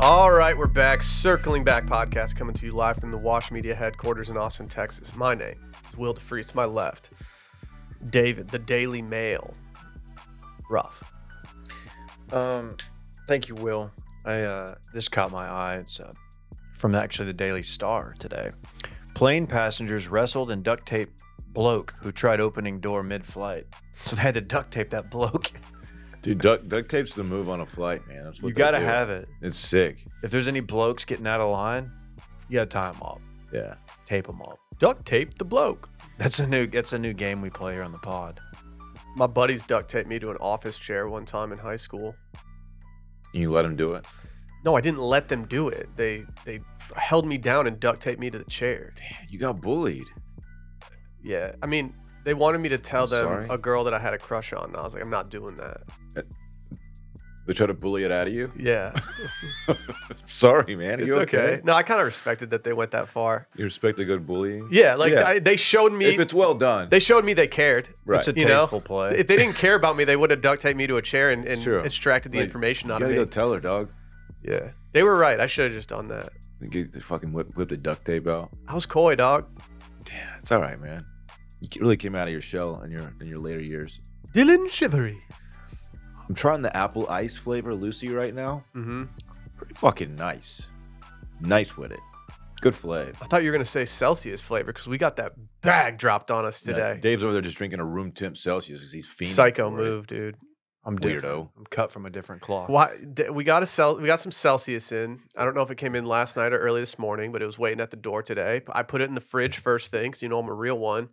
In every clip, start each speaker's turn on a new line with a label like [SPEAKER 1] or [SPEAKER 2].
[SPEAKER 1] All right, we're back. Circling Back podcast coming to you live from the Wash Media headquarters in Austin, Texas. My name is Will DeFree. To my left, David, the Daily Mail. Rough.
[SPEAKER 2] Um, thank you, Will. I uh, this caught my eye. It's uh, from actually the Daily Star today. Plane passengers wrestled and duct taped bloke who tried opening door mid-flight. So they had to duct tape that bloke.
[SPEAKER 3] Dude, duct, duct tape's the move on a flight, man. That's what
[SPEAKER 2] you
[SPEAKER 3] they
[SPEAKER 2] gotta
[SPEAKER 3] do.
[SPEAKER 2] have it.
[SPEAKER 3] It's sick.
[SPEAKER 2] If there's any blokes getting out of line, you gotta tie them up,
[SPEAKER 3] Yeah.
[SPEAKER 2] tape them up.
[SPEAKER 1] Duct tape the bloke.
[SPEAKER 2] That's a new. That's a new game we play here on the pod.
[SPEAKER 1] My buddies duct taped me to an office chair one time in high school.
[SPEAKER 3] You let him do it.
[SPEAKER 1] No, I didn't let them do it. They they held me down and duct taped me to the chair.
[SPEAKER 3] You got bullied.
[SPEAKER 1] Yeah, I mean, they wanted me to tell
[SPEAKER 3] I'm
[SPEAKER 1] them
[SPEAKER 3] sorry.
[SPEAKER 1] a girl that I had a crush on. And I was like, I'm not doing that.
[SPEAKER 3] They try to bully it out of you.
[SPEAKER 1] Yeah,
[SPEAKER 3] Sorry, man. Are
[SPEAKER 1] it's
[SPEAKER 3] you
[SPEAKER 1] okay. No, I kind of respected that they went that far.
[SPEAKER 3] You respect a good bullying.
[SPEAKER 1] Yeah, like
[SPEAKER 3] Yeah.
[SPEAKER 1] I, they showed me.
[SPEAKER 3] if it's well done.
[SPEAKER 1] They showed me they cared.
[SPEAKER 3] right.
[SPEAKER 2] It's a
[SPEAKER 1] You know,
[SPEAKER 2] tasteful play.
[SPEAKER 1] If they didn't care about me, they would have duct taped me to a chair and,
[SPEAKER 3] It's
[SPEAKER 1] and
[SPEAKER 3] true.
[SPEAKER 1] extracted the
[SPEAKER 3] Like,
[SPEAKER 1] information
[SPEAKER 3] you
[SPEAKER 1] out of
[SPEAKER 3] gotta
[SPEAKER 1] me.
[SPEAKER 3] go tell her, dog.
[SPEAKER 1] yeah, they were right. I should have just done that.
[SPEAKER 3] They, get, they fucking whip, whipped a duct tape out.
[SPEAKER 1] I was coy, dog.
[SPEAKER 3] Damn, it's all right, man. You really came out of your shell in your in your later years.
[SPEAKER 1] Dylan Shivery.
[SPEAKER 3] I'm trying the apple ice flavor Lucy right now.
[SPEAKER 1] Mm-hmm.
[SPEAKER 3] Pretty fucking nice. Nice with it. Good flavor.
[SPEAKER 1] I thought you were gonna say Celsius flavor because we got that bag dropped on us today.
[SPEAKER 3] Dave's over there just drinking a room temp Celsius because he's fiending.
[SPEAKER 1] Psycho
[SPEAKER 3] for it.
[SPEAKER 1] move, dude.
[SPEAKER 2] I'm different.
[SPEAKER 3] Weirdo.
[SPEAKER 2] I'm cut from a different cloth.
[SPEAKER 1] Why d- we got a cel- we got some Celsius in. I don't know if it came in last night or early this morning, but it was waiting at the door today. I put it in the fridge first thing because you know I'm a real one.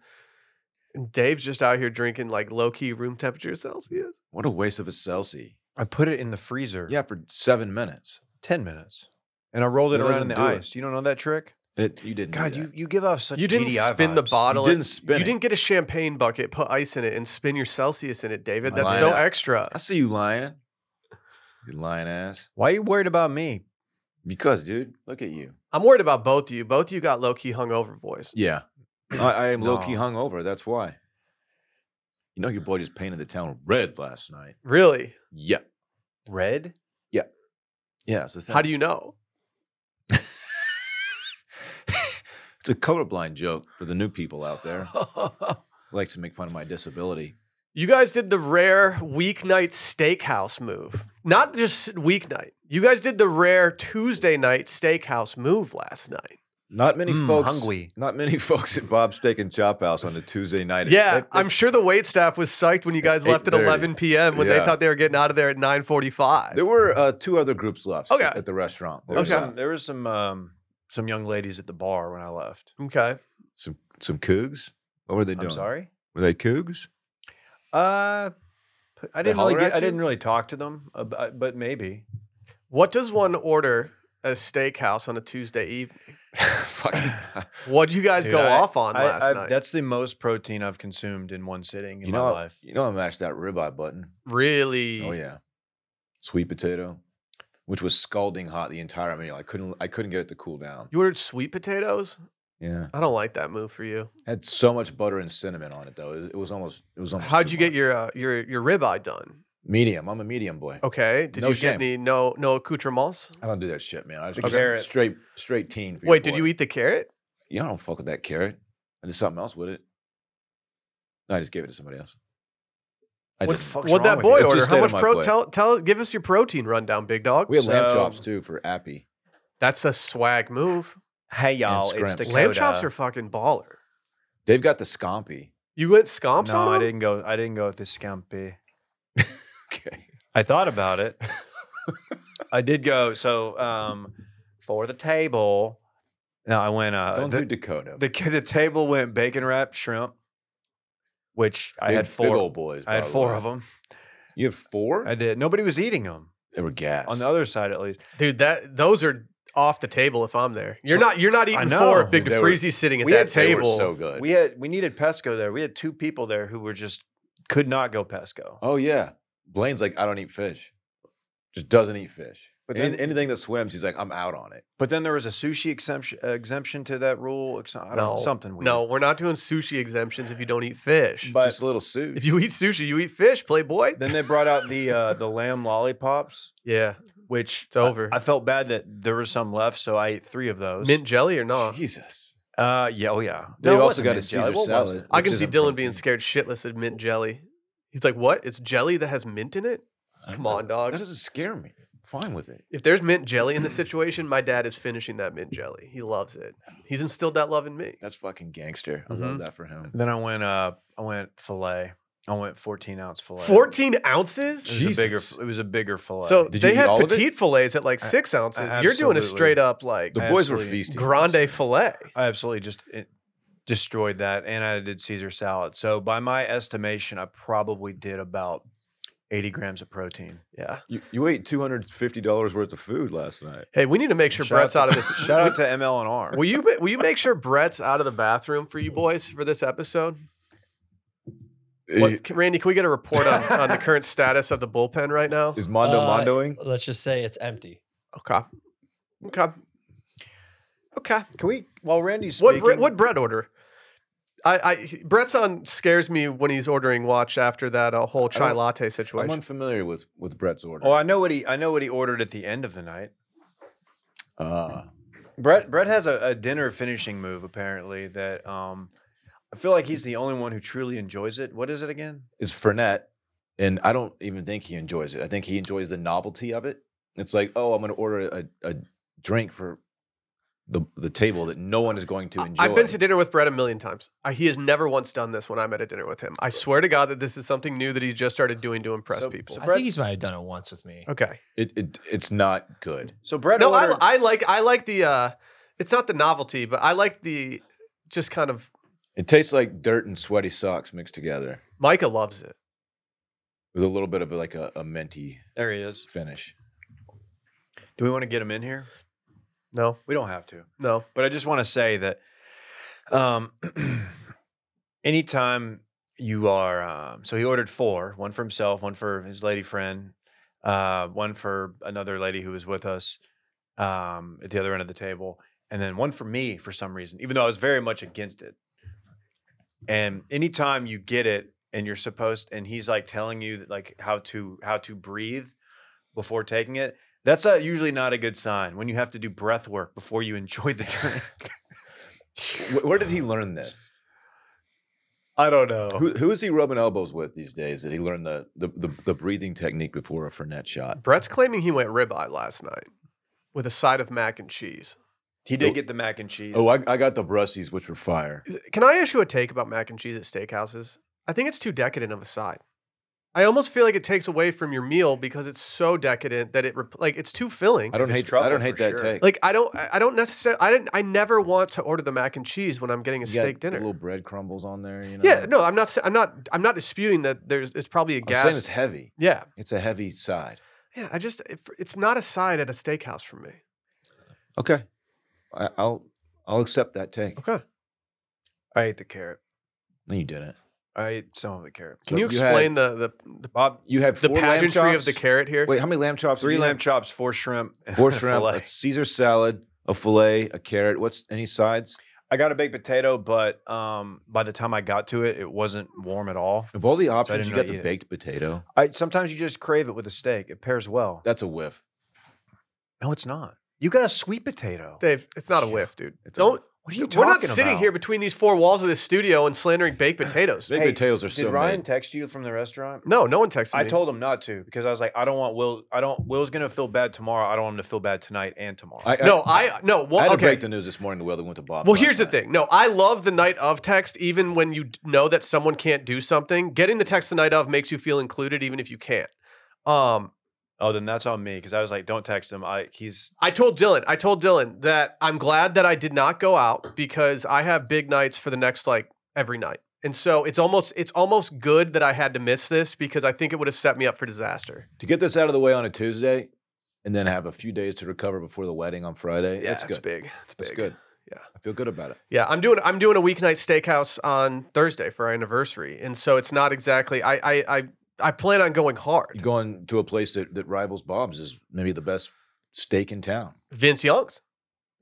[SPEAKER 1] And Dave's just out here drinking like low key room temperature Celsius.
[SPEAKER 3] What a waste of a Celsius.
[SPEAKER 2] I put it in the freezer.
[SPEAKER 3] Yeah, for seven minutes.
[SPEAKER 2] 10 minutes. And I rolled it
[SPEAKER 3] That
[SPEAKER 2] around in
[SPEAKER 3] doesn't
[SPEAKER 2] the
[SPEAKER 3] do it.
[SPEAKER 2] ice. You don't know that trick?
[SPEAKER 3] It, you didn't. do
[SPEAKER 2] God,
[SPEAKER 3] that.
[SPEAKER 2] you, you give off such
[SPEAKER 1] you didn't
[SPEAKER 2] GDI
[SPEAKER 1] spin the
[SPEAKER 2] vibes.
[SPEAKER 1] bottle.
[SPEAKER 3] You didn't spin
[SPEAKER 1] You
[SPEAKER 3] it.
[SPEAKER 1] didn't get a champagne bucket, put ice in it, and spin your Celsius in it, David.
[SPEAKER 3] I
[SPEAKER 1] That's
[SPEAKER 3] lied.
[SPEAKER 1] so extra.
[SPEAKER 3] I see you lying. You lying ass.
[SPEAKER 2] Why are you worried about me?
[SPEAKER 3] Because, dude, look at you.
[SPEAKER 1] I'm worried about both of you. Both of you got low key hungover voice.
[SPEAKER 3] Yeah, I, I am low key
[SPEAKER 2] No.
[SPEAKER 3] hungover. That's why. You know your boy just painted the town red last night.
[SPEAKER 1] Really?
[SPEAKER 3] Yeah,
[SPEAKER 2] Red?
[SPEAKER 3] yeah. It's a
[SPEAKER 1] How do you know?
[SPEAKER 3] It's a colorblind joke for the new people out there. likes to make fun of my disability.
[SPEAKER 1] You guys did the rare weeknight steakhouse move. Not just weeknight. You guys did the rare Tuesday night steakhouse move last night.
[SPEAKER 3] Not many
[SPEAKER 1] Hmm,
[SPEAKER 2] Mm,
[SPEAKER 3] folks.
[SPEAKER 2] hungry.
[SPEAKER 3] Not many folks at Bob's Steak and Chop House on a Tuesday night.
[SPEAKER 1] Yeah,
[SPEAKER 3] That- that-
[SPEAKER 1] I'm sure the wait staff was psyched when you guys left at
[SPEAKER 3] 8:30.
[SPEAKER 1] 11 p.m. when they
[SPEAKER 3] Yeah.
[SPEAKER 1] thought they were getting out of there at 9:45.
[SPEAKER 3] There were uh, two other groups left
[SPEAKER 1] Okay.
[SPEAKER 3] at the restaurant. There
[SPEAKER 2] There was
[SPEAKER 3] was uh,
[SPEAKER 1] Okay.
[SPEAKER 2] some, there was some, um, some young ladies at the bar when I left.
[SPEAKER 1] Okay.
[SPEAKER 3] some some cougs. What were they doing?
[SPEAKER 2] I'm sorry?
[SPEAKER 3] Were they cougs?
[SPEAKER 2] Uh, p- I didn't, really
[SPEAKER 3] holler
[SPEAKER 2] get,
[SPEAKER 3] at
[SPEAKER 2] I
[SPEAKER 3] you?
[SPEAKER 2] didn't really talk to them, about, but maybe.
[SPEAKER 1] What does one order at a steakhouse on a Tuesday evening?
[SPEAKER 3] Fucking.
[SPEAKER 1] What'd you guys
[SPEAKER 2] Dude,
[SPEAKER 1] go
[SPEAKER 2] I-
[SPEAKER 1] off on
[SPEAKER 2] I,
[SPEAKER 1] last
[SPEAKER 2] I've-
[SPEAKER 1] night?
[SPEAKER 2] That's the most protein I've consumed in one sitting in
[SPEAKER 3] you
[SPEAKER 2] my
[SPEAKER 3] know,
[SPEAKER 2] life.
[SPEAKER 3] you know, I mashed that ribeye button.
[SPEAKER 1] Really?
[SPEAKER 3] Oh yeah, sweet potato, which was scalding hot the entire meal. I couldn't. I couldn't get it to cool down.
[SPEAKER 1] You ordered sweet potatoes?
[SPEAKER 3] Yeah,
[SPEAKER 1] I don't like that move for you.
[SPEAKER 3] had so much butter and cinnamon on it though. It, it was almost. It was almost.
[SPEAKER 1] How'd
[SPEAKER 3] too
[SPEAKER 1] you get
[SPEAKER 3] much.
[SPEAKER 1] your uh, Oh. your your ribeye done?
[SPEAKER 3] medium? I'm a medium boy.
[SPEAKER 1] Okay. Did
[SPEAKER 3] No
[SPEAKER 1] you
[SPEAKER 3] shame.
[SPEAKER 1] get any no no accoutrements?
[SPEAKER 3] I don't do that shit, man. I just
[SPEAKER 2] The
[SPEAKER 3] I'm
[SPEAKER 2] carrot.
[SPEAKER 3] straight straight teen. For your
[SPEAKER 1] Wait, did
[SPEAKER 3] boy.
[SPEAKER 1] you eat the carrot?
[SPEAKER 3] You know, I don't fuck with that carrot. I did something else with it. No, I just gave it to somebody else.
[SPEAKER 2] What
[SPEAKER 3] I
[SPEAKER 2] the
[SPEAKER 3] didn't.
[SPEAKER 2] fuck's
[SPEAKER 1] What'd that
[SPEAKER 2] wrong with you?
[SPEAKER 1] boy
[SPEAKER 3] It
[SPEAKER 1] order?
[SPEAKER 3] just
[SPEAKER 1] How
[SPEAKER 3] stayed on
[SPEAKER 1] much
[SPEAKER 3] my
[SPEAKER 1] pro?
[SPEAKER 3] plate.
[SPEAKER 1] Tell tell. Give us your protein rundown, big dog.
[SPEAKER 3] We had lamb
[SPEAKER 2] So-
[SPEAKER 3] chops too for Appy.
[SPEAKER 1] That's a swag move.
[SPEAKER 2] Hey, y'all, it's
[SPEAKER 3] scrimps.
[SPEAKER 2] Dakota.
[SPEAKER 1] Lamb chops
[SPEAKER 2] uh
[SPEAKER 1] are fucking baller.
[SPEAKER 3] They've got the scompy.
[SPEAKER 1] You went scomps
[SPEAKER 2] No,
[SPEAKER 1] on
[SPEAKER 2] I
[SPEAKER 1] him?
[SPEAKER 2] didn't go. I didn't go with the scampi.
[SPEAKER 3] Okay.
[SPEAKER 2] I thought about it. I did go. So um, for the table, no, I went. Uh,
[SPEAKER 3] Don't
[SPEAKER 2] the,
[SPEAKER 3] do Dakota.
[SPEAKER 2] the the table went bacon wrap shrimp, which I
[SPEAKER 3] Big-
[SPEAKER 2] had
[SPEAKER 3] Big
[SPEAKER 2] four.
[SPEAKER 3] old boys.
[SPEAKER 2] I had
[SPEAKER 3] by the
[SPEAKER 2] four
[SPEAKER 3] way.
[SPEAKER 2] of them.
[SPEAKER 3] You have four?
[SPEAKER 2] I did. Nobody was eating them
[SPEAKER 3] they were gas.
[SPEAKER 2] on the other side, at least.
[SPEAKER 1] Dude, that those are off the table. If I'm there, you're
[SPEAKER 2] So-
[SPEAKER 1] not. You're not
[SPEAKER 2] I
[SPEAKER 1] eating four. If
[SPEAKER 2] know.
[SPEAKER 1] Big
[SPEAKER 3] Dude, they were-
[SPEAKER 1] DeFreezy's sitting at
[SPEAKER 2] we
[SPEAKER 1] that
[SPEAKER 2] had-
[SPEAKER 3] they
[SPEAKER 1] table.
[SPEAKER 3] were so good.
[SPEAKER 2] We had we needed pesco there. We had two people there who were just could not go pesco.
[SPEAKER 3] oh yeah. Blaine's like, I don't eat fish. Just doesn't eat fish.
[SPEAKER 2] But
[SPEAKER 3] But
[SPEAKER 2] then-
[SPEAKER 3] anything that swims, he's like, I'm out on it.
[SPEAKER 2] But then there was a sushi exemption exemption to that rule. ex- I don't know,
[SPEAKER 1] No,
[SPEAKER 2] something weird.
[SPEAKER 1] No, we're not doing sushi exemptions if you don't eat fish.
[SPEAKER 2] But-
[SPEAKER 3] just a little soup.
[SPEAKER 1] if you eat sushi, you eat fish, playboy.
[SPEAKER 2] Then they brought out the uh, the lamb lollipops.
[SPEAKER 1] yeah,
[SPEAKER 2] which
[SPEAKER 1] It's over.
[SPEAKER 2] I, I felt bad that there was some left, so I ate three of those.
[SPEAKER 1] Mint jelly or not?
[SPEAKER 3] Jesus.
[SPEAKER 2] Uh, yeah, oh yeah. No, it
[SPEAKER 3] They've also
[SPEAKER 2] wasn't
[SPEAKER 3] got a
[SPEAKER 2] mint jelly.
[SPEAKER 3] Caesar
[SPEAKER 2] What was
[SPEAKER 3] salad.
[SPEAKER 2] it?
[SPEAKER 1] I
[SPEAKER 3] which
[SPEAKER 1] can
[SPEAKER 3] is
[SPEAKER 1] see
[SPEAKER 3] a
[SPEAKER 1] Dylan being
[SPEAKER 3] protein.
[SPEAKER 1] scared shitless at mint jelly. He's like, "What? It's jelly that has mint in it?
[SPEAKER 3] I'm
[SPEAKER 1] Come
[SPEAKER 3] not-
[SPEAKER 1] on, dog."
[SPEAKER 3] That doesn't scare me. I'm fine with it.
[SPEAKER 1] If there's mint jelly in the situation, my dad is finishing that mint jelly. He loves it. He's instilled that love in me.
[SPEAKER 3] That's fucking gangster. I
[SPEAKER 1] Mhm.
[SPEAKER 3] love that for him.
[SPEAKER 2] Then I went. Uh, I went fillet. I went fourteen ounce fillet.
[SPEAKER 1] 14
[SPEAKER 2] It
[SPEAKER 1] ounces?
[SPEAKER 2] was a bigger.
[SPEAKER 3] Jesus.
[SPEAKER 2] It was a bigger fillet.
[SPEAKER 1] So
[SPEAKER 3] Did you
[SPEAKER 1] they
[SPEAKER 3] eat
[SPEAKER 1] had
[SPEAKER 3] all of it?
[SPEAKER 1] petite fillets at like six ounces. You're doing a
[SPEAKER 2] absolutely.
[SPEAKER 1] straight up like
[SPEAKER 3] The boys were
[SPEAKER 2] absolutely
[SPEAKER 3] feasting.
[SPEAKER 1] grande fillet.
[SPEAKER 2] I absolutely just it destroyed that, and I did Caesar salad. So by my estimation, I probably did about eighty grams of protein.
[SPEAKER 1] Yeah.
[SPEAKER 3] You, you ate two hundred fifty dollars worth of food last night.
[SPEAKER 1] Hey, we need to make sure
[SPEAKER 2] Shout
[SPEAKER 1] Brett's
[SPEAKER 2] out
[SPEAKER 1] out of
[SPEAKER 2] to-
[SPEAKER 1] this.
[SPEAKER 2] Shout out to ML and R.
[SPEAKER 1] Will you ma- will you make sure Brett's out of the bathroom for you boys for this episode?
[SPEAKER 3] Eh,
[SPEAKER 1] What, can- Randy, can we get a report on, on the current status of the bullpen right now?
[SPEAKER 3] Is Mondo
[SPEAKER 4] Uh,
[SPEAKER 3] Mondoing?
[SPEAKER 4] Let's just say it's empty.
[SPEAKER 1] Okay. Okay. Okay.
[SPEAKER 2] Can we? While Randy's
[SPEAKER 1] What
[SPEAKER 2] speaking,
[SPEAKER 1] Bre- what Brett order? I, I he- Brett's on scares me when he's ordering watch after that uh, whole
[SPEAKER 3] I
[SPEAKER 1] chai
[SPEAKER 3] don't-
[SPEAKER 1] latte
[SPEAKER 3] I'm
[SPEAKER 1] situation.
[SPEAKER 3] unfamiliar with with Brett's order.
[SPEAKER 2] Oh, I know what he. I know what he ordered at the end of the night.
[SPEAKER 3] Uh,
[SPEAKER 2] Brett Brett has a, a dinner finishing move apparently that um I feel like he's the only one who truly enjoys it. What is it again?
[SPEAKER 3] it's Fernet, and I don't even think he enjoys it. I think he enjoys the novelty of it. It's like, oh, I'm going to order a, a drink for the the table that no one is going to
[SPEAKER 1] I-
[SPEAKER 3] enjoy.
[SPEAKER 1] I've been to dinner with Brett a million times. I, he has never once done this when I'm at a dinner with him. I swear to God that this is something new that he just started doing to impress
[SPEAKER 2] So-
[SPEAKER 1] people.
[SPEAKER 2] so
[SPEAKER 4] I think he's
[SPEAKER 2] Brett's-
[SPEAKER 4] might have done it once with me.
[SPEAKER 1] okay.
[SPEAKER 3] It, it it's not good.
[SPEAKER 2] So Brett
[SPEAKER 1] No, I,
[SPEAKER 2] ordered
[SPEAKER 1] I like I like the uh, it's not the novelty, but I like the just kind of
[SPEAKER 3] It tastes like dirt and sweaty socks mixed together
[SPEAKER 1] Micah loves it.
[SPEAKER 3] with a little bit of like a, a minty
[SPEAKER 2] there he is.
[SPEAKER 3] finish.
[SPEAKER 2] Do we want to get him in here?
[SPEAKER 1] No,
[SPEAKER 2] We don't have to.
[SPEAKER 1] no.
[SPEAKER 2] But I just want to say that um anytime you are um so he ordered four, one for himself, one for his lady friend, uh, one for another lady who was with us um at the other end of the table, and then one for me for some reason, even though I was very much against it. And anytime you get it and you're supposed and he's like telling you that, like how to how to breathe before taking it, that's uh usually not a good sign when you have to do breath work before you enjoy the drink.
[SPEAKER 3] Wh- Where did he learn this?
[SPEAKER 2] I don't know.
[SPEAKER 3] Who, who is he rubbing elbows with these days that he learned the the, the, the breathing technique before a Fernet shot?
[SPEAKER 1] Brett's claiming he went ribeye last night with a side of mac and cheese.
[SPEAKER 2] He did get the mac and cheese.
[SPEAKER 3] Oh, I, I got the brussies, which were fire.
[SPEAKER 1] Is- Can I issue a take about mac and cheese at steakhouses? I think it's too decadent of a side. I almost feel like it takes away from your meal because it's so decadent that it rep- like it's too filling.
[SPEAKER 3] I don't
[SPEAKER 2] it's
[SPEAKER 3] hate. I
[SPEAKER 2] truffle,
[SPEAKER 3] don't
[SPEAKER 2] for
[SPEAKER 3] hate that
[SPEAKER 2] sure.
[SPEAKER 3] take.
[SPEAKER 1] Like I don't I I don't necessarily I didn't I never want to order the mac and cheese when I'm getting a
[SPEAKER 3] You got
[SPEAKER 1] steak
[SPEAKER 3] the
[SPEAKER 1] dinner.
[SPEAKER 3] Little bread crumbles on there. You know.
[SPEAKER 1] Yeah, no, I'm not sa- I'm not I'm not disputing that there's it's probably a
[SPEAKER 3] I'm saying
[SPEAKER 1] gas.
[SPEAKER 3] it's heavy.
[SPEAKER 1] yeah.
[SPEAKER 3] It's a heavy side.
[SPEAKER 1] Yeah, I just it, it's not a side at a steakhouse for me.
[SPEAKER 3] Okay, I, I'll I'll accept that take.
[SPEAKER 1] Okay.
[SPEAKER 2] I ate the carrot.
[SPEAKER 3] No, you didn't.
[SPEAKER 2] I ate some of the carrot.
[SPEAKER 1] Can
[SPEAKER 3] So
[SPEAKER 1] you
[SPEAKER 3] you had-
[SPEAKER 1] explain the the
[SPEAKER 2] Bob,
[SPEAKER 3] You had
[SPEAKER 1] the, the
[SPEAKER 3] four lamb
[SPEAKER 1] pageantry of the
[SPEAKER 3] chops?
[SPEAKER 1] carrot here?
[SPEAKER 3] Wait, how many lamb chops? did
[SPEAKER 2] three
[SPEAKER 3] you
[SPEAKER 2] lamb
[SPEAKER 3] have?
[SPEAKER 2] chops, four shrimp, and
[SPEAKER 3] Four
[SPEAKER 2] a
[SPEAKER 3] shrimp,
[SPEAKER 2] fillet.
[SPEAKER 3] a Caesar salad, a fillet, a carrot. What's any sides?
[SPEAKER 2] I got a baked potato, but um, by the time I got to it, it wasn't warm at all.
[SPEAKER 3] Of all the options,
[SPEAKER 2] didn't
[SPEAKER 3] you
[SPEAKER 2] know
[SPEAKER 3] got
[SPEAKER 2] you ate
[SPEAKER 3] the
[SPEAKER 2] it.
[SPEAKER 3] baked potato.
[SPEAKER 2] I sometimes you just crave it with a steak. It pairs well.
[SPEAKER 3] That's a whiff.
[SPEAKER 2] no, it's not. You got a sweet potato.
[SPEAKER 1] Dave, it's not a
[SPEAKER 3] Yeah,
[SPEAKER 1] whiff, dude.
[SPEAKER 3] it's a
[SPEAKER 1] Don't
[SPEAKER 2] What are you talking
[SPEAKER 1] we're not sitting
[SPEAKER 2] about?
[SPEAKER 1] here between these four walls of this studio and slandering baked potatoes.
[SPEAKER 3] Baked
[SPEAKER 2] Hey,
[SPEAKER 3] potatoes are
[SPEAKER 2] Did
[SPEAKER 3] so.
[SPEAKER 2] Ryan
[SPEAKER 3] made.
[SPEAKER 2] text you from the restaurant?
[SPEAKER 1] No, no one texted
[SPEAKER 2] I
[SPEAKER 1] me.
[SPEAKER 2] told him not to because I was like, I don't want Will. I don't. Will's gonna feel bad tomorrow. I don't want him to feel bad tonight and tomorrow.
[SPEAKER 3] I,
[SPEAKER 1] no, I no.
[SPEAKER 3] I had
[SPEAKER 1] Well,
[SPEAKER 3] to break
[SPEAKER 1] okay.
[SPEAKER 3] the news this morning. The weather went to Bob.
[SPEAKER 1] Well,
[SPEAKER 3] last
[SPEAKER 1] here's the
[SPEAKER 3] night.
[SPEAKER 1] thing. No, I love the night of text, even when you d- know that someone can't do something. Getting the text the night of makes you feel included, even if you can't. Um,
[SPEAKER 2] oh, then that's on me because I was like, don't text him. I he's
[SPEAKER 1] I told Dylan, I told Dylan that I'm glad that I did not go out because I have big nights for the next like every night. And so it's almost it's almost good that I had to miss this because I think it would have set me up for disaster.
[SPEAKER 3] To get this out of the way on a Tuesday, and then have a few days to recover before the wedding on Friday.
[SPEAKER 1] Yeah,
[SPEAKER 3] it's
[SPEAKER 1] it's
[SPEAKER 3] good.
[SPEAKER 1] big. It's big.
[SPEAKER 3] It's good.
[SPEAKER 1] Yeah.
[SPEAKER 3] I feel good about it.
[SPEAKER 1] Yeah, I'm doing I'm doing a weeknight steakhouse on Thursday for our anniversary. And so it's not exactly I I I, I plan on going hard.
[SPEAKER 3] Going to a place that, that rivals Bob's is maybe the best steak in town.
[SPEAKER 1] Vince Young's.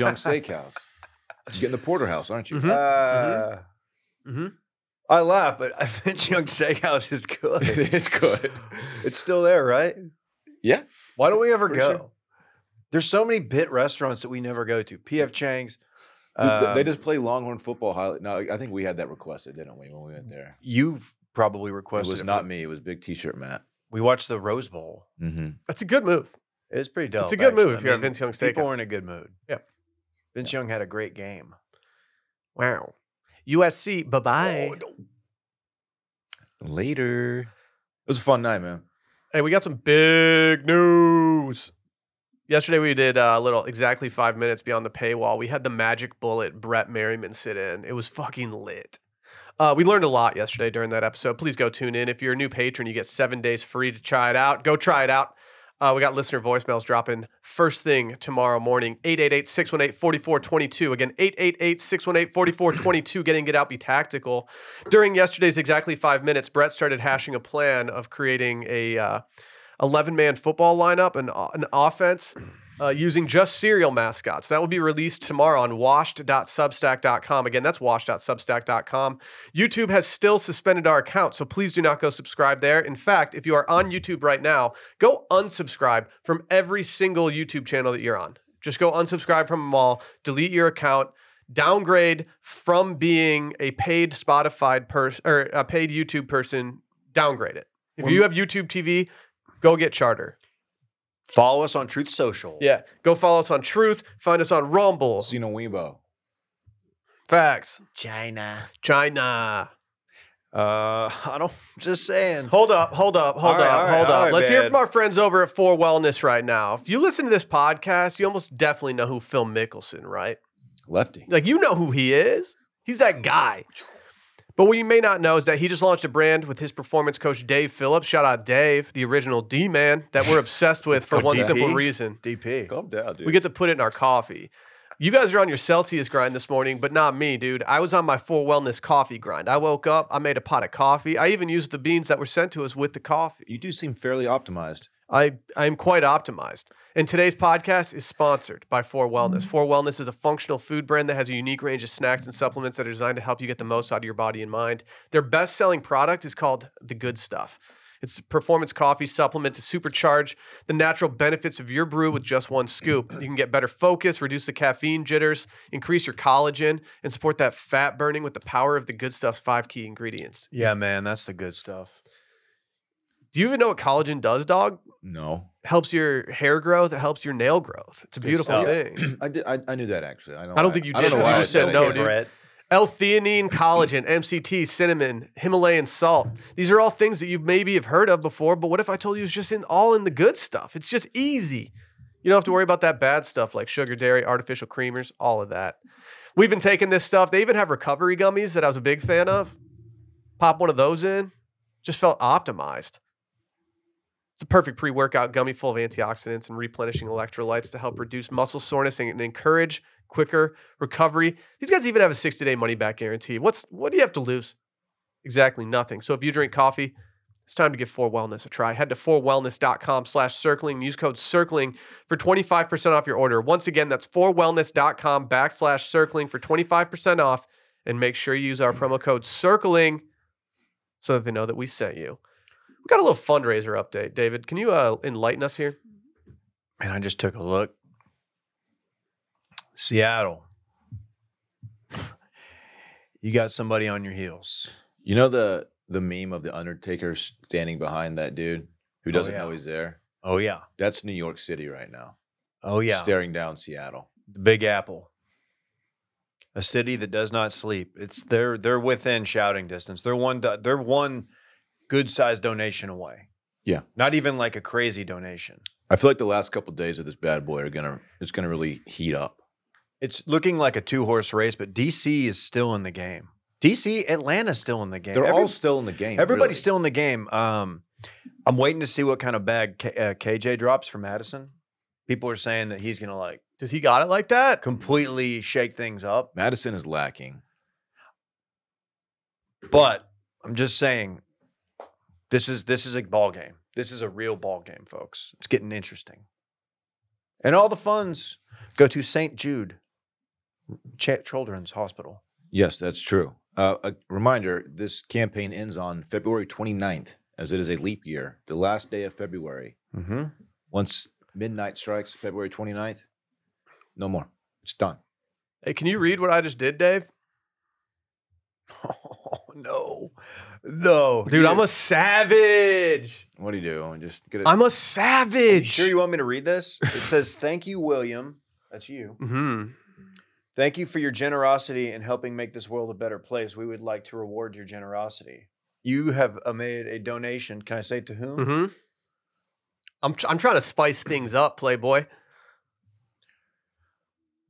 [SPEAKER 3] Young Mm-hmm. Steakhouse. You're getting the porterhouse, aren't you?
[SPEAKER 1] Mhm.
[SPEAKER 2] Uh,
[SPEAKER 3] Mm-hmm.
[SPEAKER 1] Mhm.
[SPEAKER 2] I laugh, but I think Young Steakhouse is good.
[SPEAKER 3] It is good.
[SPEAKER 2] It's still there, right?
[SPEAKER 3] Yeah.
[SPEAKER 2] Why don't we ever
[SPEAKER 1] For
[SPEAKER 2] go?
[SPEAKER 1] sure.
[SPEAKER 2] There's so many bit restaurants that we never go to. PF Chang's.
[SPEAKER 3] Dude, th- they
[SPEAKER 2] um,
[SPEAKER 3] just play Longhorn football highlight. No, I think we had that requested, didn't we, when we went there?
[SPEAKER 2] You've probably
[SPEAKER 3] It
[SPEAKER 2] requested.
[SPEAKER 3] was
[SPEAKER 2] for-
[SPEAKER 3] not me. It was Big T-shirt Matt.
[SPEAKER 2] We watched the Rose Bowl.
[SPEAKER 3] Mm-hmm.
[SPEAKER 1] That's a good move.
[SPEAKER 2] It was pretty dope.
[SPEAKER 1] a good move
[SPEAKER 2] actually.
[SPEAKER 1] if you're at Vince Young's
[SPEAKER 2] People were
[SPEAKER 1] Steakhouse.
[SPEAKER 2] in a good mood.
[SPEAKER 1] Yeah.
[SPEAKER 2] Vince Young had a great game.
[SPEAKER 1] Wow. USC, bye bye.
[SPEAKER 3] Later. It was a fun night, man.
[SPEAKER 1] Hey, we got some big news. Yesterday we did uh, a little exactly five minutes beyond the paywall. We had the magic bullet Brett Merriman sit in. It was fucking lit. Uh, we learned a lot yesterday during that episode. Please go tune in. If you're a new patron, you get seven days free to try it out. Go try it out. Uh, we got listener voicemails dropping first thing tomorrow morning 888 618 4422. Again, 888 618 4422. Get in, get out, be tactical. During yesterday's exactly five minutes, Brett started hashing a plan of creating a. Uh, 11 man football lineup and o- an offense uh, using just serial mascots. That will be released tomorrow on washed.substack.com. Again, that's washed.substack.com. YouTube has still suspended our account, so please do not go subscribe there. In fact, if you are on YouTube right now, go unsubscribe from every single YouTube channel that you're on. Just go unsubscribe from them all, delete your account, downgrade from being a paid Spotify person or a paid YouTube person, downgrade it. If
[SPEAKER 2] When-
[SPEAKER 1] you have YouTube TV, go get charter.
[SPEAKER 2] Follow us on Truth Social.
[SPEAKER 1] Yeah. Go follow us on Truth. Find us on Rumble.
[SPEAKER 3] Sino Weibo.
[SPEAKER 1] Facts.
[SPEAKER 2] China.
[SPEAKER 1] China.
[SPEAKER 2] Uh, I don't. Just saying.
[SPEAKER 1] Hold up, hold up, hold
[SPEAKER 2] All right,
[SPEAKER 1] up,
[SPEAKER 2] all right,
[SPEAKER 1] hold
[SPEAKER 2] all
[SPEAKER 1] up.
[SPEAKER 2] right,
[SPEAKER 1] Let's hear
[SPEAKER 2] man.
[SPEAKER 1] from our friends over at Four Wellness right now. If you listen to this podcast, you almost definitely know who Phil Mickelson, right?
[SPEAKER 3] Lefty.
[SPEAKER 1] Like you know who he is. He's that guy. But what you may not know is that he just launched a brand with his performance coach Dave Phillips. Shout out Dave, the original D man that we're obsessed with for
[SPEAKER 2] Coach
[SPEAKER 1] one
[SPEAKER 2] DP?
[SPEAKER 1] simple reason.
[SPEAKER 2] DP.
[SPEAKER 3] Calm down, dude.
[SPEAKER 1] We get to put it in our coffee. You guys are on your Celsius grind this morning, but not me, dude. I was on my Four Wellness coffee grind. I woke up, I made a pot of coffee. I even used the beans that were sent to us with the coffee.
[SPEAKER 3] you do seem fairly optimized.
[SPEAKER 1] I I am quite optimized. And today's podcast is sponsored by Four Wellness. Four Wellness is a functional food brand that has a unique range of snacks and supplements that are designed to help you get the most out of your body and mind. Their best-selling product is called The Good Stuff. It's a performance coffee supplement to supercharge the natural benefits of your brew with just one scoop. You can get better focus, reduce the caffeine jitters, increase your collagen, and support that fat burning with the power of the Good Stuff's five key ingredients.
[SPEAKER 2] Yeah, man, that's the good stuff.
[SPEAKER 1] Do you even know what collagen does, dog?
[SPEAKER 3] No.
[SPEAKER 1] helps your hair growth. It helps your nail growth. It's a
[SPEAKER 3] Good
[SPEAKER 1] beautiful
[SPEAKER 3] stuff.
[SPEAKER 1] thing.
[SPEAKER 3] I did. I, I knew that actually. I, know
[SPEAKER 1] I don't
[SPEAKER 3] why-
[SPEAKER 1] think you
[SPEAKER 3] I
[SPEAKER 1] did.
[SPEAKER 3] don't know
[SPEAKER 1] You
[SPEAKER 3] why I
[SPEAKER 1] just said
[SPEAKER 3] it.
[SPEAKER 1] no,
[SPEAKER 3] Yeah,
[SPEAKER 1] dude.
[SPEAKER 2] Brett.
[SPEAKER 1] L-theanine, collagen, MCT, cinnamon, Himalayan salt. These are all things that you maybe have heard of before. But what if I told you it's just in all in the good stuff? It's just easy. You don't have to worry about that bad stuff like sugar, dairy, artificial creamers, all of that. We've been taking this stuff. They even have recovery gummies that I was a big fan of. Pop one of those in. Just felt optimized. It's a perfect pre workout gummy full of antioxidants and replenishing electrolytes to help reduce muscle soreness and encourage quicker recovery. These guys even have a 60 day money back guarantee. What's what do you have to lose? Exactly nothing. So if you drink coffee, it's time to give Four Wellness a try. Head to forwellness.com slash circling. Use code circling for 25% off your order. Once again, that's forwellness.com backslash circling for 25% off. And make sure you use our promo code circling so that they know that we sent you. We got a little fundraiser update. David, can you uh, enlighten us here?
[SPEAKER 2] Man, I just took a look. Seattle. you got somebody on your heels.
[SPEAKER 3] You know the the meme of the Undertaker standing behind that dude who
[SPEAKER 2] Oh,
[SPEAKER 3] doesn't
[SPEAKER 2] yeah.
[SPEAKER 3] know he's there.
[SPEAKER 2] Oh yeah.
[SPEAKER 3] That's New York City right now.
[SPEAKER 2] Oh yeah.
[SPEAKER 3] Staring down Seattle.
[SPEAKER 2] the Big Apple. A city that does not sleep. It's they're they're within shouting distance. They're one do- they're one good sized donation away.
[SPEAKER 3] Yeah.
[SPEAKER 2] Not even like a crazy donation.
[SPEAKER 3] I feel like the last couple days of this bad boy are gonna it's gonna really heat up.
[SPEAKER 2] It's looking like a two horse race, but DC is still in the game. DC, Atlanta's still in the game.
[SPEAKER 3] They're all
[SPEAKER 2] Every-
[SPEAKER 3] still in the game.
[SPEAKER 2] everybody's
[SPEAKER 3] really.
[SPEAKER 2] still in the game. Um, I'm waiting to see what kind of bag K- uh, KJ drops for Madison. People are saying that he's going to like
[SPEAKER 1] Does he got it like that?
[SPEAKER 2] completely shake things up.
[SPEAKER 3] Madison is lacking.
[SPEAKER 2] But I'm just saying, this is this is a ball game. This is a real ball game, folks. It's getting interesting. And all the funds go to St. Jude Ch- Children's Hospital.
[SPEAKER 3] Yes, that's true. Uh, a reminder this campaign ends on February 29th, as it is a leap year, the last day of February.
[SPEAKER 2] Mm-hmm.
[SPEAKER 3] Once midnight strikes February 29th, no more. It's done.
[SPEAKER 1] Hey, can you read what I just did, Dave?
[SPEAKER 2] Oh no, no,
[SPEAKER 1] Dude, I'm a savage.
[SPEAKER 3] What do you do? And Just get it.
[SPEAKER 1] I'm a
[SPEAKER 2] You
[SPEAKER 1] savage.
[SPEAKER 2] sure you want me to read this? It says, "Thank you, William." That's you.
[SPEAKER 1] Mm-hmm.
[SPEAKER 2] Thank you for your generosity in helping make this world a better place. We would like to reward your generosity. You have uh, made a donation. Can I say to whom?
[SPEAKER 1] Mm-hmm. I'm tr- I'm trying to spice things up, Playboy.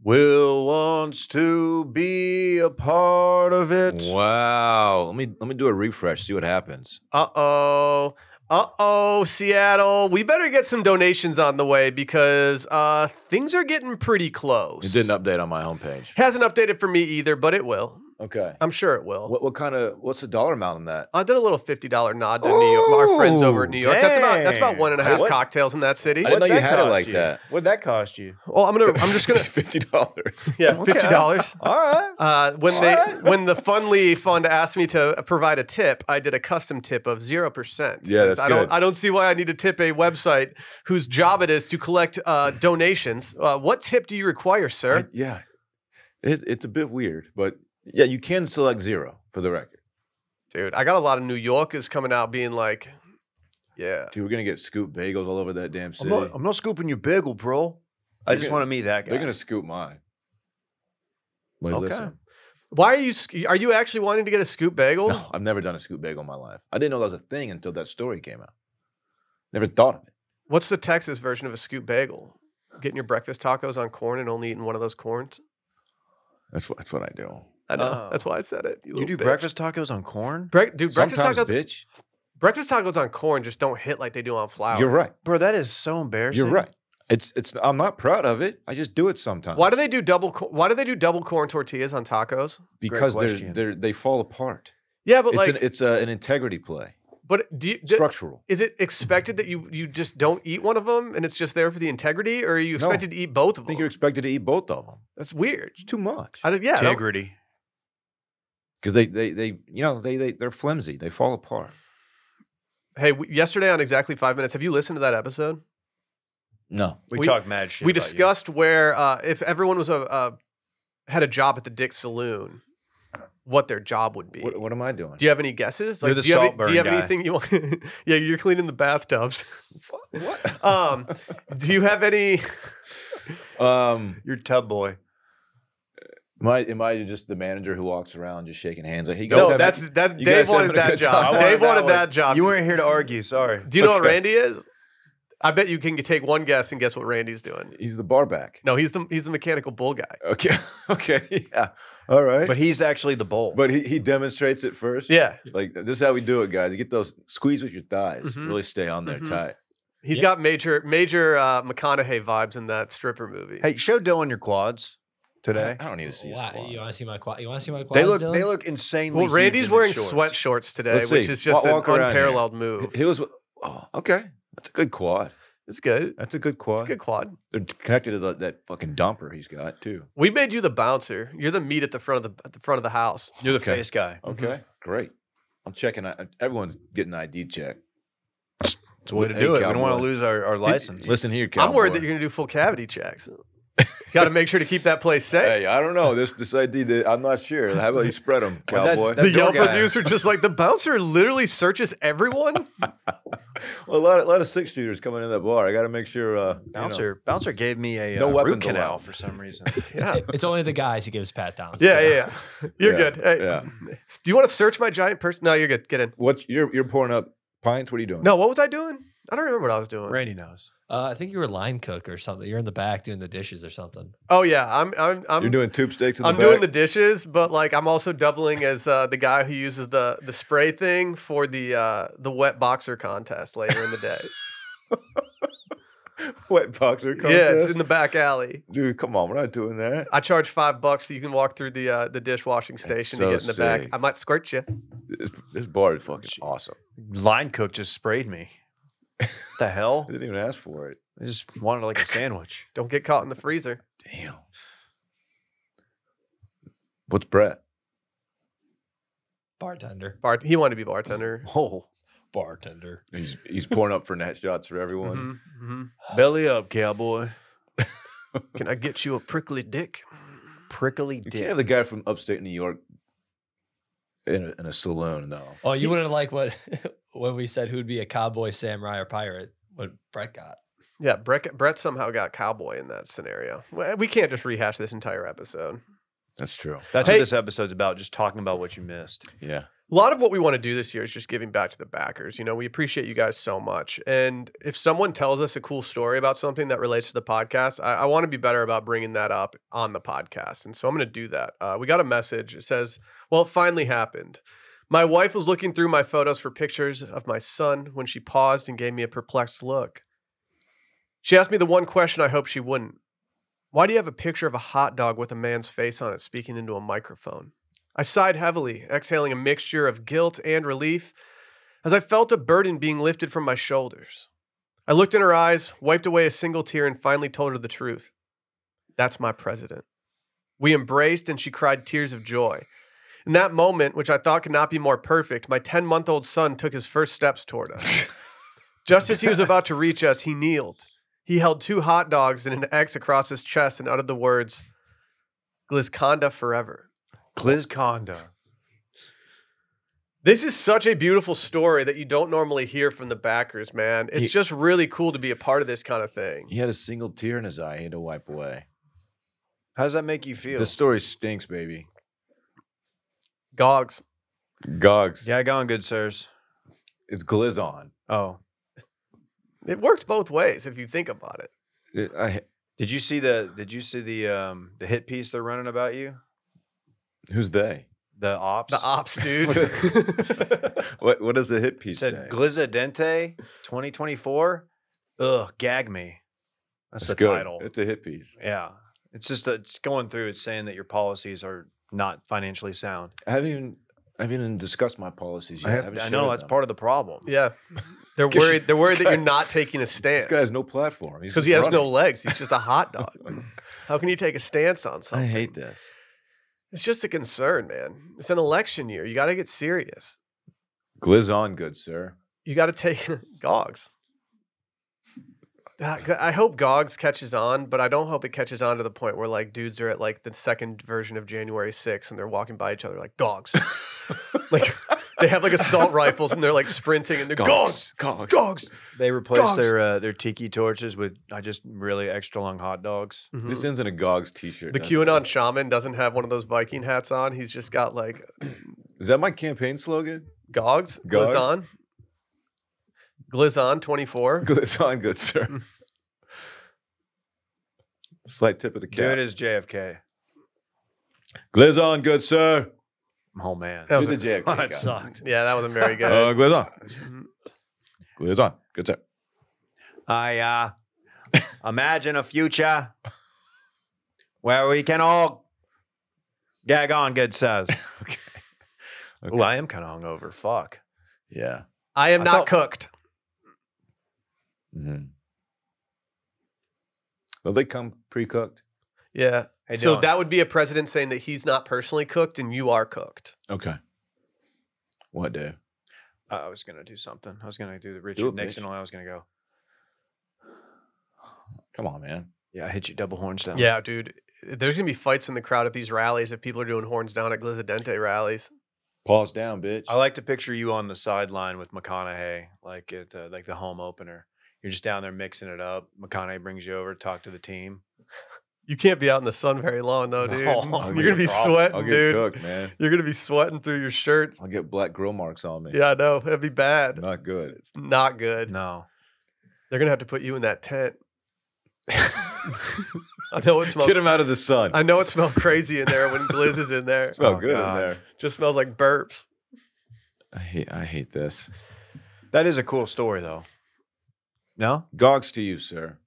[SPEAKER 2] Will wants to be a part of it.
[SPEAKER 3] wow. Let me let me do a refresh. See what happens.
[SPEAKER 1] Uh oh. Uh oh, Seattle. We better get some donations on the way because uh, things are getting pretty close.
[SPEAKER 3] It didn't update on my homepage.
[SPEAKER 1] Hasn't updated for me either, but it will.
[SPEAKER 3] Okay.
[SPEAKER 1] I'm sure it will.
[SPEAKER 3] What what kind of what's the dollar amount on that?
[SPEAKER 1] I did a little fifty dollar nod to New York, our friends over in New York. That's about that's about
[SPEAKER 2] Ooh,
[SPEAKER 1] one and a
[SPEAKER 2] dang.
[SPEAKER 1] half
[SPEAKER 2] What?
[SPEAKER 1] cocktails in that city.
[SPEAKER 3] I didn't
[SPEAKER 2] What'd
[SPEAKER 3] know you
[SPEAKER 2] that
[SPEAKER 3] had it
[SPEAKER 2] cost
[SPEAKER 3] like
[SPEAKER 2] you?
[SPEAKER 3] that.
[SPEAKER 2] What'd that cost you?
[SPEAKER 1] Well, I'm gonna I'm just gonna
[SPEAKER 3] fifty dollars.
[SPEAKER 1] yeah
[SPEAKER 2] Okay.
[SPEAKER 1] fifty dollars.
[SPEAKER 2] All right.
[SPEAKER 1] Uh, when
[SPEAKER 2] Alright.
[SPEAKER 1] they when the Funly Fund asked me to provide a tip, I did a custom tip of zero percent.
[SPEAKER 3] Yeah, that's
[SPEAKER 1] I
[SPEAKER 3] good.
[SPEAKER 1] don't I don't see why I need to tip a website whose job it is to collect uh, donations. Uh, what tip do you require, sir?
[SPEAKER 3] I- yeah, it, it's a bit weird, but yeah, you can select zero for the record.
[SPEAKER 1] Dude, I got a lot of New Yorkers coming out being like, "Yeah,
[SPEAKER 3] Dude, we're gonna get scoop bagels all over that damn
[SPEAKER 2] I'm
[SPEAKER 3] city.
[SPEAKER 2] not, I'm not scooping your bagel, bro. I
[SPEAKER 3] They're
[SPEAKER 2] just
[SPEAKER 3] gonna-
[SPEAKER 2] want to meet that guy.
[SPEAKER 3] They're gonna scoop mine. Like,
[SPEAKER 1] Okay.
[SPEAKER 3] listen,
[SPEAKER 1] why are you sc- are you actually wanting to get a scoop bagel?"
[SPEAKER 3] no, I've never done a scoop bagel in my life. I didn't know that was a thing until that story came out. Never thought of it.
[SPEAKER 1] What's the Texas version of a scoop bagel? Getting your breakfast tacos on corn and only eating one of those corns.
[SPEAKER 3] That's what that's what I do.
[SPEAKER 1] I know.
[SPEAKER 2] Oh.
[SPEAKER 1] That's why I said it.
[SPEAKER 2] you do
[SPEAKER 1] little bitch.
[SPEAKER 2] breakfast tacos on corn?
[SPEAKER 1] Bre- dude, breakfast
[SPEAKER 3] Sometimes,
[SPEAKER 1] tacos.
[SPEAKER 3] bitch,
[SPEAKER 1] breakfast tacos on corn just don't hit like they do on flour.
[SPEAKER 3] you're right.
[SPEAKER 2] Bro, that is so embarrassing.
[SPEAKER 3] You're right. It's it's. I'm not proud of it. I just do it sometimes.
[SPEAKER 1] Why do they do double? cor- Why do they do double corn tortillas on tacos?
[SPEAKER 3] Because they're
[SPEAKER 2] question.
[SPEAKER 3] they're they fall apart.
[SPEAKER 1] Yeah, but
[SPEAKER 3] it's
[SPEAKER 1] like,
[SPEAKER 3] an it's a, an integrity play.
[SPEAKER 1] but do you, do-
[SPEAKER 3] Structural.
[SPEAKER 1] is it expected that you you just don't eat one of them and it's just there for the integrity, or are you
[SPEAKER 3] No.
[SPEAKER 1] expected to eat both of
[SPEAKER 3] I
[SPEAKER 1] them?
[SPEAKER 3] think you're expected to eat both of them.
[SPEAKER 1] That's weird.
[SPEAKER 3] It's too much
[SPEAKER 1] Oh. I did, yeah, I don't-
[SPEAKER 2] Integrity.
[SPEAKER 3] because they, they they you know they they they're flimsy. They fall apart.
[SPEAKER 1] Hey, w- yesterday on exactly five minutes, have you listened to that episode?
[SPEAKER 3] No,
[SPEAKER 2] We,
[SPEAKER 1] We-
[SPEAKER 2] talk mad shit.
[SPEAKER 1] we
[SPEAKER 2] about you.
[SPEAKER 1] discussed where uh, if everyone was a uh, had a job at the Dick Saloon, what their job would be.
[SPEAKER 3] what, what am I doing?
[SPEAKER 1] do you have any guesses?
[SPEAKER 2] You're the
[SPEAKER 1] do you have,
[SPEAKER 2] salt
[SPEAKER 1] do you have
[SPEAKER 2] burn guy.
[SPEAKER 1] anything you want? yeah, you're cleaning the bathtubs.
[SPEAKER 3] what?
[SPEAKER 1] Um, do you have any?
[SPEAKER 3] um,
[SPEAKER 2] You're tub boy.
[SPEAKER 3] am I am I just the manager who walks around just shaking hands like he goes?
[SPEAKER 1] No, that's that's
[SPEAKER 3] you
[SPEAKER 1] Dave
[SPEAKER 3] guys
[SPEAKER 1] wanted
[SPEAKER 3] having a
[SPEAKER 1] that
[SPEAKER 3] good time?
[SPEAKER 1] job.
[SPEAKER 2] I
[SPEAKER 1] Dave wanted
[SPEAKER 2] one.
[SPEAKER 1] that job.
[SPEAKER 2] You weren't here to argue. Sorry.
[SPEAKER 1] Do you know what
[SPEAKER 3] Okay.
[SPEAKER 1] Randy is? I bet you can take one guess and guess what Randy's doing.
[SPEAKER 3] he's the bar back.
[SPEAKER 1] No, he's the he's the mechanical bull guy.
[SPEAKER 3] Okay, okay, yeah, all right.
[SPEAKER 2] But
[SPEAKER 3] But,
[SPEAKER 2] he's actually the bowl.
[SPEAKER 3] he, he demonstrates it first.
[SPEAKER 1] Yeah,
[SPEAKER 3] like this is how we do it, guys. You get those squeeze with your thighs,
[SPEAKER 1] Mhm.
[SPEAKER 3] really stay on there
[SPEAKER 1] Mhm.
[SPEAKER 3] tight.
[SPEAKER 1] he's
[SPEAKER 4] Yeah.
[SPEAKER 1] got major major uh, McConaughey vibes in that stripper movie.
[SPEAKER 2] hey, show Dylan your quads today.
[SPEAKER 3] I don't need to see his
[SPEAKER 4] Why?
[SPEAKER 3] quad.
[SPEAKER 4] You want to see my quad? You want to see my quad?
[SPEAKER 2] They look they look insanely.
[SPEAKER 1] well,
[SPEAKER 2] huge
[SPEAKER 1] Randy's
[SPEAKER 2] in the
[SPEAKER 1] wearing
[SPEAKER 2] shorts.
[SPEAKER 1] sweat shorts today,
[SPEAKER 3] Let's
[SPEAKER 1] which
[SPEAKER 3] see.
[SPEAKER 1] is just
[SPEAKER 3] Wa-
[SPEAKER 1] an
[SPEAKER 3] walk around here.
[SPEAKER 1] unparalled move.
[SPEAKER 3] He was. Oh, okay. That's a good quad.
[SPEAKER 1] It's good.
[SPEAKER 3] That's a good quad.
[SPEAKER 1] It's a good quad.
[SPEAKER 3] They're connected to the, that fucking dumper he's got too.
[SPEAKER 1] We made you the bouncer. You're the meat at the front of the at the front of the house.
[SPEAKER 2] You're the
[SPEAKER 3] Okay.
[SPEAKER 2] face guy.
[SPEAKER 3] Okay, great. I'm checking. I- Everyone's getting an ID check.
[SPEAKER 2] It's a way to
[SPEAKER 3] Hey,
[SPEAKER 2] do it. We
[SPEAKER 3] cowboy.
[SPEAKER 2] don't want to lose our, our license.
[SPEAKER 3] Listen here, cowboy.
[SPEAKER 1] I'm worried that you're gonna do full cavity checks. Got to make sure to keep that place safe.
[SPEAKER 3] Hey, I don't know this this ID. that- I'm not sure. How about you spread them,
[SPEAKER 2] Well, that-
[SPEAKER 3] cowboy?
[SPEAKER 1] the
[SPEAKER 2] door
[SPEAKER 1] Yelp
[SPEAKER 2] guy.
[SPEAKER 1] reviews are just like the bouncer literally searches everyone.
[SPEAKER 3] well, a lot of, lot of six shooters coming in that bar. I got to make sure. Uh, you know.
[SPEAKER 2] Bouncer, bouncer gave me a
[SPEAKER 3] No
[SPEAKER 2] uh, root
[SPEAKER 3] weapons
[SPEAKER 2] canal
[SPEAKER 3] allowed.
[SPEAKER 2] for some reason.
[SPEAKER 1] Yeah,
[SPEAKER 4] It's, it's only the guys he gives pat downs.
[SPEAKER 1] yeah,
[SPEAKER 4] to.
[SPEAKER 1] yeah. yeah. You're
[SPEAKER 3] Yeah,
[SPEAKER 1] good. Hey,
[SPEAKER 3] yeah.
[SPEAKER 1] Do you want to search my giant person? No, you're good. Get in.
[SPEAKER 3] What's you're you're pouring up pints? What are you doing?
[SPEAKER 1] No, what was I doing? I don't remember what I was doing.
[SPEAKER 2] Randy knows.
[SPEAKER 4] Uh, I think you were line cook or something. You're in the back doing the dishes or something.
[SPEAKER 1] Oh yeah, I'm I'm I'm
[SPEAKER 3] you're doing tube steaks. In the
[SPEAKER 1] I'm doing the
[SPEAKER 3] back?
[SPEAKER 1] dishes, but like I'm also doubling as uh, the guy who uses the the spray thing for the uh, the wet boxer contest later in the day.
[SPEAKER 3] wet boxer contest.
[SPEAKER 1] yeah, it's in the back alley.
[SPEAKER 3] Dude, come on, we're not doing that.
[SPEAKER 1] I charge five bucks so you can walk through the uh, the dishwashing
[SPEAKER 3] That's
[SPEAKER 1] station
[SPEAKER 3] so
[SPEAKER 1] to get in the back.
[SPEAKER 3] sick.
[SPEAKER 1] I might squirt you.
[SPEAKER 3] This, this bar is fucking awesome.
[SPEAKER 2] Line cook just sprayed me. the hell?
[SPEAKER 3] I didn't even ask for it.
[SPEAKER 2] I just wanted like a sandwich.
[SPEAKER 1] Don't get caught in the freezer.
[SPEAKER 3] Damn. What's Brett?
[SPEAKER 4] Bartender.
[SPEAKER 1] Bart, he wanted to be bartender.
[SPEAKER 2] Oh,
[SPEAKER 4] bartender.
[SPEAKER 3] He's he's pouring up for net shots for everyone.
[SPEAKER 1] Mhm, mhm.
[SPEAKER 2] Belly up, cowboy.
[SPEAKER 1] Can I get you a prickly dick?
[SPEAKER 2] Prickly
[SPEAKER 3] You
[SPEAKER 2] dick.
[SPEAKER 3] can't have the guy from upstate New York in a, in a saloon, though.
[SPEAKER 4] Oh, you wouldn't like what when we said who'd be a cowboy, samurai, or pirate? What Brett got?
[SPEAKER 1] Yeah, Brett, Brett somehow got cowboy in that scenario. Well, We can't just rehash this entire episode.
[SPEAKER 3] That's true.
[SPEAKER 2] That's
[SPEAKER 1] Hey-
[SPEAKER 2] what this episode's about. Just talking about what you missed.
[SPEAKER 3] Yeah.
[SPEAKER 1] A lot of what we want to do this year is just giving back to the backers. You know, we appreciate you guys so much. And if someone tells us a cool story about something that relates to the podcast, I, I want to be better about bringing that up on the podcast. And so I'm going to do that. Uh, we got a message. It says, Well, it finally happened. My wife was looking through my photos for pictures of my son when she paused and gave me a perplexed look. She asked me the one question I hoped she wouldn't Why do you have a picture of a hot dog with a man's face on it speaking into a microphone? I sighed heavily, exhaling a mixture of guilt and relief as I felt a burden being lifted from my shoulders. I looked in her eyes, wiped away a single tear, and finally told her the truth. That's my president. We embraced, and she cried tears of joy. In that moment, which I thought could not be more perfect, my 10 month old son took his first steps toward us. Just as he was about to reach us, he kneeled. He held two hot dogs and an X across his chest and uttered the words, Glizconda forever.
[SPEAKER 2] Glizconda.
[SPEAKER 1] This is such a beautiful story that you don't normally hear from the backers, man. It's
[SPEAKER 3] Ye-
[SPEAKER 1] just really cool to be a part of this kind of thing.
[SPEAKER 3] He had a single tear in his eye. He had to wipe away.
[SPEAKER 2] How does that make you feel?
[SPEAKER 3] This story stinks, baby.
[SPEAKER 1] Gogs.
[SPEAKER 3] Gogs.
[SPEAKER 2] yeah, go on, good sirs.
[SPEAKER 3] It's glizz on.
[SPEAKER 2] Oh,
[SPEAKER 1] It works both ways if you think about it.
[SPEAKER 3] It- I,
[SPEAKER 2] did you see the? Did you see the um the hit piece they're running about you?
[SPEAKER 3] who's they?
[SPEAKER 2] The ops.
[SPEAKER 1] The ops, dude.
[SPEAKER 3] What What does the hit piece say?
[SPEAKER 2] said Glizadente 2024. Ugh, gag me. That's,
[SPEAKER 3] It's
[SPEAKER 2] the
[SPEAKER 3] good.
[SPEAKER 2] title.
[SPEAKER 3] It's a hit piece.
[SPEAKER 2] yeah, it's just it's going through. It's saying that your policies are not financially sound.
[SPEAKER 3] I haven't even I haven't even discussed my policies yet.
[SPEAKER 2] I,
[SPEAKER 3] haven't
[SPEAKER 2] I
[SPEAKER 3] shared
[SPEAKER 2] know that's
[SPEAKER 3] them.
[SPEAKER 2] part of the problem.
[SPEAKER 1] yeah. They're
[SPEAKER 3] This
[SPEAKER 1] worried they're worried
[SPEAKER 3] guy-
[SPEAKER 1] that you're not taking a
[SPEAKER 3] This
[SPEAKER 1] stance.
[SPEAKER 3] guy has no platform. He's
[SPEAKER 1] because
[SPEAKER 3] just
[SPEAKER 1] he has no
[SPEAKER 3] running.
[SPEAKER 1] legs. He's just a hot dog. How can you take a stance on
[SPEAKER 3] I
[SPEAKER 1] something?
[SPEAKER 3] hate this.
[SPEAKER 1] It's just a concern, man. It's an election year. You gotta get serious.
[SPEAKER 3] Glizz on, good sir.
[SPEAKER 1] You gotta take Gogs. Uh, g- I hope Gogs catches on, but I don't hope it catches on to the point where like dudes are at like the second version of January 6th and they're walking by each other like dogs. like they have like assault rifles and they're like sprinting and they're gogs,
[SPEAKER 3] Gogs.
[SPEAKER 1] gogs.
[SPEAKER 2] They replaced
[SPEAKER 1] Dogs.
[SPEAKER 2] their uh, their tiki torches with I just really extra long hot dogs.
[SPEAKER 1] Mm-hmm.
[SPEAKER 3] This ends in a Gogs t-shirt.
[SPEAKER 1] The
[SPEAKER 3] doesn't it?
[SPEAKER 1] QAnon shaman doesn't have one of those Viking hats on. He's just got like
[SPEAKER 3] Is that my campaign slogan?
[SPEAKER 1] gogs,
[SPEAKER 3] Gogs?
[SPEAKER 1] glizon, glizon 24.
[SPEAKER 3] Glitz on, good sir. Slight tip of the
[SPEAKER 2] Dude
[SPEAKER 3] cap.
[SPEAKER 2] is JFK.
[SPEAKER 3] Glizz on, good sir.
[SPEAKER 2] Oh man,
[SPEAKER 1] That was
[SPEAKER 3] Who's the
[SPEAKER 1] a-
[SPEAKER 3] JFK
[SPEAKER 2] that
[SPEAKER 3] guy?
[SPEAKER 2] sucked.
[SPEAKER 1] yeah, that wasn't very good.
[SPEAKER 3] Uh, Glizz on.
[SPEAKER 1] Mhm.
[SPEAKER 3] Glizz on, good sir.
[SPEAKER 2] I uh, imagine a future where we can all gag on, good says. okay. Ooh, I am kind of hungover. Fuck.
[SPEAKER 3] Yeah.
[SPEAKER 1] I am
[SPEAKER 2] I
[SPEAKER 1] not
[SPEAKER 2] thought-
[SPEAKER 1] cooked.
[SPEAKER 3] Mm-hmm. Well, they come pre-cooked.
[SPEAKER 1] Yeah.
[SPEAKER 2] Hey,
[SPEAKER 1] so
[SPEAKER 2] Dylan,
[SPEAKER 1] that would be a president saying that he's not personally cooked and you are cooked.
[SPEAKER 3] Okay. What, Dave?
[SPEAKER 2] I I was gonna do something. I was gonna do the
[SPEAKER 3] it,
[SPEAKER 2] Richard
[SPEAKER 3] bitch.
[SPEAKER 2] Nixon, and I was gonna go.
[SPEAKER 3] Come on, man.
[SPEAKER 2] Yeah, I hit you double horns
[SPEAKER 3] Oh.
[SPEAKER 2] down.
[SPEAKER 1] Yeah, dude. There's gonna be fights in the crowd at these rallies if people are doing horns down at Glizadente rallies.
[SPEAKER 3] Pause down, bitch.
[SPEAKER 2] I like to picture you on the sideline with McConaughey, like at uh, like the home opener. You're just down there mixing it up. McConaughey brings you over to talk to the team.
[SPEAKER 1] You can't be out in the sun very long though, dude.
[SPEAKER 2] No,
[SPEAKER 1] You're
[SPEAKER 2] I'll
[SPEAKER 1] gonna
[SPEAKER 2] get
[SPEAKER 1] be
[SPEAKER 2] problem.
[SPEAKER 3] I'll
[SPEAKER 1] sweating,
[SPEAKER 3] get
[SPEAKER 1] dude.
[SPEAKER 3] cooked, man.
[SPEAKER 1] You're gonna be sweating through your shirt.
[SPEAKER 3] I'll get black grill marks on me.
[SPEAKER 1] Yeah, I know. That'd be bad.
[SPEAKER 3] Not good.
[SPEAKER 1] It's not good.
[SPEAKER 2] No,
[SPEAKER 1] They're gonna have to put you in that tent. I know it smells
[SPEAKER 3] Get him out of the sun.
[SPEAKER 1] I know it smelled crazy in there when Gliz is in there.
[SPEAKER 3] Smell
[SPEAKER 2] Oh,
[SPEAKER 3] good
[SPEAKER 2] God.
[SPEAKER 3] in there.
[SPEAKER 1] Just smells like burps.
[SPEAKER 3] I hate. I hate this.
[SPEAKER 2] that is a cool story though. No,
[SPEAKER 3] Gogs to you, sir.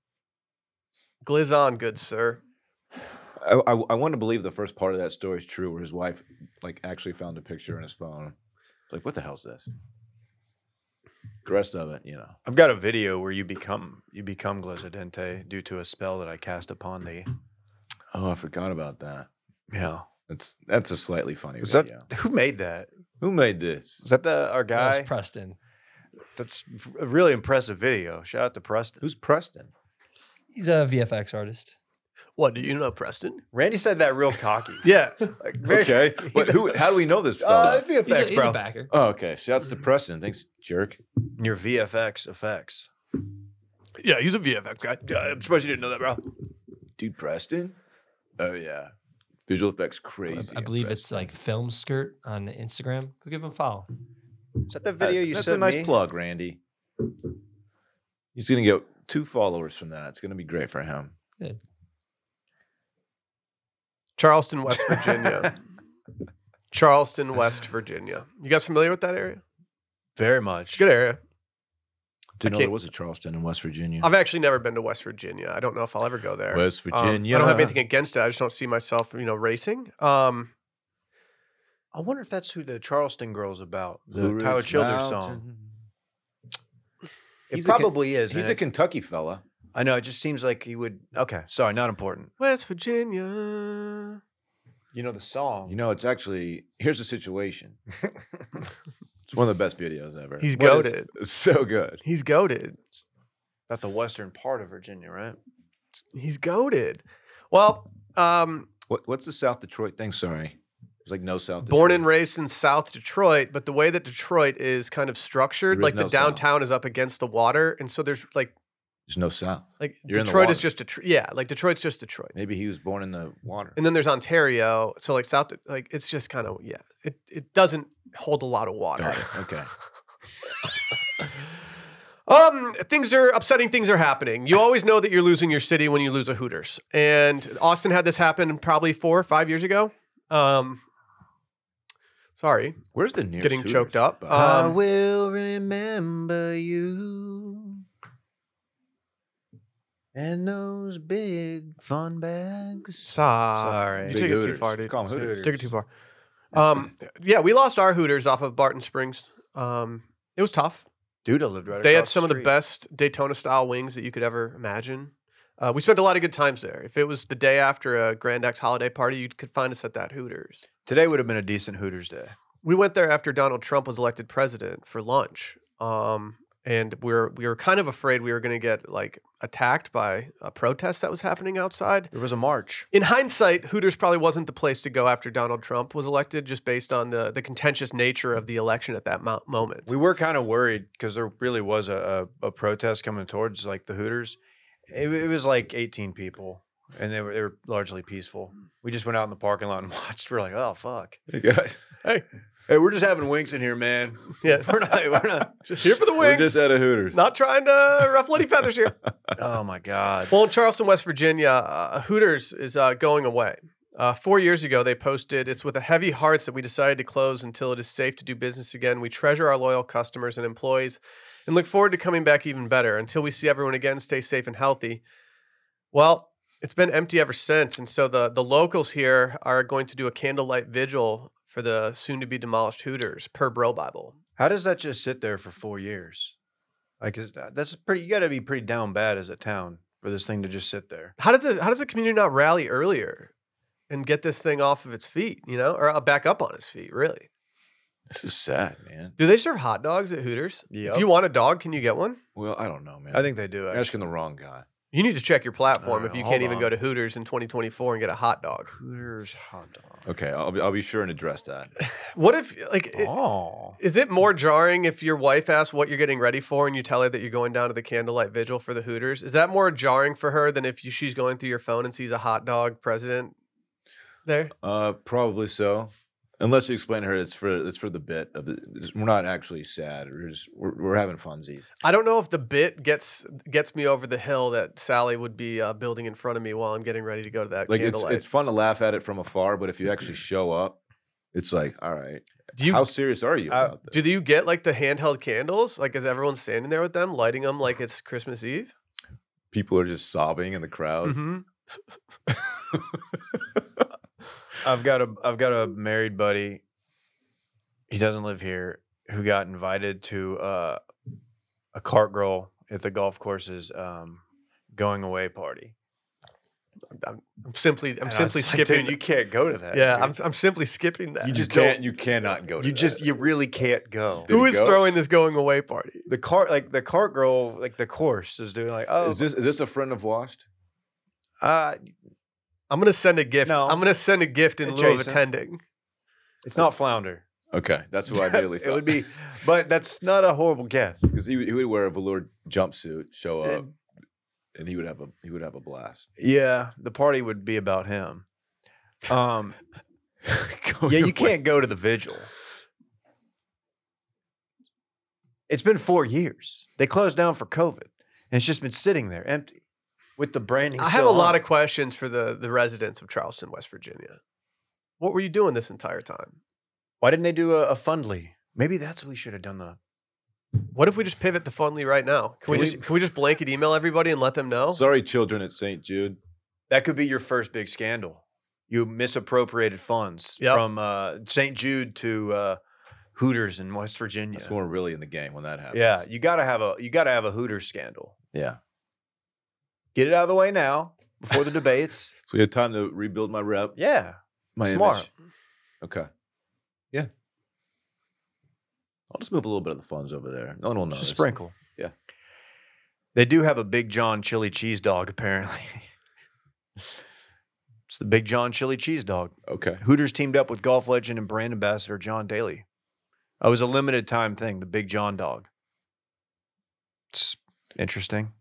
[SPEAKER 1] Gliz on, good sir.
[SPEAKER 3] I, I, I want to believe the first part of that story is true, where his wife like actually found a picture in his phone. It's like, what the hell's this? The rest of it, you know.
[SPEAKER 2] I've got a video where you become you become Glizadente due to a spell that I cast upon thee.
[SPEAKER 3] Oh, I forgot about that.
[SPEAKER 2] Yeah,
[SPEAKER 3] That's that's a slightly funny
[SPEAKER 2] was
[SPEAKER 3] video.
[SPEAKER 2] that who made that?
[SPEAKER 3] Who made this?
[SPEAKER 2] Was that the our
[SPEAKER 4] That was
[SPEAKER 2] guy?
[SPEAKER 4] Preston.
[SPEAKER 2] That's a really impressive video. Shout out to Preston.
[SPEAKER 3] Who's Preston?
[SPEAKER 4] He's a VFX artist.
[SPEAKER 1] What do you know, Preston?
[SPEAKER 2] Randy said that real cocky.
[SPEAKER 1] Yeah,
[SPEAKER 2] Like, very-
[SPEAKER 3] Okay, but who? How do we know this
[SPEAKER 2] Uh,
[SPEAKER 3] fella?
[SPEAKER 2] it's VFX,
[SPEAKER 4] He's, a, he's
[SPEAKER 2] bro.
[SPEAKER 4] a backer.
[SPEAKER 3] oh, okay. Shouts to Preston. Thanks, jerk.
[SPEAKER 2] Your VFX effects.
[SPEAKER 1] yeah, he's a VFX guy.
[SPEAKER 2] I'm surprised you didn't know that, bro.
[SPEAKER 3] Dude, Preston. Oh yeah, visual effects
[SPEAKER 2] Oh,
[SPEAKER 3] crazy.
[SPEAKER 4] I believe it's like film skirt on Instagram. Go give him a follow.
[SPEAKER 2] Is that the video you
[SPEAKER 3] Uh, That's
[SPEAKER 2] sent
[SPEAKER 3] a nice
[SPEAKER 2] me?
[SPEAKER 3] plug, Randy. He's gonna get two followers from that. It's gonna be great for him.
[SPEAKER 1] Charleston, West Virginia. Charleston, West Virginia. You guys familiar with that area?
[SPEAKER 2] Very
[SPEAKER 1] It's a
[SPEAKER 2] much.
[SPEAKER 1] good area.
[SPEAKER 3] Didn't know
[SPEAKER 1] can't-
[SPEAKER 3] there was a Charleston in West Virginia.
[SPEAKER 1] I've actually never been to West Virginia. I don't know if I'll ever go there.
[SPEAKER 3] West
[SPEAKER 1] Um,
[SPEAKER 3] Virginia.
[SPEAKER 1] I don't have anything against it. I just don't see myself, you know, racing. Um,
[SPEAKER 2] I wonder if that's who the Charleston girl's about. The
[SPEAKER 3] Blue Ridge
[SPEAKER 2] Tyler Childers song.
[SPEAKER 3] Mountain.
[SPEAKER 2] It
[SPEAKER 3] He's a Ken-
[SPEAKER 2] probably is.
[SPEAKER 3] He's
[SPEAKER 2] He's
[SPEAKER 3] a Kentucky fella.
[SPEAKER 2] I know. It just seems like he would. Okay, sorry, not important.
[SPEAKER 1] West Virginia.
[SPEAKER 2] You know the song.
[SPEAKER 3] You know, it's actually here's the situation. it's one of the best videos ever.
[SPEAKER 1] He's
[SPEAKER 3] What is-
[SPEAKER 1] goated.
[SPEAKER 3] It's so good.
[SPEAKER 1] He's goaded.
[SPEAKER 2] about the western part of Virginia, right?
[SPEAKER 1] He's goaded. Well, um,
[SPEAKER 3] What, what's the South Detroit thing? Sorry, there's like no South.
[SPEAKER 1] born
[SPEAKER 3] Detroit.
[SPEAKER 1] and raised in South Detroit, but the way that Detroit is kind of structured,
[SPEAKER 3] There is
[SPEAKER 1] like
[SPEAKER 3] no
[SPEAKER 1] the
[SPEAKER 3] South.
[SPEAKER 1] downtown is up against the water, and so there's like
[SPEAKER 3] There's no South.
[SPEAKER 1] like
[SPEAKER 3] You're in the
[SPEAKER 1] Detroit is
[SPEAKER 3] water.
[SPEAKER 1] just Detroit. Yeah, like Detroit's just Detroit,
[SPEAKER 3] Maybe he was born in the water.
[SPEAKER 1] and then there's Ontario. So like South, like it's just kind of yeah, it it doesn't hold a lot of water.
[SPEAKER 3] Got it. Okay.
[SPEAKER 1] Um, things are upsetting. Things are happening. You always know that you're losing your city when you lose a Hooters, and Austin had this happen probably four or five years ago. Um, sorry,
[SPEAKER 3] Where's the nearest?
[SPEAKER 1] getting choked
[SPEAKER 3] Hooters?
[SPEAKER 1] up.
[SPEAKER 3] But-
[SPEAKER 2] I
[SPEAKER 1] Um,
[SPEAKER 2] will remember you and those big fun bags.
[SPEAKER 1] Stop.
[SPEAKER 2] Sorry.
[SPEAKER 1] You
[SPEAKER 3] Big
[SPEAKER 1] took it too
[SPEAKER 3] Hooters.
[SPEAKER 1] far,
[SPEAKER 3] Just
[SPEAKER 1] dude.
[SPEAKER 3] Call 'em
[SPEAKER 2] Dude.
[SPEAKER 3] Hooters.
[SPEAKER 1] Took it too far. Um, yeah, we lost our Hooters off of Barton Springs. Um, it was tough.
[SPEAKER 2] Dude, I lived right.
[SPEAKER 1] They had
[SPEAKER 2] across
[SPEAKER 1] some of the
[SPEAKER 2] street.
[SPEAKER 1] best Daytona style wings that you could ever imagine. Uh, we spent a lot of good times there. If it was the day after a Grand X holiday party, you could find us at that Hooters.
[SPEAKER 2] Today would have been a decent Hooters day.
[SPEAKER 1] We went there after Donald Trump was elected president for lunch. Um, and we were we were kind of afraid we were going to get like attacked by a protest that was happening outside.
[SPEAKER 2] There was a march.
[SPEAKER 1] In hindsight, Hooters probably wasn't the place to go after Donald Trump was elected, just based on the the contentious nature of the election at that mo- moment.
[SPEAKER 2] We were kind of worried because there really was a, a, a protest coming towards like the Hooters. It, wa- it was like 18 people, and they were they were largely peaceful. We just went out in the parking lot and watched. We're like, oh fuck.
[SPEAKER 3] Hey, guys.
[SPEAKER 2] Hey, we're just having wings in here, man.
[SPEAKER 1] yeah,
[SPEAKER 2] We're not. We're not.
[SPEAKER 1] just here for the
[SPEAKER 3] We're
[SPEAKER 1] wings.
[SPEAKER 3] just at a Hooters.
[SPEAKER 1] Not trying to ruffle any feathers here.
[SPEAKER 2] oh my god.
[SPEAKER 1] Well, in Charleston, West Virginia, uh, Hooters is uh, going away. Uh, four years ago, they posted, It's with a heavy hearts that we decided to close until it is safe to do business again. We treasure our loyal customers and employees and look forward to coming back even better. Until we see everyone again, stay safe and healthy. Well, it's been empty ever since. And so the, the locals here are going to do a candlelight vigil for the soon to be demolished Hooters per Bro Bible.
[SPEAKER 2] How does that just sit there for four years? Like, is that, that's pretty. You got to be pretty down bad as a town for this thing to just sit there.
[SPEAKER 1] How does, it, how does the community not rally earlier and get this thing off of its feet, you know, or uh, back up on its feet, really?
[SPEAKER 3] This is sad, man.
[SPEAKER 1] Do they serve hot dogs at Hooters?
[SPEAKER 2] Yeah,
[SPEAKER 1] If you want a dog, can you get one?
[SPEAKER 3] Well, I don't know, man.
[SPEAKER 2] I think they do.
[SPEAKER 3] you're
[SPEAKER 2] Actually.
[SPEAKER 3] asking the wrong guy.
[SPEAKER 1] You need to check your platform
[SPEAKER 2] Uh,
[SPEAKER 1] if you
[SPEAKER 2] hold
[SPEAKER 1] can't even go
[SPEAKER 2] on.
[SPEAKER 1] to Hooters in 2024 and get a hot dog.
[SPEAKER 2] Hooters hot dog.
[SPEAKER 3] Okay, I'll be, I'll be sure and address that.
[SPEAKER 1] What if like i-
[SPEAKER 2] Oh,
[SPEAKER 1] is it more jarring if your wife asks what you're getting ready for and you tell her that you're going down to the candlelight vigil for the Hooters? Is that more jarring for her than if you, she's going through your phone and sees a hot dog president there?
[SPEAKER 3] Uh, probably so. Unless you explain to her it's for it's for the bit of the, we're not actually sad. We're just we're, we're having funsies.
[SPEAKER 1] I don't know if the bit gets gets me over the hill that Sally would be uh, building in front of me while I'm getting ready to go to that
[SPEAKER 3] Like it's
[SPEAKER 1] candlelight.
[SPEAKER 3] it's fun to laugh at it from afar, but if you actually show up, it's like all right.
[SPEAKER 1] do you
[SPEAKER 3] how serious are you Uh,
[SPEAKER 2] I-
[SPEAKER 3] about this?
[SPEAKER 1] Do you get like the handheld candles? Like, is everyone standing there with them, lighting them like it's Christmas Eve?
[SPEAKER 3] People are just sobbing in the crowd.
[SPEAKER 1] Mm-hmm.
[SPEAKER 2] I've got a I've got a married buddy. He doesn't live here. Who got invited to uh, a cart girl at the golf course's um, going away party,
[SPEAKER 1] I'm, I'm simply I'm
[SPEAKER 2] And I was
[SPEAKER 1] simply
[SPEAKER 2] like,
[SPEAKER 1] skipping.
[SPEAKER 2] Dude, you can't go to that.
[SPEAKER 1] yeah,
[SPEAKER 2] dude.
[SPEAKER 1] I'm I'm simply skipping that.
[SPEAKER 3] You just
[SPEAKER 2] don't-
[SPEAKER 3] can't. You cannot go. To
[SPEAKER 2] you just
[SPEAKER 3] that.
[SPEAKER 2] you really can't go.
[SPEAKER 3] Did
[SPEAKER 1] Who
[SPEAKER 3] it
[SPEAKER 1] is
[SPEAKER 3] go?
[SPEAKER 1] throwing this going away party?
[SPEAKER 2] The cart like the cart girl like the course is doing like oh
[SPEAKER 3] Is this is this a friend of Washed?
[SPEAKER 2] uh
[SPEAKER 1] I'm gonna send a gift.
[SPEAKER 2] No.
[SPEAKER 1] I'm gonna send a gift in
[SPEAKER 2] Hey,
[SPEAKER 1] lieu of
[SPEAKER 2] Jason.
[SPEAKER 1] attending.
[SPEAKER 2] it's not flounder.
[SPEAKER 3] Okay, that's who I immediately thought.
[SPEAKER 2] it would be, but that's not a horrible guess.
[SPEAKER 3] because he, would- he would wear a velour jumpsuit, show up,
[SPEAKER 2] And-
[SPEAKER 3] and he would have a he would have a blast.
[SPEAKER 2] Yeah, the party would be about him. Um,
[SPEAKER 1] Oh,
[SPEAKER 3] Go
[SPEAKER 2] yeah,
[SPEAKER 3] your
[SPEAKER 2] you
[SPEAKER 3] way.
[SPEAKER 2] can't go to the vigil. It's been four years. They closed down for COVID, and it's just been sitting there empty with the branding.
[SPEAKER 1] I have a lot of questions for the the residents of Charleston, West Virginia. What were you doing this entire time?
[SPEAKER 2] Why didn't they do a, a fundly? Maybe that's what we should have done. The
[SPEAKER 1] What if we just pivot the Fundly right now? Can, we,
[SPEAKER 3] Can we-
[SPEAKER 1] just can we just blanket email everybody and let them know?
[SPEAKER 3] Sorry, children at St. Jude.
[SPEAKER 2] that could be your first big scandal. You misappropriated funds
[SPEAKER 1] Yep.
[SPEAKER 2] from uh, St. Jude to uh, Hooters in West Virginia.
[SPEAKER 3] That's when we're really in the game when that happens.
[SPEAKER 2] Yeah, you gotta have a you gotta have a Hooters scandal.
[SPEAKER 3] yeah.
[SPEAKER 2] Get it out of the way now before the debates.
[SPEAKER 3] So we had time to rebuild my rep.
[SPEAKER 2] Yeah,
[SPEAKER 3] my
[SPEAKER 2] smart.
[SPEAKER 3] image. Okay. Yeah. I'll just move a little bit of the funds over there. No one will notice.
[SPEAKER 2] Just sprinkle.
[SPEAKER 3] Yeah.
[SPEAKER 2] They do have a Big John chili cheese dog, apparently. it's the Big John chili cheese dog.
[SPEAKER 3] Okay.
[SPEAKER 2] Hooters teamed up with golf legend and brand ambassador John Daly. Oh, It was a limited time thing, the Big John dog. It's interesting.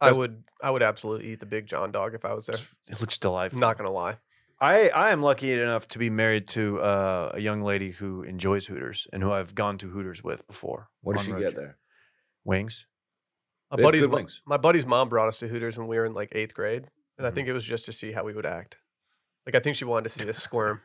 [SPEAKER 1] I would I would absolutely eat the Big John dog if I was there.
[SPEAKER 2] It's- It looks delightful.
[SPEAKER 1] Not gonna lie.
[SPEAKER 2] I, I am lucky enough to be married to uh, a young lady who enjoys Hooters and who I've gone to Hooters with before.
[SPEAKER 3] What did
[SPEAKER 2] on
[SPEAKER 3] she
[SPEAKER 2] road
[SPEAKER 3] get
[SPEAKER 2] trip.
[SPEAKER 3] there?
[SPEAKER 2] Wings.
[SPEAKER 1] My
[SPEAKER 3] They have
[SPEAKER 1] buddy's
[SPEAKER 3] good
[SPEAKER 1] mo-
[SPEAKER 3] wings.
[SPEAKER 1] my buddy's mom brought us to Hooters when we were in like eighth grade, and I
[SPEAKER 2] Mhm.
[SPEAKER 1] think it was just to see how we would act. Like I think she wanted to see us squirm.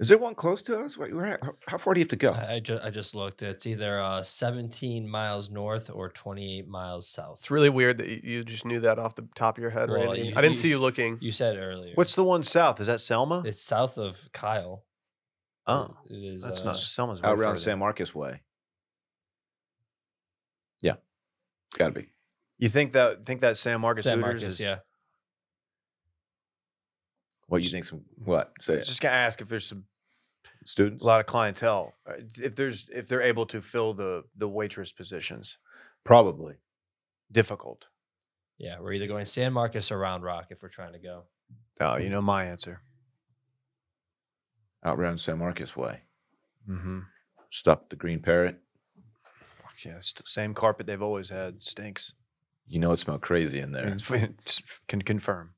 [SPEAKER 3] Is there one close to us? Wait, we're at, how- how far do you have to go?
[SPEAKER 4] I, I, ju- I just looked. It's either uh, 17 miles north or 28 miles south.
[SPEAKER 1] It's really weird that y- you just knew that off the top of your head,
[SPEAKER 4] Well,
[SPEAKER 1] Randy.
[SPEAKER 4] you-
[SPEAKER 1] I didn't
[SPEAKER 4] you
[SPEAKER 1] see you
[SPEAKER 4] s-
[SPEAKER 1] looking.
[SPEAKER 4] You said earlier.
[SPEAKER 2] What's the one south? Is that Selma?
[SPEAKER 4] It's south of Kyle.
[SPEAKER 2] oh,
[SPEAKER 4] it is.
[SPEAKER 2] that's
[SPEAKER 4] uh,
[SPEAKER 2] not Selma's. way
[SPEAKER 3] Out around
[SPEAKER 2] further.
[SPEAKER 3] San Marcos way. Yeah. Gotta be.
[SPEAKER 2] You think that think that San Marcos
[SPEAKER 4] San
[SPEAKER 2] Hooters
[SPEAKER 4] Marcos.
[SPEAKER 2] is?
[SPEAKER 4] yeah.
[SPEAKER 3] What you think some what? Say it.
[SPEAKER 2] Just gonna ask if there's some,
[SPEAKER 3] students?
[SPEAKER 2] a lot of clientele. uh, If there's if they're able to fill the the waitress positions.
[SPEAKER 3] Probably.
[SPEAKER 2] Difficult.
[SPEAKER 4] Yeah. We're either going San Marcos or Round Rock if we're trying to go.
[SPEAKER 2] Oh, you know my answer.
[SPEAKER 3] Out around San Marcos way.
[SPEAKER 2] Mm-hmm.
[SPEAKER 3] Stop the green parrot.
[SPEAKER 2] Yeah, it's the same carpet they've always had stinks.
[SPEAKER 3] You know it smelled crazy in there.
[SPEAKER 2] Mm. Can confirm.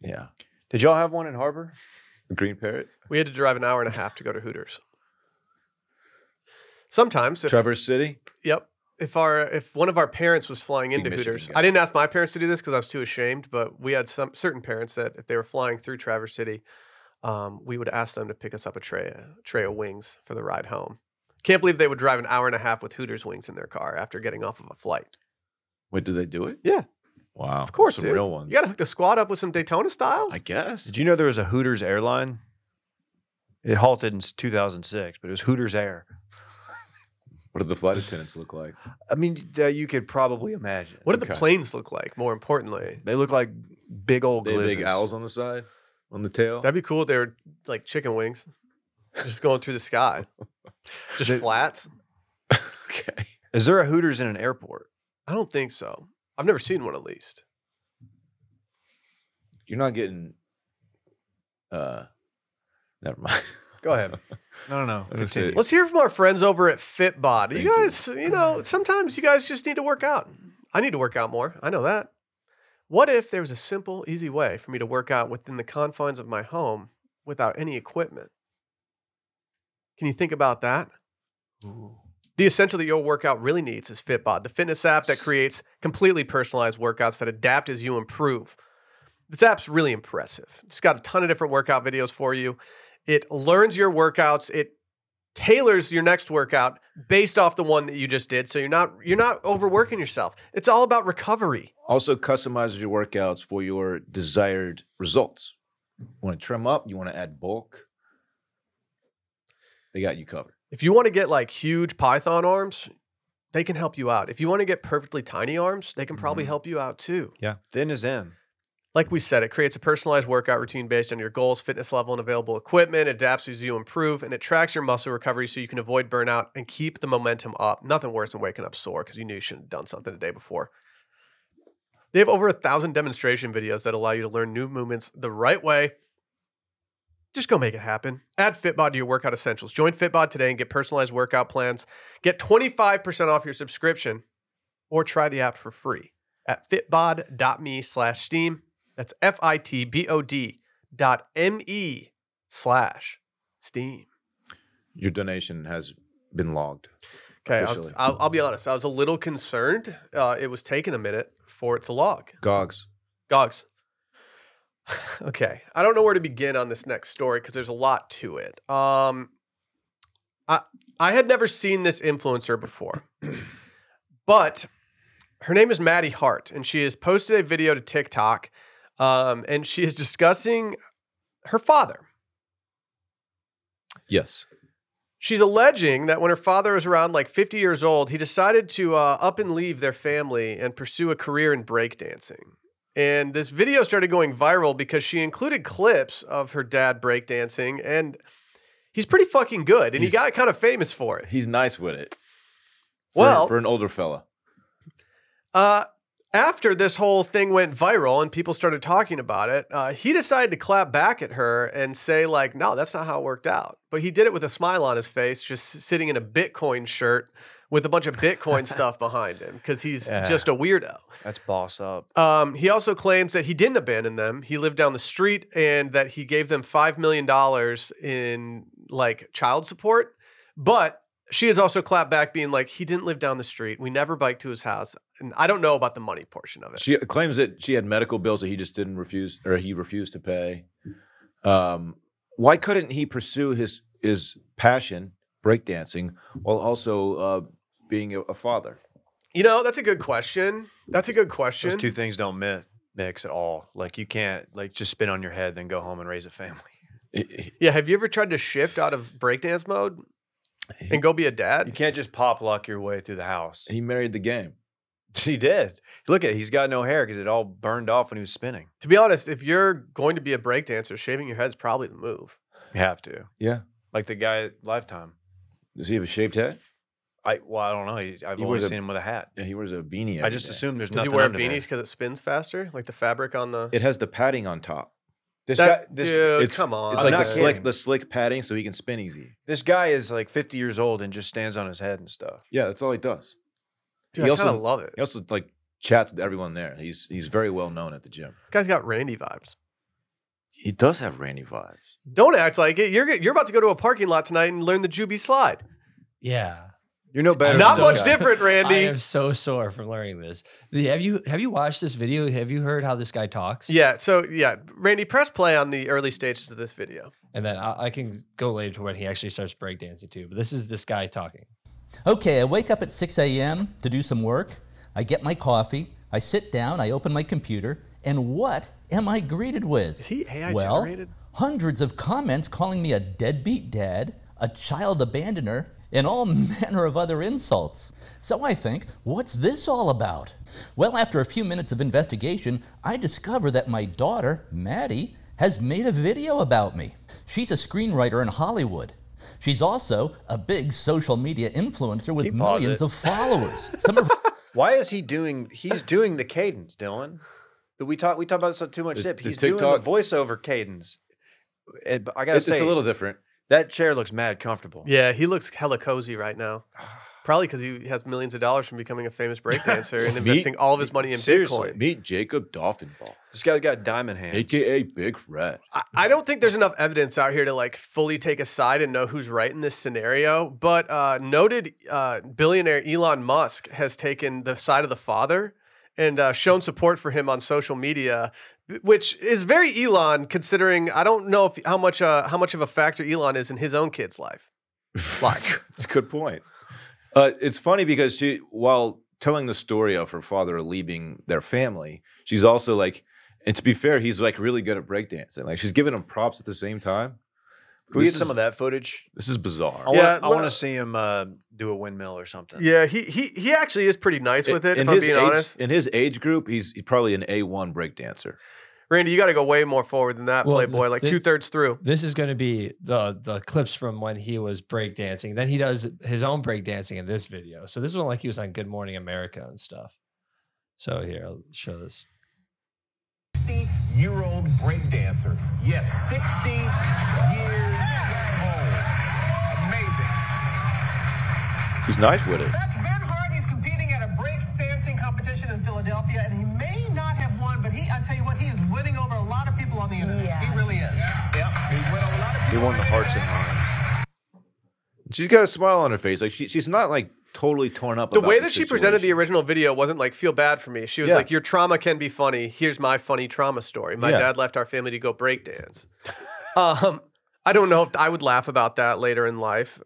[SPEAKER 3] Yeah.
[SPEAKER 2] Did y'all have one in Harbor?
[SPEAKER 3] The green parrot?
[SPEAKER 1] We had to drive an hour and a half to go to Hooters. Sometimes, if,
[SPEAKER 3] Traverse City?
[SPEAKER 1] yep. If our if one of our parents was flying
[SPEAKER 3] Big
[SPEAKER 1] into
[SPEAKER 3] Michigan
[SPEAKER 1] Hooters,
[SPEAKER 3] guy.
[SPEAKER 1] I didn't ask my parents to do this because I was too ashamed. But we had some certain parents that if they were flying through Traverse City, um, we would ask them to pick us up a tray a tray of wings for the ride home. Can't believe they would drive an hour and a half with Hooters wings in their car after getting off of a flight.
[SPEAKER 3] Wait, do they do it?
[SPEAKER 1] Yeah.
[SPEAKER 3] Wow.
[SPEAKER 1] Of course,
[SPEAKER 3] Some
[SPEAKER 1] dude.
[SPEAKER 3] real ones.
[SPEAKER 1] You got to hook the squad up with some Daytona styles.
[SPEAKER 3] I guess.
[SPEAKER 2] Did you know there was a Hooters airline? It halted in s- 2006, but it was Hooters Air.
[SPEAKER 3] what do the flight attendants look like?
[SPEAKER 2] I mean, uh, you could probably imagine.
[SPEAKER 1] what do the
[SPEAKER 3] Okay.
[SPEAKER 1] planes look like? More importantly,
[SPEAKER 2] They look like big old
[SPEAKER 3] They have big
[SPEAKER 2] glizzes.
[SPEAKER 3] owls on the side, on the tail.
[SPEAKER 1] that'd be cool. if They were like chicken wings, just going through the sky, just
[SPEAKER 2] They-
[SPEAKER 1] flats.
[SPEAKER 3] okay.
[SPEAKER 2] Is there a Hooters in an airport?
[SPEAKER 1] I don't think so. I've never seen one at least.
[SPEAKER 3] You're not getting. Uh, never mind.
[SPEAKER 2] Go ahead. No, no, no.
[SPEAKER 3] gonna say-
[SPEAKER 2] Continue.
[SPEAKER 1] Let's hear from our friends over at Fitbod.
[SPEAKER 3] Thank
[SPEAKER 1] You
[SPEAKER 3] you.
[SPEAKER 1] guys, you know, sometimes you guys just need to work out. I need to work out more. I know that. What if there was a simple, easy way for me to work out within the confines of my home without any equipment? Can you think about that? The essential that your workout really needs is Fitbod, the fitness app that creates completely personalized workouts that adapt as you improve. This app's really impressive. It's got a ton of different workout videos for you. It learns your workouts, it tailors your next workout based off the one that you just did so you're not you're not overworking yourself. It's all about recovery.
[SPEAKER 3] Also, customizes your workouts for your desired results. You want to trim up? You want to add bulk? They got you covered.
[SPEAKER 1] If you want to get like huge python arms, they can help you out. If you want to get perfectly tiny arms, they can probably
[SPEAKER 2] Mhm.
[SPEAKER 1] help you out too.
[SPEAKER 2] yeah. Thin is in.
[SPEAKER 1] Like we said, it creates a personalized workout routine based on your goals, fitness level, and available equipment. It adapts as you improve, and it tracks your muscle recovery so you can avoid burnout and keep the momentum up. Nothing worse than waking up sore because you knew you shouldn't have done something the day before. They have over a thousand demonstration videos that allow you to learn new movements the right way. Just go make it happen. Add Fitbod to your workout essentials. Join Fitbod today and get personalized workout plans. Get 25% off your subscription or try the app for free at fitbod.me slash steam. That's F I T B O D dot M E slash steam.
[SPEAKER 3] Your donation has been logged.
[SPEAKER 1] Okay, I was,
[SPEAKER 3] Officially.
[SPEAKER 1] I'll, I'll be honest. I was a little concerned. Uh, it was taking a minute for it to log.
[SPEAKER 3] Gogs.
[SPEAKER 1] Gogs. okay. I don't know where to begin on this next story because there's a lot to it. Um I I had never seen this influencer before. but her name is Maddie Hart, and she has posted a video to TikTok. Um, and she is discussing her father.
[SPEAKER 3] Yes.
[SPEAKER 1] She's alleging that when her father was around like 50 years old, he decided to uh, up and leave their family and pursue a career in breakdancing. And this video started going viral because she included clips of her dad breakdancing, and he's pretty fucking good, and he
[SPEAKER 3] He's-
[SPEAKER 1] got kind of famous for it.
[SPEAKER 3] He's nice with it. For-
[SPEAKER 1] Well-
[SPEAKER 3] for an older fella.
[SPEAKER 1] Uh, after this whole thing went viral and people started talking about it, uh, he decided to clap back at her and say, like, no, that's not how it worked out. But he did it with a smile on his face, just sitting in a Bitcoin shirt with a bunch of Bitcoin stuff behind him because he's
[SPEAKER 2] Yeah.
[SPEAKER 1] just a weirdo.
[SPEAKER 2] That's boss up.
[SPEAKER 1] Um, he also claims that he didn't abandon them. He lived down the street and that he gave them $5 million in like child support. But she has also clapped back, being like, he didn't live down the street. We never biked to his house. And I don't know about the money portion of it.
[SPEAKER 3] She claims that she had medical bills that he just didn't refuse or he refused to pay. Um, why couldn't he pursue his his passion, breakdancing, while also uh, being a, a father?
[SPEAKER 1] You know, that's a good question. That's a good question.
[SPEAKER 2] Those two things don't mix, mix at all. Like you can't like just spin on your head, then go home and raise a family.
[SPEAKER 3] He-
[SPEAKER 1] yeah. Have you ever tried to shift out of breakdance mode and go be a
[SPEAKER 2] You
[SPEAKER 1] dad?
[SPEAKER 2] can't just pop lock your way through the house.
[SPEAKER 3] He married the game.
[SPEAKER 2] He did. Look at he's got no hair because it all burned off when he was spinning.
[SPEAKER 1] To be honest, if you're going to be a breakdancer, shaving your head is probably the move.
[SPEAKER 2] You have to.
[SPEAKER 3] Yeah.
[SPEAKER 2] Like the guy at Lifetime.
[SPEAKER 3] Does he have a shaved head?
[SPEAKER 2] I well, I don't know. He, I've
[SPEAKER 3] He
[SPEAKER 2] only
[SPEAKER 3] wears a-
[SPEAKER 2] seen him with a hat.
[SPEAKER 3] Yeah, he wears a beanie.
[SPEAKER 2] I
[SPEAKER 3] every
[SPEAKER 2] just
[SPEAKER 3] day.
[SPEAKER 2] assume there's
[SPEAKER 1] Does he
[SPEAKER 2] nothing
[SPEAKER 1] wear a
[SPEAKER 2] under there.
[SPEAKER 1] beanie because it spins faster? Like the fabric on the.
[SPEAKER 3] it has the padding on top.
[SPEAKER 2] This guy,
[SPEAKER 1] That-
[SPEAKER 2] this,
[SPEAKER 1] dude,
[SPEAKER 3] it's-
[SPEAKER 1] come on.
[SPEAKER 3] It's
[SPEAKER 2] I'm
[SPEAKER 3] like
[SPEAKER 2] not
[SPEAKER 3] the
[SPEAKER 2] kidding.
[SPEAKER 3] slick, the slick padding, so he can spin easy.
[SPEAKER 2] this guy is like 50 years old and just stands on his head and stuff.
[SPEAKER 3] Yeah, that's all he does.
[SPEAKER 1] Dude,
[SPEAKER 3] he
[SPEAKER 1] I
[SPEAKER 3] also-
[SPEAKER 1] kind of love it.
[SPEAKER 3] He also like chats with everyone there. He's he's very well known at the gym.
[SPEAKER 1] This guy's got Randy vibes.
[SPEAKER 3] He does have Randy vibes.
[SPEAKER 1] Don't act like it. You're you're about to go to a parking lot tonight and learn the Juby slide.
[SPEAKER 4] Yeah.
[SPEAKER 2] You're no better.
[SPEAKER 4] I'm
[SPEAKER 1] Not
[SPEAKER 4] so
[SPEAKER 1] much
[SPEAKER 4] sorry.
[SPEAKER 1] different,
[SPEAKER 4] I
[SPEAKER 1] Randy.
[SPEAKER 4] am so sore from learning this. The- Have you have you watched this video? Have you heard how this guy talks?
[SPEAKER 1] Yeah. So yeah, Randy, press play on the early stages of this video.
[SPEAKER 4] And then I, I can go later to when he actually starts breakdancing too. But this is this guy talking.
[SPEAKER 5] Okay, I wake up at 6 a.m. to do some work. I get my coffee. I sit down. I open my computer. And what am I greeted with?
[SPEAKER 1] Is he AI
[SPEAKER 5] well,
[SPEAKER 1] generated?
[SPEAKER 5] hundreds of comments calling me a deadbeat dad, a child abandoner, and all manner of other insults. So I think, what's this all about? Well, after a few minutes of investigation, I discover that my daughter, Maddie, has made a video about me. She's a screenwriter in Hollywood. She's also a big social media influencer with
[SPEAKER 2] Can you pause
[SPEAKER 5] millions
[SPEAKER 2] it?
[SPEAKER 5] of followers. Some of
[SPEAKER 2] Why is he doing? He's doing the cadence, Dylan. That we talk. We talk about this on too much
[SPEAKER 3] The-
[SPEAKER 2] dip.
[SPEAKER 3] the
[SPEAKER 2] He's doing the
[SPEAKER 3] TikTok-
[SPEAKER 2] voiceover cadence. Eh, but I gotta
[SPEAKER 3] It's,
[SPEAKER 2] say,
[SPEAKER 3] it's a little different.
[SPEAKER 2] that chair looks mad comfortable.
[SPEAKER 1] Yeah, he looks hella cozy right now. Probably because he has millions of dollars from becoming a famous breakdancer and
[SPEAKER 3] Me-
[SPEAKER 1] investing all of his money in
[SPEAKER 2] Seriously.
[SPEAKER 1] Bitcoin.
[SPEAKER 3] Meet Jacob Dolphinball,
[SPEAKER 2] This guy's got diamond hands.
[SPEAKER 3] aka Big Red.
[SPEAKER 1] I, I don't think there's enough evidence out here to like fully take a side and know who's right in this scenario. But uh, noted uh, billionaire Elon Musk has taken the side of the father and uh, shown support for him on social media, which is very Elon. Considering I don't know if, how much uh, how much of a factor Elon is in his own kid's life. Like,
[SPEAKER 3] That's a good point. Uh, it's funny because she, while telling the story of her father leaving their family, she's also like, and to be fair, he's like really good at breakdancing. Like she's giving him props at the same time.
[SPEAKER 2] Can we
[SPEAKER 3] This
[SPEAKER 2] get some
[SPEAKER 3] is-
[SPEAKER 2] of that footage?
[SPEAKER 3] This is bizarre.
[SPEAKER 2] I
[SPEAKER 1] Yeah,
[SPEAKER 2] want. to I want
[SPEAKER 1] let-
[SPEAKER 2] to see him uh, do a windmill or something.
[SPEAKER 1] yeah, he he he actually is pretty nice with it. If I'm
[SPEAKER 3] his
[SPEAKER 1] being
[SPEAKER 3] age,
[SPEAKER 1] honest,
[SPEAKER 3] in his age group, he's probably an A1 breakdancer.
[SPEAKER 1] Randy, you got to go way more forward than that,
[SPEAKER 4] Well, the-
[SPEAKER 1] Playboy. Like
[SPEAKER 4] the-
[SPEAKER 1] two thirds through.
[SPEAKER 4] This is going to be the the clips from when he was breakdancing. Then he does his own breakdancing in this video. So this one like he was on Good Morning America and stuff. So here, I'll show this.
[SPEAKER 6] 60 year old breakdancer. Yes, 60 years old. Amazing.
[SPEAKER 3] He's nice with it.
[SPEAKER 6] That's Ben Hart. He's competing at a breakdancing competition in Philadelphia, and he may not have won, but he, I tell you what, he is winning over a lot of people on the internet. He really is. Yep. He won a lot of
[SPEAKER 3] He
[SPEAKER 6] people
[SPEAKER 3] won
[SPEAKER 6] on
[SPEAKER 3] the hearts and
[SPEAKER 6] internet.
[SPEAKER 3] minds. She's got a smile on her face. Like she, she's not like totally torn up.
[SPEAKER 1] The
[SPEAKER 3] about
[SPEAKER 1] way that she presented the
[SPEAKER 3] situation.
[SPEAKER 1] original video wasn't like feel bad for me. She was
[SPEAKER 3] Yeah.
[SPEAKER 1] like, "Your trauma can be funny. Here's my funny trauma story. My
[SPEAKER 3] Yeah.
[SPEAKER 1] dad left our family to go breakdance." um, I don't know if I would laugh about that later in life,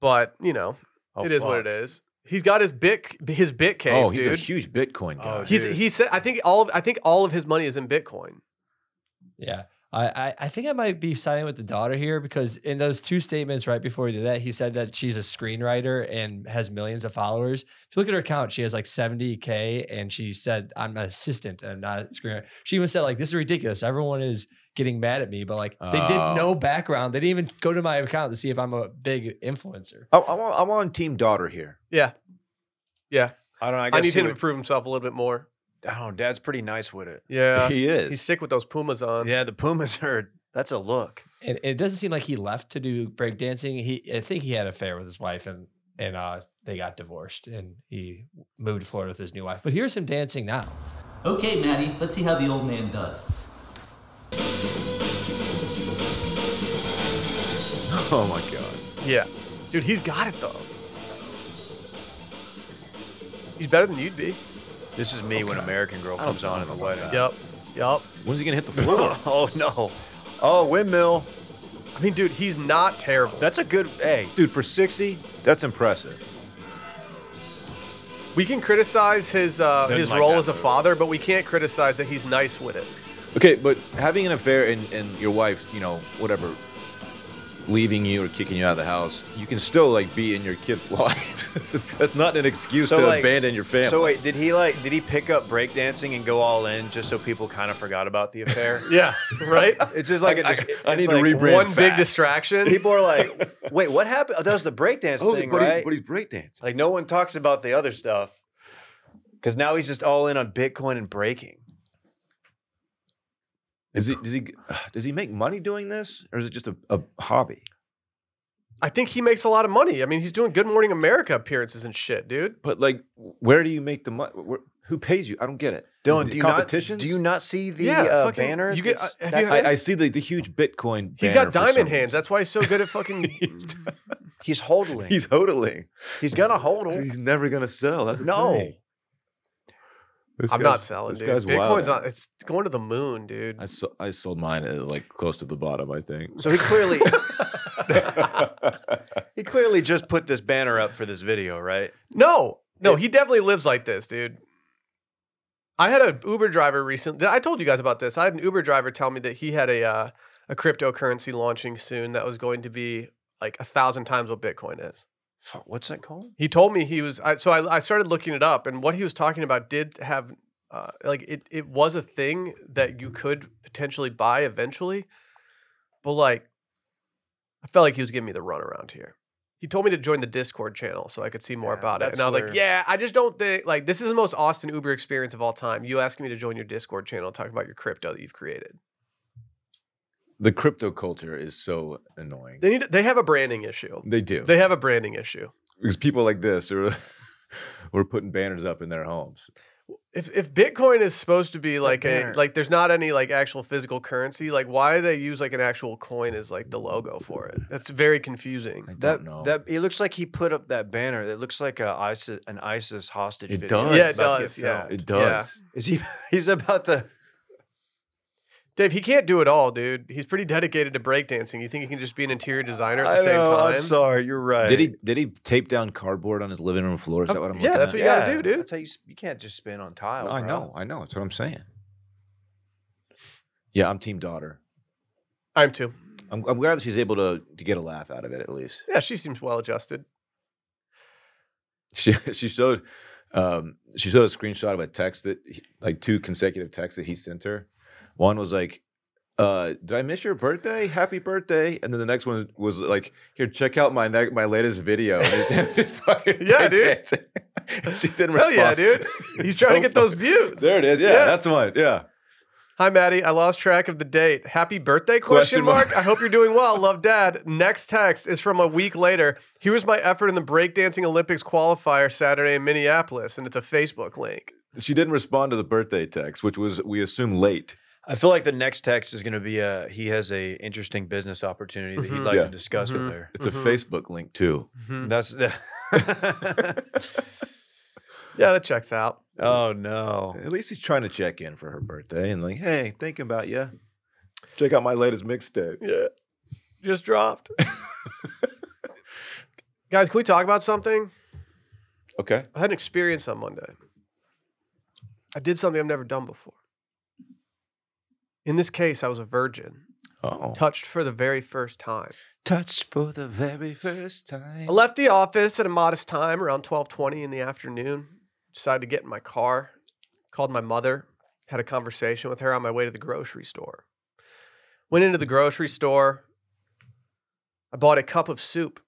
[SPEAKER 1] but you know,
[SPEAKER 2] Oh,
[SPEAKER 1] it is what it
[SPEAKER 2] fuck.
[SPEAKER 1] is. He's got his bit his bit cave,
[SPEAKER 3] Oh, he's
[SPEAKER 1] dude.
[SPEAKER 3] a huge Bitcoin guy.
[SPEAKER 2] Oh,
[SPEAKER 1] he's
[SPEAKER 2] dude.
[SPEAKER 1] he said I think all of I think all of his money is in Bitcoin.
[SPEAKER 4] Yeah. I, I, I think I might be siding with the daughter here because in those two statements right before he did that, he said that she's a screenwriter and has millions of followers. If you look at her account, she has like 70K and she said, I'm an assistant and I'm not a screenwriter. She even said, like, this is ridiculous. Everyone is getting mad at me, but like they did
[SPEAKER 3] Oh.
[SPEAKER 4] no background. They didn't even go to my account to see if I'm a big influencer.
[SPEAKER 3] I'm, I'm on, I'm on team daughter here.
[SPEAKER 1] Yeah, yeah.
[SPEAKER 2] I don't. know, I
[SPEAKER 1] I,
[SPEAKER 2] guess
[SPEAKER 1] need
[SPEAKER 2] he
[SPEAKER 1] him to
[SPEAKER 2] would-
[SPEAKER 1] prove himself a little bit more.
[SPEAKER 2] I don't know. Oh, Dad's pretty nice with it.
[SPEAKER 1] Yeah,
[SPEAKER 3] he is.
[SPEAKER 1] he's sick with those Pumas on.
[SPEAKER 2] Yeah, the Pumas are. That's a look.
[SPEAKER 4] And it doesn't seem like he left to do breakdancing. He I think he had an affair with his wife and and uh they got divorced and he moved to Florida with his new wife. But here's him dancing now.
[SPEAKER 7] Okay, Maddie, let's see how the old man does.
[SPEAKER 3] Oh my god.
[SPEAKER 1] Yeah. Dude, he's got it though. He's better than you'd be.
[SPEAKER 2] This is me when American Girl comes on in the wedding.
[SPEAKER 1] Yep. Yep.
[SPEAKER 3] When's he gonna hit the floor?
[SPEAKER 2] oh no. Oh windmill.
[SPEAKER 1] I mean, dude, he's not terrible.
[SPEAKER 2] That's a good. Hey,
[SPEAKER 3] Dude, for 60, that's impressive.
[SPEAKER 1] we can criticize his uh,
[SPEAKER 2] Didn't
[SPEAKER 1] his
[SPEAKER 2] like
[SPEAKER 1] role
[SPEAKER 2] that
[SPEAKER 1] as a
[SPEAKER 2] move.
[SPEAKER 1] father, but we can't criticize that he's nice with it.
[SPEAKER 3] Okay, but having an affair and, and your wife, you know, whatever, leaving you or kicking you out of the house, you can still like be in your kid's life. that's not an excuse
[SPEAKER 2] So,
[SPEAKER 3] to
[SPEAKER 2] like-
[SPEAKER 3] abandon your family.
[SPEAKER 2] So wait, did he like? Did he pick up breakdancing and go all in just so people kind of forgot about the affair?
[SPEAKER 1] Yeah. Right?
[SPEAKER 2] It's just like a
[SPEAKER 3] I-
[SPEAKER 2] dis-
[SPEAKER 3] I
[SPEAKER 2] it's
[SPEAKER 3] need to
[SPEAKER 2] like-
[SPEAKER 3] rebrand
[SPEAKER 1] One big
[SPEAKER 3] fast.
[SPEAKER 1] distraction.
[SPEAKER 2] People are like, "Wait, what happened? Oh, that was the breakdance
[SPEAKER 3] oh,
[SPEAKER 2] thing,
[SPEAKER 3] but, he-
[SPEAKER 2] right?"
[SPEAKER 3] but he's breakdancing.
[SPEAKER 2] like no one talks about the other stuff because now he's just all in on Bitcoin and breaking.
[SPEAKER 3] Is he, does he does he make money doing this, or is it just a, a hobby?
[SPEAKER 1] I think he makes a lot of money. I mean, he's doing Good Morning America appearances and shit, dude.
[SPEAKER 3] But like, where do you make the money? Where, who pays you? I don't get it.
[SPEAKER 2] Dylan,
[SPEAKER 3] The
[SPEAKER 2] do you not
[SPEAKER 3] competitions?
[SPEAKER 2] do you not see the
[SPEAKER 1] Yeah,
[SPEAKER 2] uh,
[SPEAKER 1] fucking-
[SPEAKER 2] banner?
[SPEAKER 1] you get-
[SPEAKER 2] that's-
[SPEAKER 1] uh, have
[SPEAKER 2] that-
[SPEAKER 1] you
[SPEAKER 3] I, I see the, the huge Bitcoin.
[SPEAKER 1] He's got
[SPEAKER 3] banner for some
[SPEAKER 1] diamond
[SPEAKER 3] reason.
[SPEAKER 1] hands. That's why he's so good at fucking.
[SPEAKER 2] he's holding.
[SPEAKER 3] He's hodling.
[SPEAKER 2] he's gonna hold him.
[SPEAKER 3] He's never gonna sell. That's the
[SPEAKER 2] No.
[SPEAKER 3] thing. This
[SPEAKER 1] I'm
[SPEAKER 3] guy's-
[SPEAKER 1] not selling,
[SPEAKER 3] This
[SPEAKER 1] dude.
[SPEAKER 3] guy's wild
[SPEAKER 1] Bitcoin's not.
[SPEAKER 3] ass.
[SPEAKER 1] It's going to the moon, dude.
[SPEAKER 3] I, so- I sold mine at like close to the bottom, I think.
[SPEAKER 2] So he clearly he clearly just put this banner up for this video, right?
[SPEAKER 1] No, no, he definitely lives like this, dude. I had an Uber driver recently. I told you guys about this. I had an Uber driver tell me that he had a uh, a cryptocurrency launching soon that was going to be like a thousand times what Bitcoin is.
[SPEAKER 2] Fuck, What's that called?
[SPEAKER 1] He told me he was. I, so I, I started looking it up, and what he was talking about did have uh, like it. It was a thing that you could potentially buy eventually, but like I felt like he was giving me the runaround here. He told me to join the Discord channel so I could see more
[SPEAKER 2] Yeah,
[SPEAKER 1] about it,
[SPEAKER 2] that's
[SPEAKER 1] and I was like,
[SPEAKER 2] where-
[SPEAKER 1] "Yeah, I just don't think like this is the most Austin Uber experience of all time." You asking me to join your Discord channel and talk about your crypto that you've created.
[SPEAKER 3] the crypto culture is so annoying. They,
[SPEAKER 1] They need. They have a branding issue.
[SPEAKER 3] do
[SPEAKER 1] They have a branding issue.
[SPEAKER 3] because people like this are were putting banners up in their homes.
[SPEAKER 1] if if Bitcoin is supposed to be like a
[SPEAKER 2] banner.
[SPEAKER 1] like there's not any like actual physical currency, like why they use like an actual coin as like the logo for it? That's very confusing.
[SPEAKER 3] I
[SPEAKER 2] That
[SPEAKER 3] don't know.
[SPEAKER 2] that it looks like he put up that banner. That looks like a ISIS, an ISIS hostage.
[SPEAKER 3] It
[SPEAKER 2] video
[SPEAKER 3] does.
[SPEAKER 1] Yeah, it
[SPEAKER 2] that's about to
[SPEAKER 1] does,
[SPEAKER 2] get
[SPEAKER 1] yeah.
[SPEAKER 2] filmed.
[SPEAKER 3] it does.
[SPEAKER 2] Is he? He's about to.
[SPEAKER 1] Dave, he can't do it all, dude. He's pretty dedicated to breakdancing. You think he can just be an interior designer at the
[SPEAKER 2] I
[SPEAKER 1] same
[SPEAKER 2] know,
[SPEAKER 1] time?
[SPEAKER 2] I'm sorry. You're right.
[SPEAKER 3] Did he did he tape down cardboard on his living room floor? Is that what I'm
[SPEAKER 1] Oh, yeah,
[SPEAKER 3] looking
[SPEAKER 1] that's
[SPEAKER 3] at?
[SPEAKER 1] what you gotta do, dude.
[SPEAKER 2] That's how you, s- you can't just spin on tile.
[SPEAKER 3] I
[SPEAKER 2] bro.
[SPEAKER 3] know, I know. That's what I'm saying. Yeah, I'm team daughter.
[SPEAKER 1] I'm too.
[SPEAKER 3] I'm, I'm glad that she's able to, to get a laugh out of it at least.
[SPEAKER 1] Yeah, she seems well adjusted.
[SPEAKER 3] She she showed um, she showed a screenshot of a text that he- like two consecutive texts that he sent her. One was like, uh, "Did I miss your birthday? Happy birthday!" And then the next one was like, "Here, check out my ne- my latest video." And it's him just fucking
[SPEAKER 1] Yeah,
[SPEAKER 3] break
[SPEAKER 1] dude.
[SPEAKER 3] dancing. she didn't
[SPEAKER 1] Hell
[SPEAKER 3] respond.
[SPEAKER 1] yeah, dude. He's
[SPEAKER 3] It's
[SPEAKER 1] trying
[SPEAKER 3] so
[SPEAKER 1] to get those
[SPEAKER 3] funny.
[SPEAKER 1] views.
[SPEAKER 3] There it is. Yeah,
[SPEAKER 1] Yeah.
[SPEAKER 3] that's one. Yeah.
[SPEAKER 1] Hi, Maddie. I lost track of the date. Happy birthday? Question,
[SPEAKER 3] Question
[SPEAKER 1] mark.
[SPEAKER 3] mark.
[SPEAKER 1] I hope you're doing well. Love, Dad. Next text is from a week later. Here was my effort in the breakdancing Olympics qualifier Saturday in Minneapolis, and it's a Facebook link.
[SPEAKER 3] She didn't respond to the birthday text, which was we assume late.
[SPEAKER 2] I feel like the next text is going to be a he has a interesting business opportunity that he'd
[SPEAKER 1] Mhm.
[SPEAKER 2] like
[SPEAKER 3] Yeah.
[SPEAKER 2] to discuss
[SPEAKER 1] Mhm.
[SPEAKER 2] with her.
[SPEAKER 3] It's
[SPEAKER 1] Mhm.
[SPEAKER 3] a Facebook link too.
[SPEAKER 1] Mm-hmm.
[SPEAKER 2] That's the.
[SPEAKER 1] Yeah, that checks out.
[SPEAKER 2] oh no.
[SPEAKER 3] At least he's trying to check in for her birthday and like, hey, thinking about you. Check out my latest mixtape.
[SPEAKER 1] Yeah. Just dropped. Guys, can we talk about something?
[SPEAKER 3] Okay.
[SPEAKER 1] I had an experience on Monday. I did something I've never done before. In this case, I was a virgin,
[SPEAKER 3] Oh.
[SPEAKER 1] touched for the very first time.
[SPEAKER 3] Touched for the very first time.
[SPEAKER 1] I left the office at a modest time around 12:20 in the afternoon. Decided to get in my car, called my mother, had a conversation with her on my way to the grocery store. Went into the grocery store. I bought a cup of soup.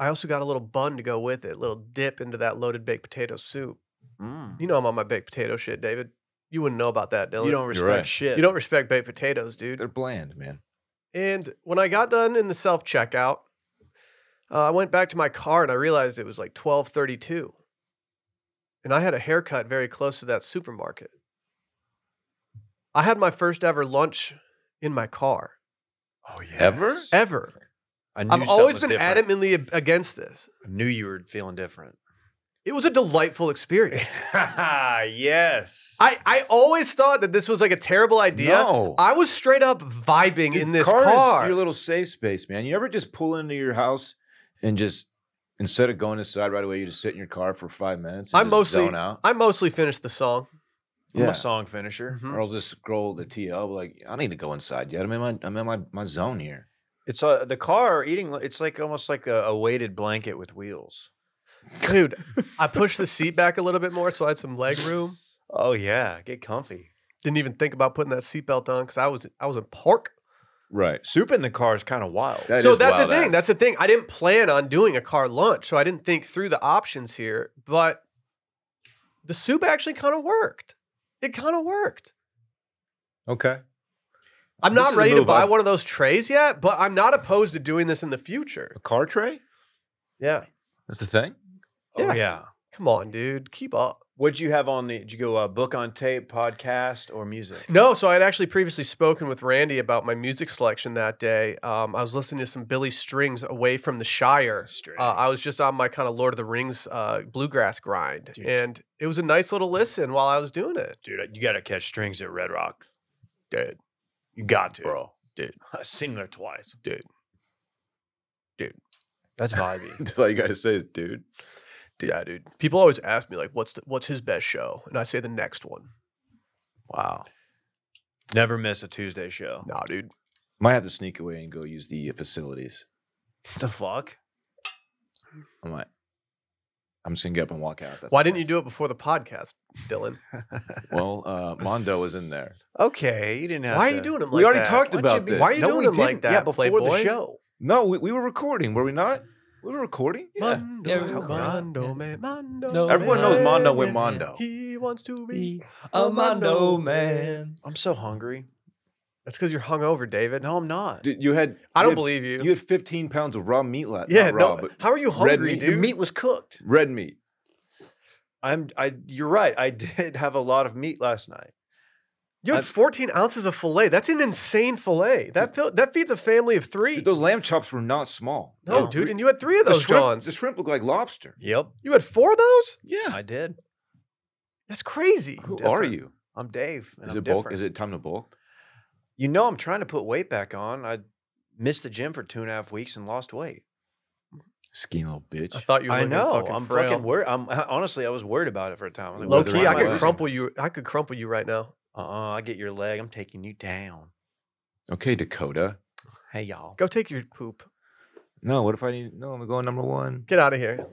[SPEAKER 1] I also got a little bun to go with it, a little dip into that loaded baked potato soup. You know I'm on my baked potato shit, David. You wouldn't know about that, Dylan.
[SPEAKER 2] Mm. You don't respect
[SPEAKER 3] right.
[SPEAKER 2] shit.
[SPEAKER 1] You don't respect baked potatoes, dude.
[SPEAKER 3] They're bland, man.
[SPEAKER 1] And when I got done in the self checkout, uh, I went back to my car and I realized it was like twelve thirty two, and I had a haircut very close to that supermarket. I had my first ever lunch in my car
[SPEAKER 2] Oh yeah.
[SPEAKER 3] Ever?
[SPEAKER 1] ever.
[SPEAKER 2] I knew
[SPEAKER 1] I've
[SPEAKER 2] something
[SPEAKER 1] always
[SPEAKER 2] was
[SPEAKER 1] been
[SPEAKER 2] different.
[SPEAKER 1] adamantly ab- against this.
[SPEAKER 2] I knew you were feeling different.
[SPEAKER 1] It was a delightful experience.
[SPEAKER 2] yes.
[SPEAKER 1] I, I always thought that this was like a terrible idea.
[SPEAKER 3] No.
[SPEAKER 1] I was straight up vibing in this car.
[SPEAKER 3] is your little safe space, man. You ever just pull into your house and just instead of going inside right away, you just sit in your car for five minutes and
[SPEAKER 1] I
[SPEAKER 3] just
[SPEAKER 1] mostly
[SPEAKER 3] zone out.
[SPEAKER 1] I mostly finished the song.
[SPEAKER 2] I'm a song finisher.
[SPEAKER 1] Mhm.
[SPEAKER 3] Or I'll just scroll the TL like, I don't need to go inside yet. I'm in my I'm in my, my zone here.
[SPEAKER 2] It's uh, the car eating. It's like almost like a, a weighted blanket with wheels.
[SPEAKER 1] Dude, I pushed the seat back a little bit more so I had some leg room.
[SPEAKER 2] Oh yeah, get comfy.
[SPEAKER 1] Didn't even think about putting that seatbelt on because I was I was in park.
[SPEAKER 3] Right.
[SPEAKER 2] Soup in the car is kind of wild.
[SPEAKER 3] That
[SPEAKER 1] so
[SPEAKER 3] is
[SPEAKER 1] that's the
[SPEAKER 3] wild
[SPEAKER 1] thing.
[SPEAKER 3] ass.
[SPEAKER 1] That's the thing. I didn't plan on doing a car lunch, so I didn't think through the options here. But the soup actually kind of worked. It kind of worked.
[SPEAKER 3] okay.
[SPEAKER 1] I'm
[SPEAKER 3] This
[SPEAKER 1] not
[SPEAKER 3] is a
[SPEAKER 1] ready to
[SPEAKER 3] move
[SPEAKER 1] buy
[SPEAKER 3] I've-
[SPEAKER 1] one of those trays yet, but I'm not opposed to doing this in the future.
[SPEAKER 3] A car tray?
[SPEAKER 1] Yeah.
[SPEAKER 3] That's the thing.
[SPEAKER 2] Oh
[SPEAKER 1] Yeah.
[SPEAKER 2] yeah.
[SPEAKER 1] Come on, dude. Keep up.
[SPEAKER 2] What'd you have on the? Did you go uh, book on tape, podcast, or music?
[SPEAKER 1] No, so I had actually previously spoken with Randy about my music selection that day. Um, I was listening to some Billy Strings away from the Shire. Uh, I was just on my kind of Lord of the Rings uh, bluegrass grind,
[SPEAKER 2] Dude.
[SPEAKER 1] and it was a nice little listen while I was doing it.
[SPEAKER 2] dude. You got to catch strings at Red Rock.
[SPEAKER 1] Dude,
[SPEAKER 2] You got to,
[SPEAKER 3] Bro.
[SPEAKER 2] I've seen there twice,
[SPEAKER 1] Dude. Dude.
[SPEAKER 2] That's vibey.
[SPEAKER 3] That's all you gotta say is dude.
[SPEAKER 1] yeah, dude. People always ask me like, "What's the, what's his best show?" And I say the next one.
[SPEAKER 2] wow. Never miss a Tuesday show.
[SPEAKER 1] Nah, dude.
[SPEAKER 3] Might have to sneak away and go use the facilities.
[SPEAKER 2] The fuck?
[SPEAKER 3] I might. I'm just gonna get up and walk out. That's
[SPEAKER 1] Why didn't you do it before the podcast, Dylan?
[SPEAKER 3] Well, uh, Mondo was in there.
[SPEAKER 2] Okay, you didn't have.
[SPEAKER 1] Why are
[SPEAKER 2] to-
[SPEAKER 1] you doing him?
[SPEAKER 3] We
[SPEAKER 1] like
[SPEAKER 3] already
[SPEAKER 1] that?
[SPEAKER 3] talked
[SPEAKER 1] Why'd you
[SPEAKER 3] about
[SPEAKER 1] be-
[SPEAKER 3] this.
[SPEAKER 1] Why are you
[SPEAKER 3] No, we
[SPEAKER 1] doing him like
[SPEAKER 3] didn't.
[SPEAKER 1] that?
[SPEAKER 2] Yeah, before
[SPEAKER 1] Playboy?
[SPEAKER 2] the show.
[SPEAKER 3] No, we, we were recording, were we not? We were recording. Yeah.
[SPEAKER 1] Mondo,
[SPEAKER 4] Yeah, we were
[SPEAKER 1] Mondo,
[SPEAKER 4] recording.
[SPEAKER 1] man, Mondo.
[SPEAKER 4] No
[SPEAKER 3] Everyone knows Mondo
[SPEAKER 4] with
[SPEAKER 3] went Mondo.
[SPEAKER 1] He wants to be.
[SPEAKER 4] Be a Mondo man.
[SPEAKER 2] I'm so hungry.
[SPEAKER 1] That's because you're hungover, David.
[SPEAKER 2] No, I'm not.
[SPEAKER 3] Dude, you had.
[SPEAKER 1] I
[SPEAKER 3] you
[SPEAKER 1] don't
[SPEAKER 3] had-
[SPEAKER 1] believe you.
[SPEAKER 3] You had 15 pounds of raw meat last.
[SPEAKER 1] yeah,
[SPEAKER 3] not raw,
[SPEAKER 1] no.
[SPEAKER 3] but
[SPEAKER 1] How are you
[SPEAKER 3] red
[SPEAKER 1] hungry,
[SPEAKER 3] meat.
[SPEAKER 1] dude?
[SPEAKER 2] the meat was cooked.
[SPEAKER 3] red meat.
[SPEAKER 2] I'm. I. You're right. I did have a lot of meat last night.
[SPEAKER 1] You had
[SPEAKER 2] I've-
[SPEAKER 1] 14 ounces of filet. That's an insane filet. That fil- that feeds a family of three.
[SPEAKER 3] Dude, those lamb chops were not small.
[SPEAKER 1] no,
[SPEAKER 2] those-
[SPEAKER 1] dude, and you had three of
[SPEAKER 3] The
[SPEAKER 1] those,
[SPEAKER 3] shrimp,
[SPEAKER 1] Johns.
[SPEAKER 3] the shrimp looked like lobster.
[SPEAKER 2] Yep.
[SPEAKER 1] you had four of those?
[SPEAKER 3] Yeah.
[SPEAKER 2] I did.
[SPEAKER 1] That's crazy.
[SPEAKER 3] Who
[SPEAKER 2] different.
[SPEAKER 3] are you?
[SPEAKER 2] I'm Dave. And
[SPEAKER 3] Is
[SPEAKER 2] I'm
[SPEAKER 3] it bulk?
[SPEAKER 2] different.
[SPEAKER 3] Is it time to bulk?
[SPEAKER 2] You know, I'm trying to put weight back on. I missed the gym for two and a half weeks and lost weight.
[SPEAKER 3] Skinny little bitch.
[SPEAKER 1] I thought you were
[SPEAKER 2] I
[SPEAKER 1] looking
[SPEAKER 2] know.
[SPEAKER 1] fucking
[SPEAKER 2] I'm
[SPEAKER 1] frail.
[SPEAKER 2] fucking worried. I'm honestly, I was worried about it for a time. I was
[SPEAKER 1] Low
[SPEAKER 2] like,
[SPEAKER 3] Whether
[SPEAKER 1] key,
[SPEAKER 3] or
[SPEAKER 1] I
[SPEAKER 3] not
[SPEAKER 1] could
[SPEAKER 3] I'm-
[SPEAKER 1] crumple you. I could crumple you right now.
[SPEAKER 2] Uh-uh, I get your leg. I'm taking you down.
[SPEAKER 3] Okay, Dakota.
[SPEAKER 2] Hey, y'all.
[SPEAKER 1] Go take your poop.
[SPEAKER 3] No, what if I need? No, I'm going number one.
[SPEAKER 1] Get out of here.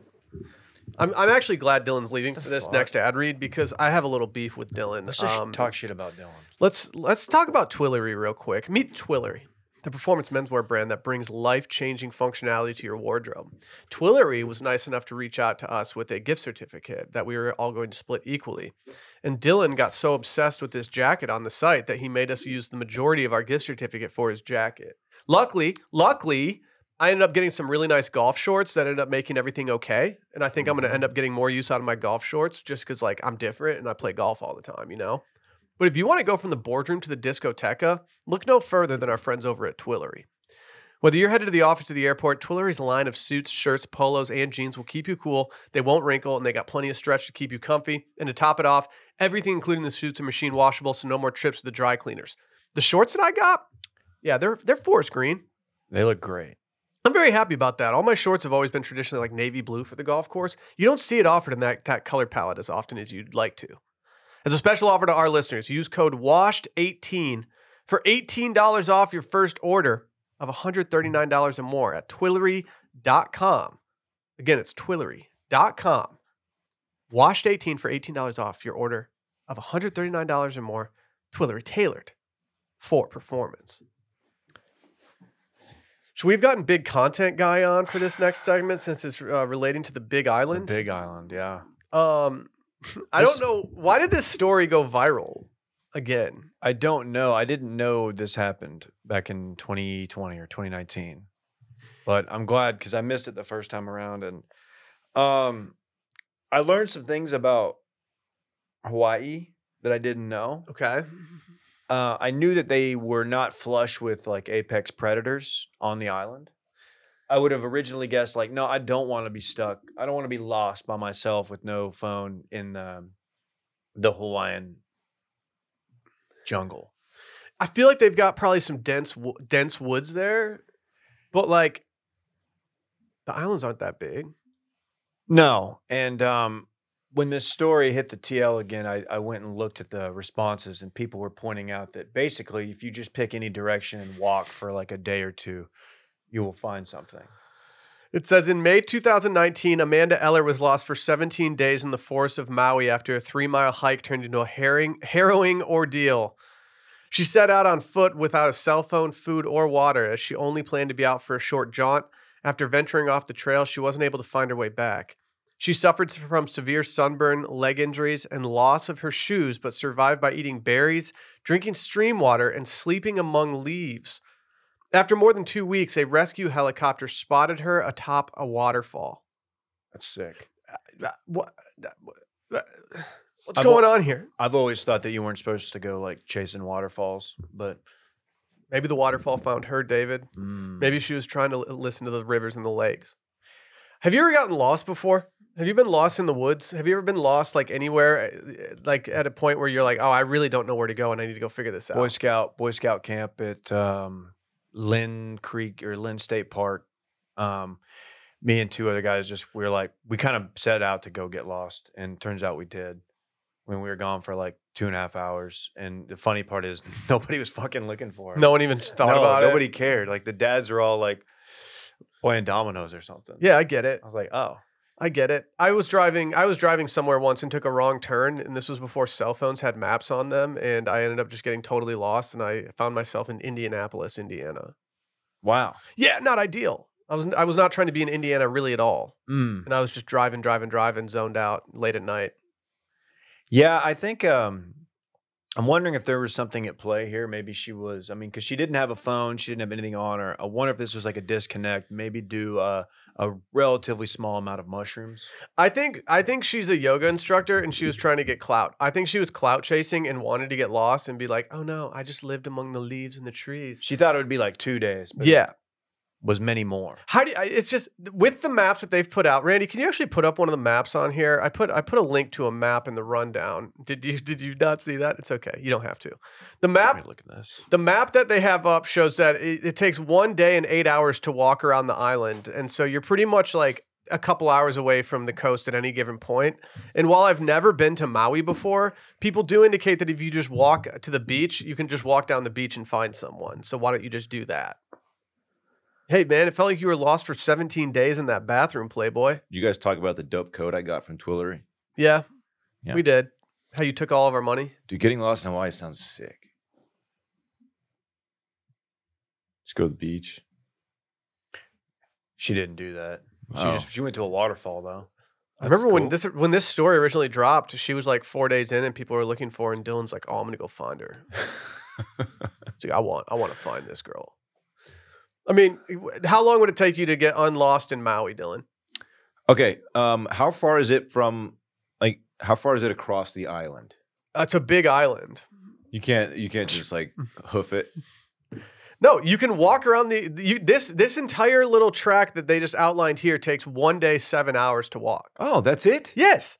[SPEAKER 1] I'm, I'm actually glad Dylan's leaving
[SPEAKER 2] The
[SPEAKER 1] for this
[SPEAKER 2] fuck?
[SPEAKER 1] next ad read because I have a little beef with Dylan.
[SPEAKER 2] Let's just
[SPEAKER 1] Um,
[SPEAKER 2] talk shit about Dylan.
[SPEAKER 1] Let's let's talk about Twillery real quick. Meet Twillery, the performance menswear brand that brings life-changing functionality to your wardrobe. Twillery was nice enough to reach out to us with a gift certificate that we were all going to split equally. And Dylan got so obsessed with this jacket on the site that he made us use the majority of our gift certificate for his jacket. Luckily, luckily, I ended up getting some really nice golf shorts that ended up making everything okay. And I think I'm going to end up getting more use out of my golf shorts just because, like, I'm different and I play golf all the time, you know? But if you want to go from the boardroom to the discoteca, look no further than our friends over at Twillery. Whether you're headed to the office or the airport, Twillery's line of suits, shirts, polos, and jeans will keep you cool. They won't wrinkle, and they got plenty of stretch to keep you comfy. And to top it off, everything, including the suits, are machine washable, so no more trips to the dry cleaners. The shorts that I got, yeah, they're they're forest green.
[SPEAKER 2] They look great.
[SPEAKER 1] I'm very happy about that. All my shorts have always been traditionally like navy blue for the golf course. You don't see it offered in that, that color palette as often as you'd like to. As a special offer to our listeners, use code WASHED18 for $18 off your first order of $139 or more at twillery.com. Again, it's twillery.com. WASHED18 for $18 off your order of $139 or more. Twillery tailored for performance. So we've gotten big content guy on for this next segment since it's uh, relating to the Big
[SPEAKER 2] The
[SPEAKER 1] Island.
[SPEAKER 2] Big Island, yeah.
[SPEAKER 1] um, I
[SPEAKER 2] This-
[SPEAKER 1] don't know why did this story go viral again.
[SPEAKER 2] I don't know. I didn't know this happened back in 2020 or 2019, but I'm glad because I missed it the first time around, and um, I learned some things about Hawaii that I didn't know.
[SPEAKER 1] Okay,
[SPEAKER 2] Uh, I knew that they were not flush with like apex predators on the island. I would have originally guessed like, no, I don't want to be stuck. I don't want to be lost by myself with no phone in the, the Hawaiian jungle.
[SPEAKER 1] I feel like they've got probably some dense wo- dense woods there, but like the islands aren't that big.
[SPEAKER 2] No. And um, when this story hit the TL again, I, I went and looked at the responses, and people were pointing out that basically, if you just pick any direction and walk for like a day or two, you will find something.
[SPEAKER 1] It says in May 2019, Amanda Eller was lost for 17 days in the forests of Maui after a three mile hike turned into a harrowing, harrowing ordeal. She set out on foot without a cell phone, food, or water, as she only planned to be out for a short jaunt. After venturing off the trail, she wasn't able to find her way back. She suffered from severe sunburn, leg injuries, and loss of her shoes, but survived by eating berries, drinking stream water, and sleeping among leaves. After more than two weeks, a rescue helicopter spotted her atop a waterfall.
[SPEAKER 2] That's sick.
[SPEAKER 1] What? that- what- What's
[SPEAKER 2] I've
[SPEAKER 1] going on here?
[SPEAKER 2] I've always thought that you weren't supposed to go like chasing waterfalls, but
[SPEAKER 1] Maybe the waterfall found her, David.
[SPEAKER 2] Mm, Hmm.
[SPEAKER 1] Maybe she was trying to li- listen to the rivers and the lakes. Have you ever gotten lost before? Have you been lost in the woods? Have you ever been lost like anywhere, uh, like at a point where you're like, oh, I really don't know where to go and I need to go figure this out?
[SPEAKER 2] Boy Scout Boy Scout camp at um, Lynn Creek or Lynn State Park. Um, me and two other guys just we were like we kind of set out to go get lost, and turns out we did. When we were gone for like two and a half hours, and the funny part is nobody was fucking looking for it.
[SPEAKER 1] no one even thought
[SPEAKER 2] No,
[SPEAKER 1] about
[SPEAKER 2] nobody
[SPEAKER 1] it.
[SPEAKER 2] cared. Like the dads are all like playing dominoes or something.
[SPEAKER 1] Yeah, I get it.
[SPEAKER 2] I was like, oh,
[SPEAKER 1] I get it. I was driving I was driving somewhere once and took a wrong turn and this was before cell phones had maps on them and I ended up just getting totally lost and I found myself in Indianapolis, Indiana.
[SPEAKER 2] wow.
[SPEAKER 1] Yeah, not ideal. I was I was not trying to be in Indiana really at all.
[SPEAKER 2] Mm.
[SPEAKER 1] And I was just driving, driving, driving, zoned out late at night.
[SPEAKER 2] Yeah, I think um I'm wondering if there was something at play here. Maybe she was. I mean, because she didn't have a phone, she didn't have anything on her. I wonder if this was like a disconnect. Maybe do uh, a relatively small amount of mushrooms.
[SPEAKER 1] I think I think she's a yoga instructor and she was trying to get clout. I think she was clout chasing and wanted to get lost and be like, "Oh no, I just lived among the leaves and the trees."
[SPEAKER 2] She thought it would be like two days. but it
[SPEAKER 1] Yeah.
[SPEAKER 2] was many more.
[SPEAKER 1] How do you, I- it's just with the maps that they've put out, Randy? Can you actually put up one of the maps on here? I put I put a link to a map in the rundown. Did you did you not see that? It's okay. You don't have to. The
[SPEAKER 2] Let me
[SPEAKER 1] map
[SPEAKER 2] look at this.
[SPEAKER 1] the map that they have up shows that it, it takes one day and eight hours to walk around the island, and so you're pretty much like a couple hours away from the coast at any given point. And while I've never been to Maui before, people do indicate that if you just walk to the beach, you can just walk down the beach and find someone. So why don't you just do that? Hey man, it felt like you were lost for 17 days in that bathroom, Playboy.
[SPEAKER 3] You guys talk about the dope code I got from Twillery.
[SPEAKER 1] Yeah,
[SPEAKER 3] Yeah.
[SPEAKER 1] we did. How you took all of our money?
[SPEAKER 3] Dude, getting lost in Hawaii sounds sick. Just go to the beach.
[SPEAKER 2] She didn't do that. She
[SPEAKER 3] Oh.
[SPEAKER 2] just she went to a waterfall though.
[SPEAKER 1] I remember when
[SPEAKER 3] cool.
[SPEAKER 1] this when this story originally dropped, she was like four days in, and people were looking for, her, and Dylan's like, "Oh, I'm gonna go find her." It's like I want, I want to find this girl. I mean, w- how long would it take you to get unlost in Maui, Dylan?
[SPEAKER 3] okay. Um, how far is it from like how far is it across the island?
[SPEAKER 1] That's a big island.
[SPEAKER 3] You can't you can't just like hoof it.
[SPEAKER 1] No, you can walk around the you, this this entire little track that they just outlined here takes one day, seven hours to walk.
[SPEAKER 3] Oh, that's it?
[SPEAKER 1] Yes,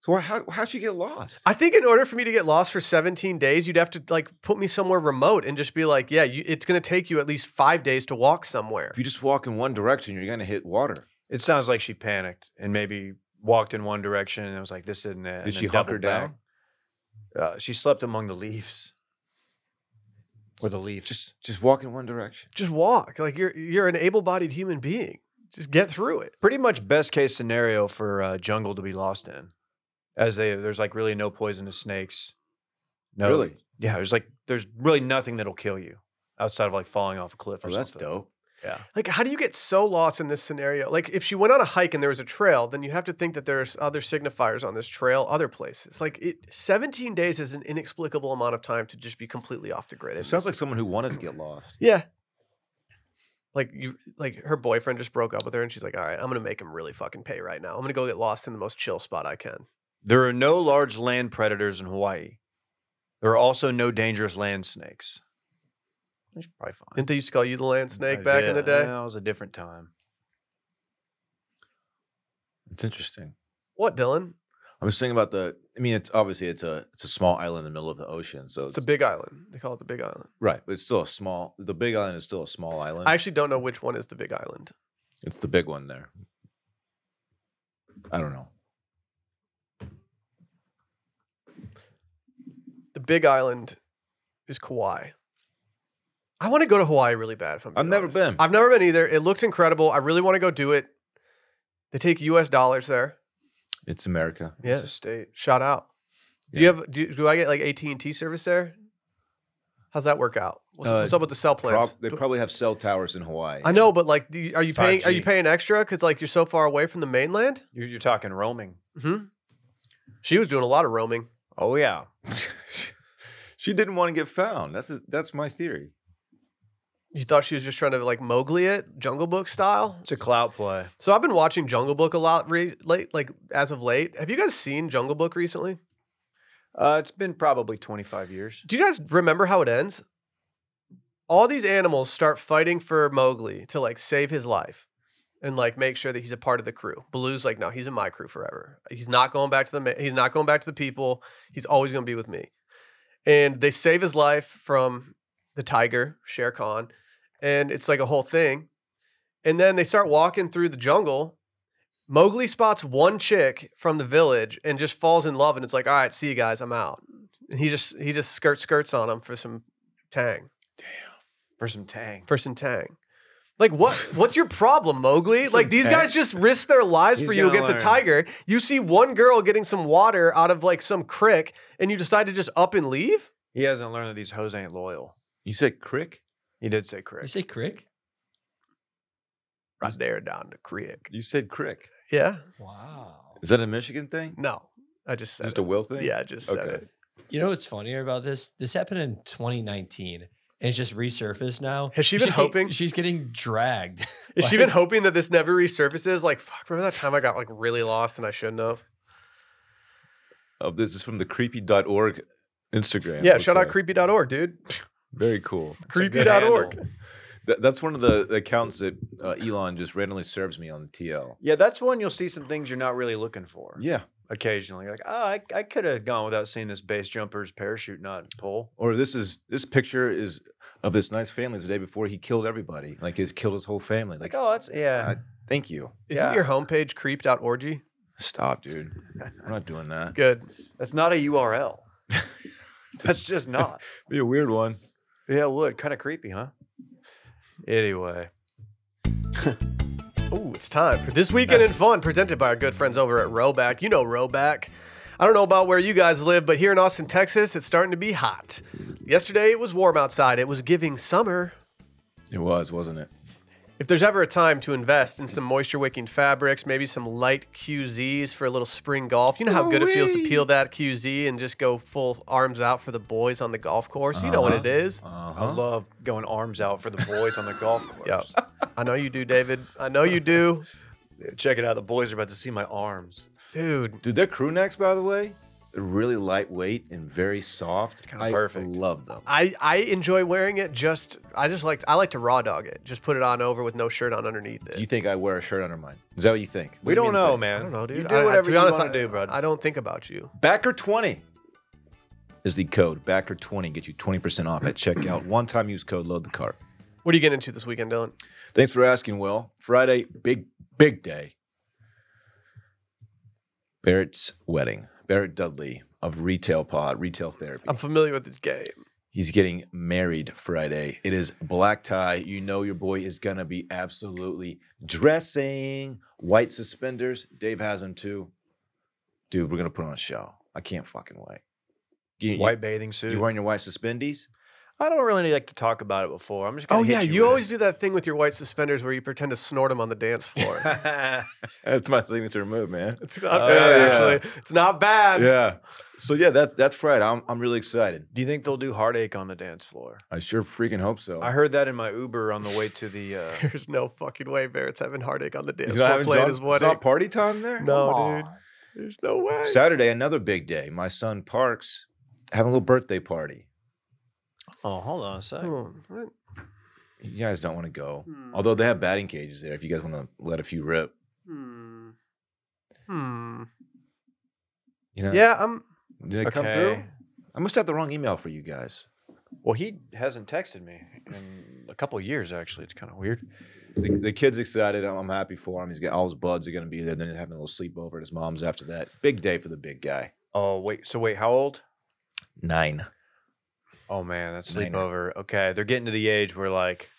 [SPEAKER 3] So why- how how'd you get lost?
[SPEAKER 1] I think in order for me to get lost for 17 days, you'd have to like put me somewhere remote and just be like, yeah, you, it's going to take you at least five days to walk somewhere.
[SPEAKER 3] if you just walk in one direction, you're gonna hit water.
[SPEAKER 2] It sounds like she panicked and maybe walked in one direction and was like, "This isn't it." and
[SPEAKER 3] Did
[SPEAKER 2] then
[SPEAKER 3] she hunker
[SPEAKER 2] doubled back.
[SPEAKER 3] down?
[SPEAKER 2] Uh, she slept among the leaves. With the leaves.
[SPEAKER 3] Just just walk in one direction.
[SPEAKER 1] Just walk like you're you're an able-bodied human being. Just get through it.
[SPEAKER 2] pretty much best case scenario for uh, jungle to be lost in, as they there's like really no poisonous snakes. No,
[SPEAKER 3] Really?
[SPEAKER 2] Yeah, there's like there's really nothing that'll kill you outside of like falling off a cliff or
[SPEAKER 3] Oh, that's
[SPEAKER 2] something.
[SPEAKER 3] dope.
[SPEAKER 1] Like, how do you get so lost in this scenario? Like, if she went on a hike and there was a trail, then you have to think that there's other signifiers on this trail, other places. Like, it 17 days is an inexplicable amount of time to just be completely off the grid.
[SPEAKER 3] It
[SPEAKER 1] and
[SPEAKER 3] sounds
[SPEAKER 1] miss
[SPEAKER 3] like someone who wanted to get lost.
[SPEAKER 1] Yeah. Like you like her boyfriend just broke up with her and she's like, "All right, I'm going to make him really fucking pay right now. I'm going to go get lost in the most chill spot I can."
[SPEAKER 2] There are no large land predators in Hawaii. There are also no dangerous land snakes. It's probably fine.
[SPEAKER 1] Didn't they used to call you the land snake
[SPEAKER 2] I
[SPEAKER 1] back in the
[SPEAKER 2] did-
[SPEAKER 1] day?
[SPEAKER 2] That was a different time.
[SPEAKER 3] It's interesting.
[SPEAKER 1] What, Dylan?
[SPEAKER 3] I was thinking about the. I mean, it's obviously it's a it's a small island in the middle of the ocean, so
[SPEAKER 1] It's
[SPEAKER 3] it's,
[SPEAKER 1] a big island. They call it the Big Island.
[SPEAKER 3] right. But it's still a small. The Big Island is still a small island.
[SPEAKER 1] I actually don't know which one is the Big Island.
[SPEAKER 3] it's the big one there. I don't know.
[SPEAKER 1] The Big Island is Kauai. I want to go to Hawaii really bad. If I'm
[SPEAKER 3] I've
[SPEAKER 1] being
[SPEAKER 3] never
[SPEAKER 1] honest.
[SPEAKER 3] been.
[SPEAKER 1] I've never been either. It looks incredible. I really want to go do it. They take U.S. dollars there.
[SPEAKER 3] It's America.
[SPEAKER 1] Yeah.
[SPEAKER 2] It's a state.
[SPEAKER 1] Shout out. Do you
[SPEAKER 3] Yeah.
[SPEAKER 1] have do, do I get like AT and T service there? How's that work out? What's,
[SPEAKER 3] Uh,
[SPEAKER 1] what's up with the cell plans?
[SPEAKER 3] Prob- they
[SPEAKER 1] Do-
[SPEAKER 3] probably have cell towers in Hawaii.
[SPEAKER 1] I know, but like, do you- are you paying? Are you
[SPEAKER 2] 5G.
[SPEAKER 1] paying extra because like you're so far away from the mainland?
[SPEAKER 2] You're, you're talking roaming.
[SPEAKER 1] hmm She was doing a lot of roaming.
[SPEAKER 2] Oh yeah.
[SPEAKER 3] she didn't want to get found. That's a, that's my theory.
[SPEAKER 1] You thought she was just trying to like Mowgli it, Jungle Book style.
[SPEAKER 2] It's a clout play.
[SPEAKER 1] So I've been watching Jungle Book a lot re- late, like as of late. Have you guys seen Jungle Book recently?
[SPEAKER 2] Uh, it's been probably 25 years.
[SPEAKER 1] Do you guys remember how it ends? All these animals start fighting for Mowgli to like save his life and like make sure that he's a part of the crew. Baloo's like, no, he's in my crew forever. He's not going back to the ma- he's not going back to the people. He's always going to be with me. And they save his life from the tiger, Shere Khan, and it's like a whole thing. And then they start walking through the jungle. Mowgli spots one chick from the village and just falls in love and it's like, "All right, see you guys, I'm out." And he just he just skirt skirts on him for some tang
[SPEAKER 2] For some tang.
[SPEAKER 1] for some tang. Like what? What's your problem, Mowgli? like
[SPEAKER 2] Some
[SPEAKER 1] these
[SPEAKER 2] tang.
[SPEAKER 1] guys just risk their lives for
[SPEAKER 2] He's
[SPEAKER 1] you
[SPEAKER 2] gonna
[SPEAKER 1] against a
[SPEAKER 2] learn.
[SPEAKER 1] tiger. You see one girl getting some water out of like some crick, and you decide to just up and leave.
[SPEAKER 2] He hasn't learned that these hoes ain't loyal.
[SPEAKER 3] You said crick.
[SPEAKER 2] He did say
[SPEAKER 4] You
[SPEAKER 2] correct.
[SPEAKER 4] say crick?
[SPEAKER 1] Right there down the creek.
[SPEAKER 3] You said crick.
[SPEAKER 1] Yeah.
[SPEAKER 4] Wow.
[SPEAKER 3] Is that a Michigan thing?
[SPEAKER 1] No, I just said
[SPEAKER 3] Just
[SPEAKER 1] it.
[SPEAKER 3] a will thing?
[SPEAKER 1] Mm, uh, Yeah, I just said
[SPEAKER 3] Okay.
[SPEAKER 1] it.
[SPEAKER 4] You know what's funnier about this? This happened in 2019 and it's just resurfaced now.
[SPEAKER 1] Has she
[SPEAKER 4] And
[SPEAKER 1] been
[SPEAKER 4] she's get-
[SPEAKER 1] hoping?
[SPEAKER 4] she's getting dragged.
[SPEAKER 1] Is she even
[SPEAKER 4] Like,
[SPEAKER 1] hoping that this never resurfaces? Like, fuck, remember that time I got like really lost and I shouldn't have?
[SPEAKER 3] Oh, this is from the creepy.org Instagram.
[SPEAKER 1] Yeah,
[SPEAKER 3] looks
[SPEAKER 1] shout out
[SPEAKER 3] like.
[SPEAKER 1] creepy.org, dude.
[SPEAKER 3] Very cool.
[SPEAKER 1] Creepy.org.
[SPEAKER 3] That, that's one of the the accounts that uh, Elon just randomly serves me on the TL.
[SPEAKER 2] Yeah, that's when you'll see some things you're not really looking for.
[SPEAKER 3] Yeah.
[SPEAKER 2] Occasionally. You're like, oh, I, I could have gone without seeing this base jumper's parachute nut pull.
[SPEAKER 3] Or this is this picture is of this nice family the day before he killed everybody. Like he killed his whole family.
[SPEAKER 2] Like,
[SPEAKER 3] Like,
[SPEAKER 2] oh, that's, yeah.
[SPEAKER 3] thank you.
[SPEAKER 1] Isn't
[SPEAKER 2] Yeah.
[SPEAKER 1] your homepage creep.org?
[SPEAKER 3] Stop, dude. We're not doing that.
[SPEAKER 1] Good.
[SPEAKER 2] That's not a URL. that's just not.
[SPEAKER 3] Be a weird one.
[SPEAKER 2] Yeah, it would. Kind of creepy, huh? Anyway,
[SPEAKER 1] Ooh, it's time for This Weekend in Fun, presented by our good friends over at Roback. You know Roback. I don't know about where you guys live, but here in Austin, Texas, it's starting to be hot. Yesterday, it was warm outside. It was giving summer.
[SPEAKER 3] It was, wasn't it?
[SPEAKER 1] If there's ever a time to invest in some moisture wicking fabrics, maybe some light QZs for a little spring golf, you know how good it feels to peel that QZ and just go full arms out for the boys on the golf course. You know what it is.
[SPEAKER 3] Uh-huh.
[SPEAKER 2] I love going arms out for the boys on the golf course.
[SPEAKER 1] Yeah. I know you do, David. I know you do.
[SPEAKER 2] Check it out. The boys are about to see my arms.
[SPEAKER 1] Dude,
[SPEAKER 3] Dude, their crew necks, by the way, they're really lightweight and very soft.
[SPEAKER 2] kinda
[SPEAKER 3] I
[SPEAKER 2] perfect.
[SPEAKER 3] Love them.
[SPEAKER 1] I, I enjoy wearing it just I just like I like to raw dog it. Just put it on over with no shirt on underneath it.
[SPEAKER 3] Do you think I wear a shirt under mine? Is that what you think?
[SPEAKER 2] We don't know, man.
[SPEAKER 1] I don't know, dude.
[SPEAKER 2] You do
[SPEAKER 1] I- I-
[SPEAKER 2] whatever
[SPEAKER 1] to be
[SPEAKER 2] you
[SPEAKER 1] honest,
[SPEAKER 2] want
[SPEAKER 1] I-
[SPEAKER 2] to do, bud.
[SPEAKER 1] I don't think about you.
[SPEAKER 3] Backer twenty is the code. Backer twenty get you twenty percent off at checkout. One time use code. Load the cart.
[SPEAKER 1] What are you getting into this weekend, Dylan?
[SPEAKER 3] Thanks for asking, Will. Friday, big big day. Barrett's wedding. Barrett Dudley of Retail Pod, Retail Therapy.
[SPEAKER 1] I'm familiar with this game.
[SPEAKER 3] He's getting married Friday. It is black tie. You know your boy is gonna be absolutely dressing. White suspenders. Dave has them too. Dude, we're gonna put on a show. I can't fucking wait. You, you-
[SPEAKER 2] White bathing suit.
[SPEAKER 3] you wearing your white suspendies?
[SPEAKER 2] I don't really like to talk about it before. I'm just gonna
[SPEAKER 1] Oh
[SPEAKER 2] hit
[SPEAKER 1] yeah,
[SPEAKER 2] you,
[SPEAKER 1] you always do that thing with your white suspenders where you pretend to snort them on the dance floor.
[SPEAKER 2] do.
[SPEAKER 3] That's my signature move, man.
[SPEAKER 1] It's not
[SPEAKER 2] Oh,
[SPEAKER 1] bad,
[SPEAKER 3] yeah.
[SPEAKER 1] actually. It's not bad.
[SPEAKER 3] Yeah. So yeah, that's that's Friday. I'm I'm really excited.
[SPEAKER 2] Do you think they'll do heartache on the dance floor?
[SPEAKER 3] I sure freaking hope so.
[SPEAKER 1] Oh.
[SPEAKER 2] I heard that in my Uber on the way to the. Uh,
[SPEAKER 1] There's no fucking way Barrett's having heartache on the dance
[SPEAKER 3] He's
[SPEAKER 1] floor
[SPEAKER 3] not having
[SPEAKER 1] playing
[SPEAKER 3] drunk-
[SPEAKER 1] his
[SPEAKER 3] it's
[SPEAKER 1] wedding.
[SPEAKER 3] not party time there.
[SPEAKER 1] no,
[SPEAKER 3] Come
[SPEAKER 1] dude.
[SPEAKER 3] on.
[SPEAKER 1] There's no way.
[SPEAKER 3] Saturday, another big day. My son Parks having a little birthday party.
[SPEAKER 2] oh, hold on a second.
[SPEAKER 1] Oh, what?
[SPEAKER 3] You guys don't want to go.
[SPEAKER 1] Hmm.
[SPEAKER 3] Although they have batting cages there if you guys want to let a few rip.
[SPEAKER 1] Hmm. Hmm.
[SPEAKER 3] You know,
[SPEAKER 1] Yeah, I'm.
[SPEAKER 3] Did they come through? I must have the wrong email for you guys.
[SPEAKER 2] Well, he hasn't texted me in a couple years. Actually, it's kind of weird.
[SPEAKER 3] The, the kid's excited. I'm, I'm happy for him. He's got all his buds are going to be there. Then he's having a little sleepover at his mom's after that. Big day for the big guy.
[SPEAKER 2] Oh wait, so wait, how old?
[SPEAKER 3] Nine.
[SPEAKER 2] Oh man, that's
[SPEAKER 3] Nine.
[SPEAKER 2] sleepover. Okay, they're getting to the age where like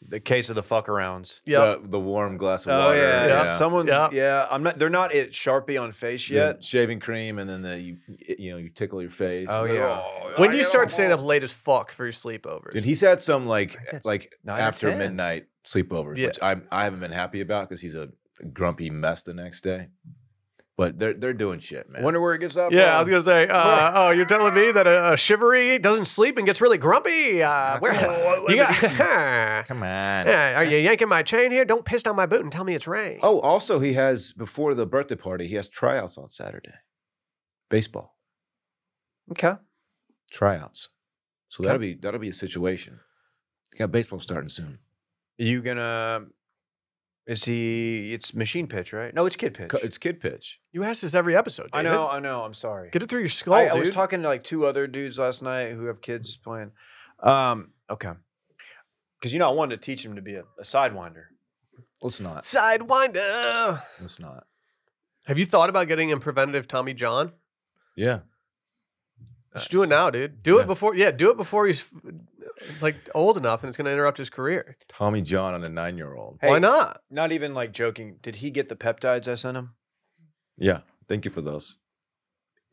[SPEAKER 2] the case of the fuck arounds.
[SPEAKER 1] Yep.
[SPEAKER 3] The, the warm glass of
[SPEAKER 2] Oh
[SPEAKER 3] water.
[SPEAKER 2] yeah,
[SPEAKER 1] yeah.
[SPEAKER 2] someone's
[SPEAKER 1] Yeah.
[SPEAKER 2] yeah. I'm not. They're not at Sharpie on face
[SPEAKER 3] The
[SPEAKER 2] yet.
[SPEAKER 3] Shaving cream, and then the, you you know you tickle your face.
[SPEAKER 2] Oh,
[SPEAKER 3] and then,
[SPEAKER 2] yeah.
[SPEAKER 3] "Oh,
[SPEAKER 1] when
[SPEAKER 3] I
[SPEAKER 1] do you
[SPEAKER 3] got
[SPEAKER 1] start
[SPEAKER 3] a
[SPEAKER 1] staying up
[SPEAKER 3] ball."
[SPEAKER 1] late as fuck for your sleepovers?
[SPEAKER 3] Dude, he's had some like
[SPEAKER 2] think that's
[SPEAKER 3] like
[SPEAKER 2] nine or
[SPEAKER 3] after
[SPEAKER 2] 10.
[SPEAKER 3] midnight sleepovers,
[SPEAKER 1] Yeah.
[SPEAKER 3] which I'm I haven't been happy about because he's a grumpy mess the next day. But they're they're doing shit, man.
[SPEAKER 2] Wonder where it gets that.
[SPEAKER 1] yeah, I was
[SPEAKER 2] from.
[SPEAKER 1] gonna say. Uh, oh, you're telling me that a, a shivery doesn't sleep and gets really grumpy.
[SPEAKER 2] Ah,
[SPEAKER 1] Uh, where you got?
[SPEAKER 3] Come on.
[SPEAKER 1] Yeah, are you yanking my chain here? Don't piss down my boot and tell me it's rain.
[SPEAKER 3] Oh, also he has before the birthday party, he has tryouts on Saturday. Baseball
[SPEAKER 2] Okay.
[SPEAKER 3] tryouts. So
[SPEAKER 2] Okay.
[SPEAKER 3] that'll be that'll be a situation. You got baseball starting soon.
[SPEAKER 2] You gonna? Is he? It's machine pitch, right? No, it's kid pitch.
[SPEAKER 3] Co- It's kid pitch.
[SPEAKER 1] you ask this every episode.
[SPEAKER 2] I
[SPEAKER 1] David.
[SPEAKER 2] know, I know. I'm sorry.
[SPEAKER 1] Get it through your skull,
[SPEAKER 2] I,
[SPEAKER 1] dude.
[SPEAKER 2] I was talking to like two other dudes last night who have kids playing. Um, okay. Because you know, I wanted to teach him to be a, a sidewinder.
[SPEAKER 3] Let's not.
[SPEAKER 1] Sidewinder.
[SPEAKER 3] Let's not.
[SPEAKER 1] Have you thought about getting him preventative Tommy John?
[SPEAKER 3] Yeah.
[SPEAKER 1] Just do it now, dude. Do
[SPEAKER 3] Yeah.
[SPEAKER 1] it before. Yeah, do it before he's like old enough, and it's gonna interrupt his career.
[SPEAKER 3] Tommy John on a nine year old.
[SPEAKER 2] Hey,
[SPEAKER 1] Why not?
[SPEAKER 2] Not even like joking. Did he get the peptides I sent him?
[SPEAKER 3] Yeah. Thank you for those.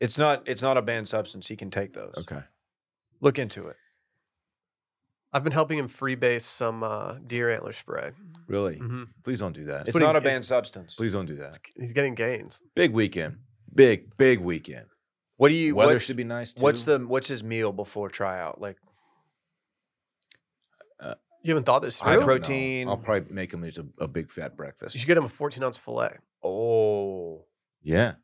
[SPEAKER 2] It's not. It's not a banned substance. He can take those.
[SPEAKER 3] Okay.
[SPEAKER 2] Look into it.
[SPEAKER 1] I've been helping him freebase some uh, deer antler spray.
[SPEAKER 2] Mm-hmm.
[SPEAKER 3] Really?
[SPEAKER 1] hmm
[SPEAKER 3] Please don't do that.
[SPEAKER 2] It's
[SPEAKER 1] putting-
[SPEAKER 2] not a
[SPEAKER 1] it's-
[SPEAKER 2] banned substance.
[SPEAKER 3] Please don't do that.
[SPEAKER 1] He's getting gains.
[SPEAKER 3] Big weekend. Big, big weekend.
[SPEAKER 2] What do you?
[SPEAKER 3] Weather
[SPEAKER 2] what's,
[SPEAKER 3] should be nice too.
[SPEAKER 2] what's the? What's his meal before tryout? Like
[SPEAKER 1] You haven't thought this
[SPEAKER 3] I don't
[SPEAKER 1] through.
[SPEAKER 3] know.
[SPEAKER 2] protein?
[SPEAKER 3] I'll probably make him just a, a big fat
[SPEAKER 1] You should
[SPEAKER 3] breakfast.
[SPEAKER 1] get him a 14 ounce fillet.
[SPEAKER 2] oh,
[SPEAKER 3] Yeah.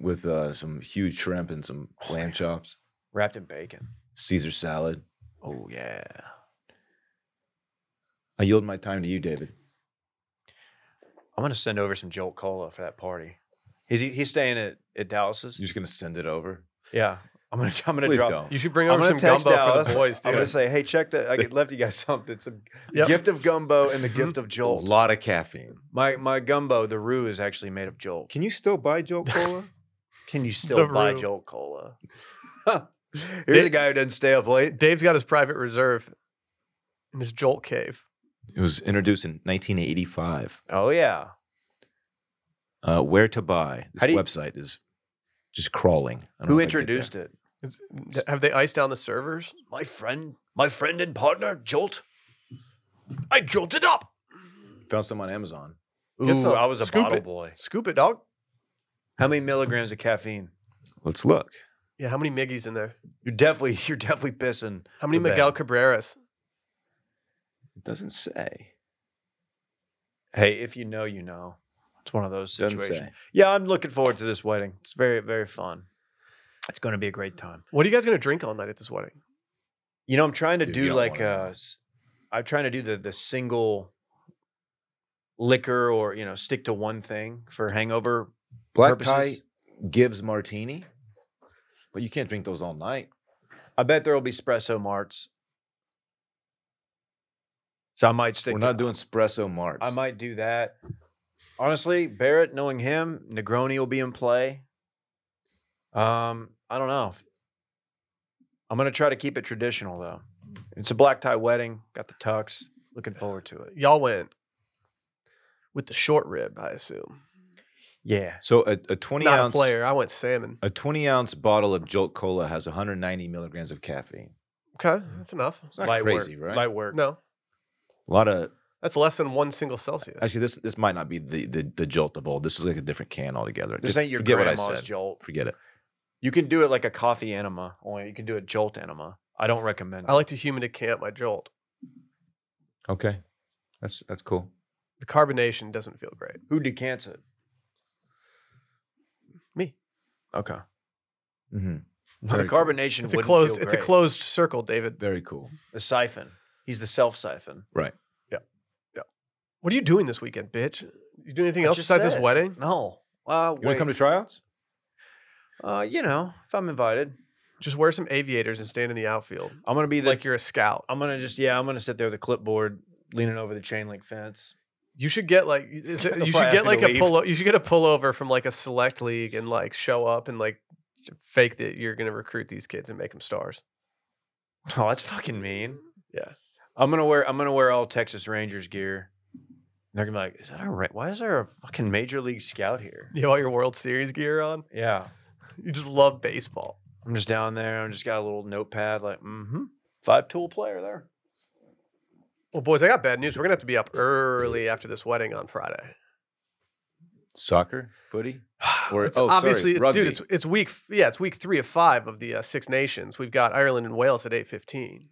[SPEAKER 3] With uh, some huge shrimp and some lamb chops,
[SPEAKER 2] wrapped in bacon.
[SPEAKER 3] Caesar salad.
[SPEAKER 2] Oh yeah.
[SPEAKER 3] I yield my time to you, David.
[SPEAKER 2] I'm gonna send over some Jolt Cola for that party. He's he's staying at at Dallas's.
[SPEAKER 3] You're just gonna send it over.
[SPEAKER 2] Yeah, I'm gonna I'm gonna
[SPEAKER 3] Please
[SPEAKER 2] drop.
[SPEAKER 3] don't.
[SPEAKER 1] You should bring
[SPEAKER 2] I'm
[SPEAKER 1] over some
[SPEAKER 2] gonna text
[SPEAKER 1] gumbo
[SPEAKER 2] Dallas.
[SPEAKER 1] for the boys,
[SPEAKER 2] I'm gonna
[SPEAKER 1] dude.
[SPEAKER 2] say, hey, check that. I get left you guys something. Some
[SPEAKER 1] Yep.
[SPEAKER 2] gift of gumbo and the gift of
[SPEAKER 3] A
[SPEAKER 2] Jolt.
[SPEAKER 3] lot of caffeine.
[SPEAKER 2] My my gumbo, the roux is actually made of Jolt.
[SPEAKER 3] Can you still buy Jolt Cola?
[SPEAKER 2] Can you still buy
[SPEAKER 1] roux.
[SPEAKER 2] Jolt Cola? Here's
[SPEAKER 1] Did-
[SPEAKER 2] a guy who doesn't stay up late.
[SPEAKER 1] Dave's got his private reserve in his Jolt cave.
[SPEAKER 3] It was introduced in 1985.
[SPEAKER 2] Oh yeah.
[SPEAKER 3] Uh, where to buy? This
[SPEAKER 2] How do you-
[SPEAKER 3] website is just crawling. I don't know
[SPEAKER 2] Who
[SPEAKER 3] if I did that.
[SPEAKER 2] introduced it?
[SPEAKER 1] It's, have they iced down the servers?
[SPEAKER 2] My friend, my friend and partner, Jolt. I jolted up.
[SPEAKER 3] Found some on Amazon.
[SPEAKER 1] Get some.
[SPEAKER 2] I was a
[SPEAKER 1] Scoop
[SPEAKER 2] bottle
[SPEAKER 1] it.
[SPEAKER 2] boy.
[SPEAKER 1] Scoop it, dog.
[SPEAKER 2] How many milligrams of caffeine?
[SPEAKER 3] Let's look.
[SPEAKER 1] Yeah, how many Miggies in there?
[SPEAKER 2] You're definitely, you're definitely pissing.
[SPEAKER 1] How many
[SPEAKER 2] the bed.
[SPEAKER 1] Miguel Cabreras?
[SPEAKER 3] It doesn't say.
[SPEAKER 2] Hey, if you know, you know. It's one of those
[SPEAKER 3] Doesn't
[SPEAKER 2] situations.
[SPEAKER 3] say.
[SPEAKER 2] Yeah, I'm looking forward to this wedding. It's very, very fun. It's going to be a great time.
[SPEAKER 1] What are you guys gonna drink all night at this wedding?
[SPEAKER 2] You know, I'm trying to
[SPEAKER 3] Dude, you
[SPEAKER 2] do
[SPEAKER 3] don't
[SPEAKER 2] like
[SPEAKER 3] wanna know.
[SPEAKER 2] uh s- I'm trying to do the the single liquor or you know stick to one thing for hangover.
[SPEAKER 3] Black
[SPEAKER 2] purposes.
[SPEAKER 3] tie gives martini, but you can't drink those all night.
[SPEAKER 2] I bet there will be espresso marts. So I might stick.
[SPEAKER 3] We're
[SPEAKER 2] to,
[SPEAKER 3] not doing espresso marts.
[SPEAKER 2] I might do that. Honestly, Barrett, knowing him, Negroni will be in play. Um, I don't know. I'm gonna try to keep it traditional though. It's a black tie wedding. Got the tux. Looking forward to it.
[SPEAKER 1] Y'all went with the short rib, I assume.
[SPEAKER 2] Yeah.
[SPEAKER 3] So a, a 20
[SPEAKER 1] Not a
[SPEAKER 3] ounce
[SPEAKER 1] player. I went salmon.
[SPEAKER 3] a 20 ounce bottle of Jolt Cola has 190 milligrams of caffeine.
[SPEAKER 1] Okay, that's enough.
[SPEAKER 3] It's not
[SPEAKER 2] light
[SPEAKER 3] crazy,
[SPEAKER 2] work,
[SPEAKER 3] right?
[SPEAKER 2] Light work.
[SPEAKER 1] No,
[SPEAKER 3] A lot of
[SPEAKER 1] that's less than one single Celsius.
[SPEAKER 3] actually this this might not be the the, the Jolt of old. This is like a different can altogether.
[SPEAKER 2] This
[SPEAKER 3] Just
[SPEAKER 2] ain't your
[SPEAKER 3] forget what I
[SPEAKER 2] grandma's
[SPEAKER 3] said.
[SPEAKER 2] jolt.
[SPEAKER 3] Forget it.
[SPEAKER 2] You can do it like a coffee enema, only you can do a jolt enema. I don't recommend
[SPEAKER 1] I
[SPEAKER 2] it.
[SPEAKER 1] like to human decant my jolt.
[SPEAKER 3] Okay, that's that's cool.
[SPEAKER 1] The carbonation doesn't feel great.
[SPEAKER 2] Who decants it?
[SPEAKER 1] Me.
[SPEAKER 2] Okay.
[SPEAKER 3] hmm
[SPEAKER 2] the
[SPEAKER 3] Very cool.
[SPEAKER 2] carbonation
[SPEAKER 1] It's a
[SPEAKER 2] wouldn't
[SPEAKER 1] closed.
[SPEAKER 2] feel
[SPEAKER 1] It's a
[SPEAKER 2] great.
[SPEAKER 1] closed circle, David.
[SPEAKER 3] Very cool.
[SPEAKER 2] The siphon. He's the self siphon.
[SPEAKER 3] Right.
[SPEAKER 1] What are you doing this weekend, bitch? You doing anything
[SPEAKER 2] I
[SPEAKER 1] else
[SPEAKER 2] just
[SPEAKER 1] besides this
[SPEAKER 2] said.
[SPEAKER 1] wedding?
[SPEAKER 2] No. Uh,
[SPEAKER 3] You
[SPEAKER 2] wait.
[SPEAKER 3] want to come to tryouts?
[SPEAKER 2] uh, you know, if I'm invited,
[SPEAKER 1] Just wear some aviators and stand in the outfield
[SPEAKER 2] I'm gonna be the,
[SPEAKER 1] like you're a scout.
[SPEAKER 2] I'm gonna just yeah, I'm gonna sit there with a clipboard, leaning over the chain link fence.
[SPEAKER 1] You should get like is it-
[SPEAKER 2] They'll
[SPEAKER 1] you
[SPEAKER 2] probably
[SPEAKER 1] should
[SPEAKER 2] ask
[SPEAKER 1] get
[SPEAKER 2] me
[SPEAKER 1] like
[SPEAKER 2] to
[SPEAKER 1] a
[SPEAKER 2] leave.
[SPEAKER 1] pull. You should get a pullover from like a select league and like show up and like fake that you're gonna recruit these kids and make them stars.
[SPEAKER 2] Oh, that's fucking mean.
[SPEAKER 1] Yeah.
[SPEAKER 2] I'm gonna wear I'm gonna wear all Texas Rangers gear. They're gonna be like, is that a ra- why is there a fucking major league scout here?
[SPEAKER 1] You have all your World Series gear on.
[SPEAKER 2] Yeah.
[SPEAKER 1] You just love baseball.
[SPEAKER 2] I'm just down there. I'm just got a little notepad, like, mm-hmm. Five tool player there.
[SPEAKER 1] Well, boys, I got bad news. We're gonna have to be up early after this wedding on Friday.
[SPEAKER 3] Soccer, footy, or
[SPEAKER 1] It's
[SPEAKER 3] oh,
[SPEAKER 1] obviously,
[SPEAKER 3] sorry,
[SPEAKER 1] it's,
[SPEAKER 3] rugby.
[SPEAKER 1] dude, it's, it's week. f- Yeah, it's week three of five of the uh, Six Nations. We've got Ireland and Wales at eight fifteen,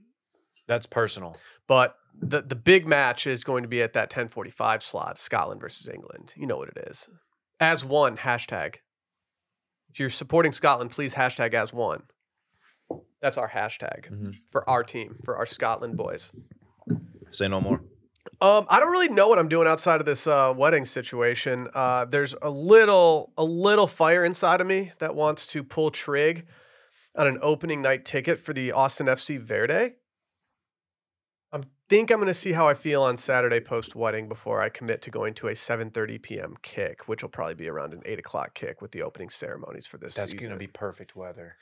[SPEAKER 2] That's personal.
[SPEAKER 1] but the the big match is going to be at that ten forty five slot. Scotland versus England. You know what it is. As one hashtag. If you're supporting Scotland, please hashtag as one. That's our hashtag
[SPEAKER 3] Mhm.
[SPEAKER 1] for our team, for our Scotland boys.
[SPEAKER 3] Say no more.
[SPEAKER 1] Um, I don't really know what I'm doing outside of this uh, wedding situation. Uh, there's a little, a little fire inside of me that wants to pull trig on an opening night ticket for the Austin FC Verde. I think I'm going to see how I feel on Saturday post wedding before I commit to going to a 7:30 p.m. kick, which will probably be around an eight o'clock kick with the opening ceremonies for this.
[SPEAKER 2] That's
[SPEAKER 1] season.
[SPEAKER 2] gonna be perfect weather.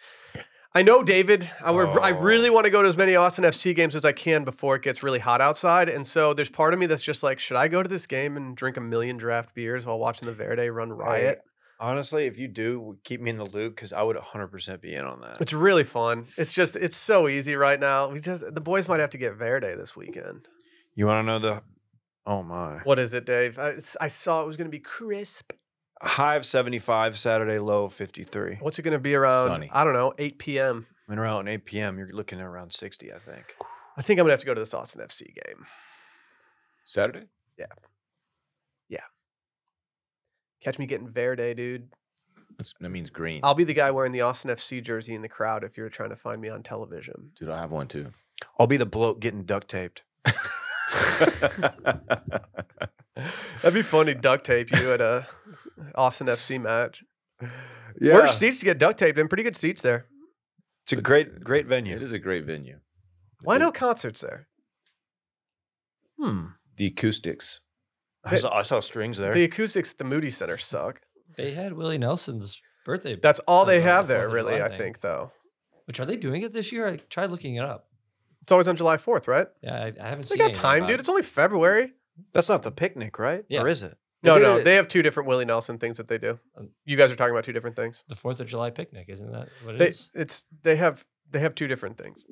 [SPEAKER 1] I know, David. I, were- I
[SPEAKER 2] Oh.
[SPEAKER 1] really want to go to as many Austin FC games as I can before it gets really hot outside. And so there's part of me that's just like, should I go to this game and drink a million draft beers while watching the Verde run riot?
[SPEAKER 2] Honestly, if you do, keep me in the loop because I would 100% be in on that.
[SPEAKER 1] It's really fun. It's just, it's so easy right now. We just, the boys might have to get Verde this weekend.
[SPEAKER 2] You want to know the? Oh my!
[SPEAKER 1] What is it, Dave? I, it's- I saw it was going to be crisp.
[SPEAKER 2] High of 75 Saturday, low of 53.
[SPEAKER 1] What's it going to be around?
[SPEAKER 3] Sunny.
[SPEAKER 1] I don't know, 8 p.m.
[SPEAKER 2] And around 8 p.m., you're looking at around 60, I think.
[SPEAKER 1] I think I'm going to have to go to this Austin FC game.
[SPEAKER 3] Saturday.
[SPEAKER 1] Catch me getting Verde, dude.
[SPEAKER 3] That's, that means green.
[SPEAKER 1] I'll be the guy wearing the Austin FC jersey in the crowd if you're trying to find me on television.
[SPEAKER 3] Dude, I have one too.
[SPEAKER 2] I'll be the bloke getting duct taped.
[SPEAKER 1] That'd be funny. Duct tape you at a Austin FC match.
[SPEAKER 2] Yeah,
[SPEAKER 1] Worst seats to get duct taped in. Pretty good seats there.
[SPEAKER 2] it's a great, great
[SPEAKER 3] It
[SPEAKER 2] venue.
[SPEAKER 3] is a great venue.
[SPEAKER 1] Why
[SPEAKER 3] The-
[SPEAKER 1] no concerts there?
[SPEAKER 2] Hmm.
[SPEAKER 3] The acoustics.
[SPEAKER 2] I saw, I saw strings there.
[SPEAKER 1] The acoustics at the Moody Center suck.
[SPEAKER 4] They had Willie Nelson's birthday.
[SPEAKER 1] That's all they
[SPEAKER 4] That's all
[SPEAKER 1] have
[SPEAKER 4] the
[SPEAKER 1] there,
[SPEAKER 4] Fourth of
[SPEAKER 1] really.
[SPEAKER 4] July
[SPEAKER 1] I
[SPEAKER 4] thing.
[SPEAKER 1] think though.
[SPEAKER 4] which are they doing it this year? I tried looking it up.
[SPEAKER 1] It's always on July 4th, right?
[SPEAKER 4] Yeah, I, I haven't
[SPEAKER 1] They
[SPEAKER 4] seen.
[SPEAKER 1] got
[SPEAKER 4] anything
[SPEAKER 1] time,
[SPEAKER 4] about
[SPEAKER 1] dude.
[SPEAKER 4] it.
[SPEAKER 1] It's only February.
[SPEAKER 2] That's not the picnic, right?
[SPEAKER 4] Yeah.
[SPEAKER 2] Or is it?
[SPEAKER 1] No,
[SPEAKER 2] did
[SPEAKER 1] no,
[SPEAKER 2] it-
[SPEAKER 1] they have two different Willie Nelson things that they do.
[SPEAKER 4] Um,
[SPEAKER 1] You guys are talking about two different things.
[SPEAKER 4] The Fourth of July picnic, isn't that what it
[SPEAKER 1] They
[SPEAKER 4] is?
[SPEAKER 1] it's they have they have two different things.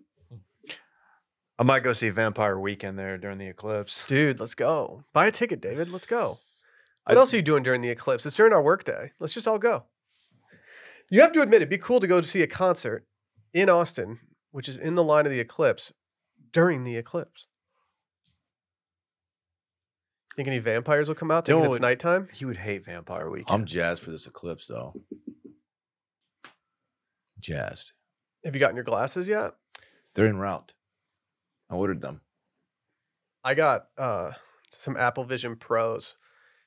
[SPEAKER 2] I might go see Vampire Weekend there during the eclipse.
[SPEAKER 1] Dude, let's go. Buy a ticket, David. Let's go. What
[SPEAKER 2] I-
[SPEAKER 1] else are you doing during the eclipse? It's during our workday. Let's just all go. You have to admit it'd be cool to go to see a concert in Austin, which is in the line of the eclipse, during the eclipse. Think any vampires will come out? Thinking
[SPEAKER 2] No,
[SPEAKER 1] it's
[SPEAKER 2] it-
[SPEAKER 1] nighttime?
[SPEAKER 2] He would hate Vampire Weekend.
[SPEAKER 3] I'm jazzed for this eclipse, though. Jazzed.
[SPEAKER 1] Have you gotten your glasses yet?
[SPEAKER 3] They're en route. I ordered them.
[SPEAKER 1] I got uh, some Apple Vision Pros,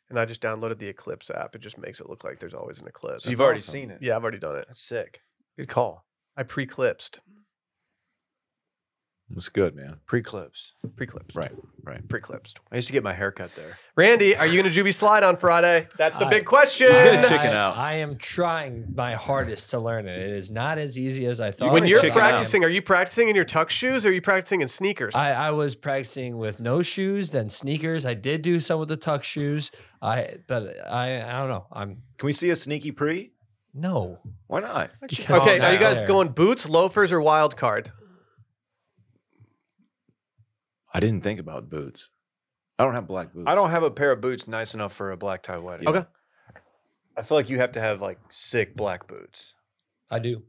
[SPEAKER 1] and I just downloaded the Eclipse app. It just makes it look like there's always an eclipse.
[SPEAKER 2] so you've
[SPEAKER 3] That's
[SPEAKER 2] already
[SPEAKER 3] awesome.
[SPEAKER 2] seen it.
[SPEAKER 1] yeah, I've already done it.
[SPEAKER 2] That's sick. Good call.
[SPEAKER 1] I pre-clipsed,
[SPEAKER 3] That's good, man.
[SPEAKER 2] Pre-clips.
[SPEAKER 1] pre-clipsed,
[SPEAKER 3] Right, right.
[SPEAKER 1] pre-clipsed.
[SPEAKER 2] I used to get my hair cut there.
[SPEAKER 1] Randy, are you gonna Juvie slide on Friday? That's the
[SPEAKER 4] I-
[SPEAKER 1] big question.
[SPEAKER 3] He's gonna
[SPEAKER 4] I-
[SPEAKER 3] chicken
[SPEAKER 4] I-
[SPEAKER 3] out.
[SPEAKER 4] I am trying my hardest to learn it. It is not as easy as I thought.
[SPEAKER 1] when
[SPEAKER 4] it
[SPEAKER 1] you're
[SPEAKER 4] was.
[SPEAKER 3] chicken out.
[SPEAKER 1] practicing, are you practicing in your tuck shoes or are you practicing in sneakers?
[SPEAKER 4] I, I was practicing with no shoes, then sneakers. I did do some with the tuck shoes. I but I I don't know. I'm
[SPEAKER 3] Can we see a sneaky pre?
[SPEAKER 4] no.
[SPEAKER 3] Why not?
[SPEAKER 4] because
[SPEAKER 1] okay,
[SPEAKER 4] it's
[SPEAKER 1] are you
[SPEAKER 4] not
[SPEAKER 1] guys
[SPEAKER 4] there.
[SPEAKER 1] going boots, loafers, or wild card?
[SPEAKER 3] I didn't think about boots. I don't have black boots.
[SPEAKER 2] I don't have a pair of boots nice enough for a black tie wedding.
[SPEAKER 3] Yeah.
[SPEAKER 1] Okay.
[SPEAKER 2] I feel like you have to have like sick black boots.
[SPEAKER 4] I do.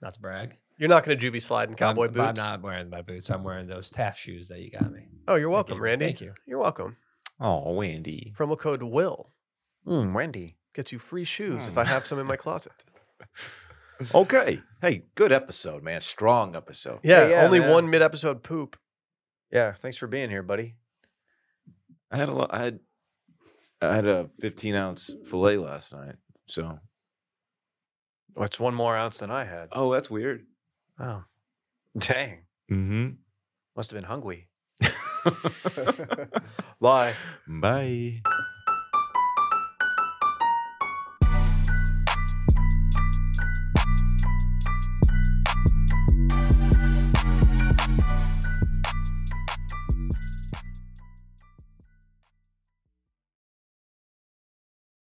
[SPEAKER 4] Not to brag.
[SPEAKER 1] You're not gonna Juvie slide in
[SPEAKER 4] but I'm-
[SPEAKER 1] cowboy
[SPEAKER 4] but I'm
[SPEAKER 1] boots.
[SPEAKER 4] not wearing my boots. I'm wearing those taff shoes that you got me.
[SPEAKER 1] Oh, you're welcome,
[SPEAKER 4] you.
[SPEAKER 1] Randy.
[SPEAKER 4] Thank you.
[SPEAKER 1] You're welcome.
[SPEAKER 3] Oh, Wendy.
[SPEAKER 1] Promo code Will
[SPEAKER 2] Mm, Wendy.
[SPEAKER 1] gets you free shoes if I
[SPEAKER 4] Hmm.
[SPEAKER 1] have some in my closet.
[SPEAKER 3] Okay. Hey, good episode, man. Strong episode.
[SPEAKER 1] Yeah,
[SPEAKER 2] yeah,
[SPEAKER 1] only
[SPEAKER 2] man.
[SPEAKER 1] one mid episode poop.
[SPEAKER 2] Yeah, thanks for being here, buddy.
[SPEAKER 3] I had a lot. I had I had a 15 ounce fillet last night. So.
[SPEAKER 2] Well, it's one more ounce than I had.
[SPEAKER 3] Oh, that's weird.
[SPEAKER 2] Oh. Dang.
[SPEAKER 3] Mm-hmm.
[SPEAKER 2] Must have been hungry. Bye.
[SPEAKER 3] Bye.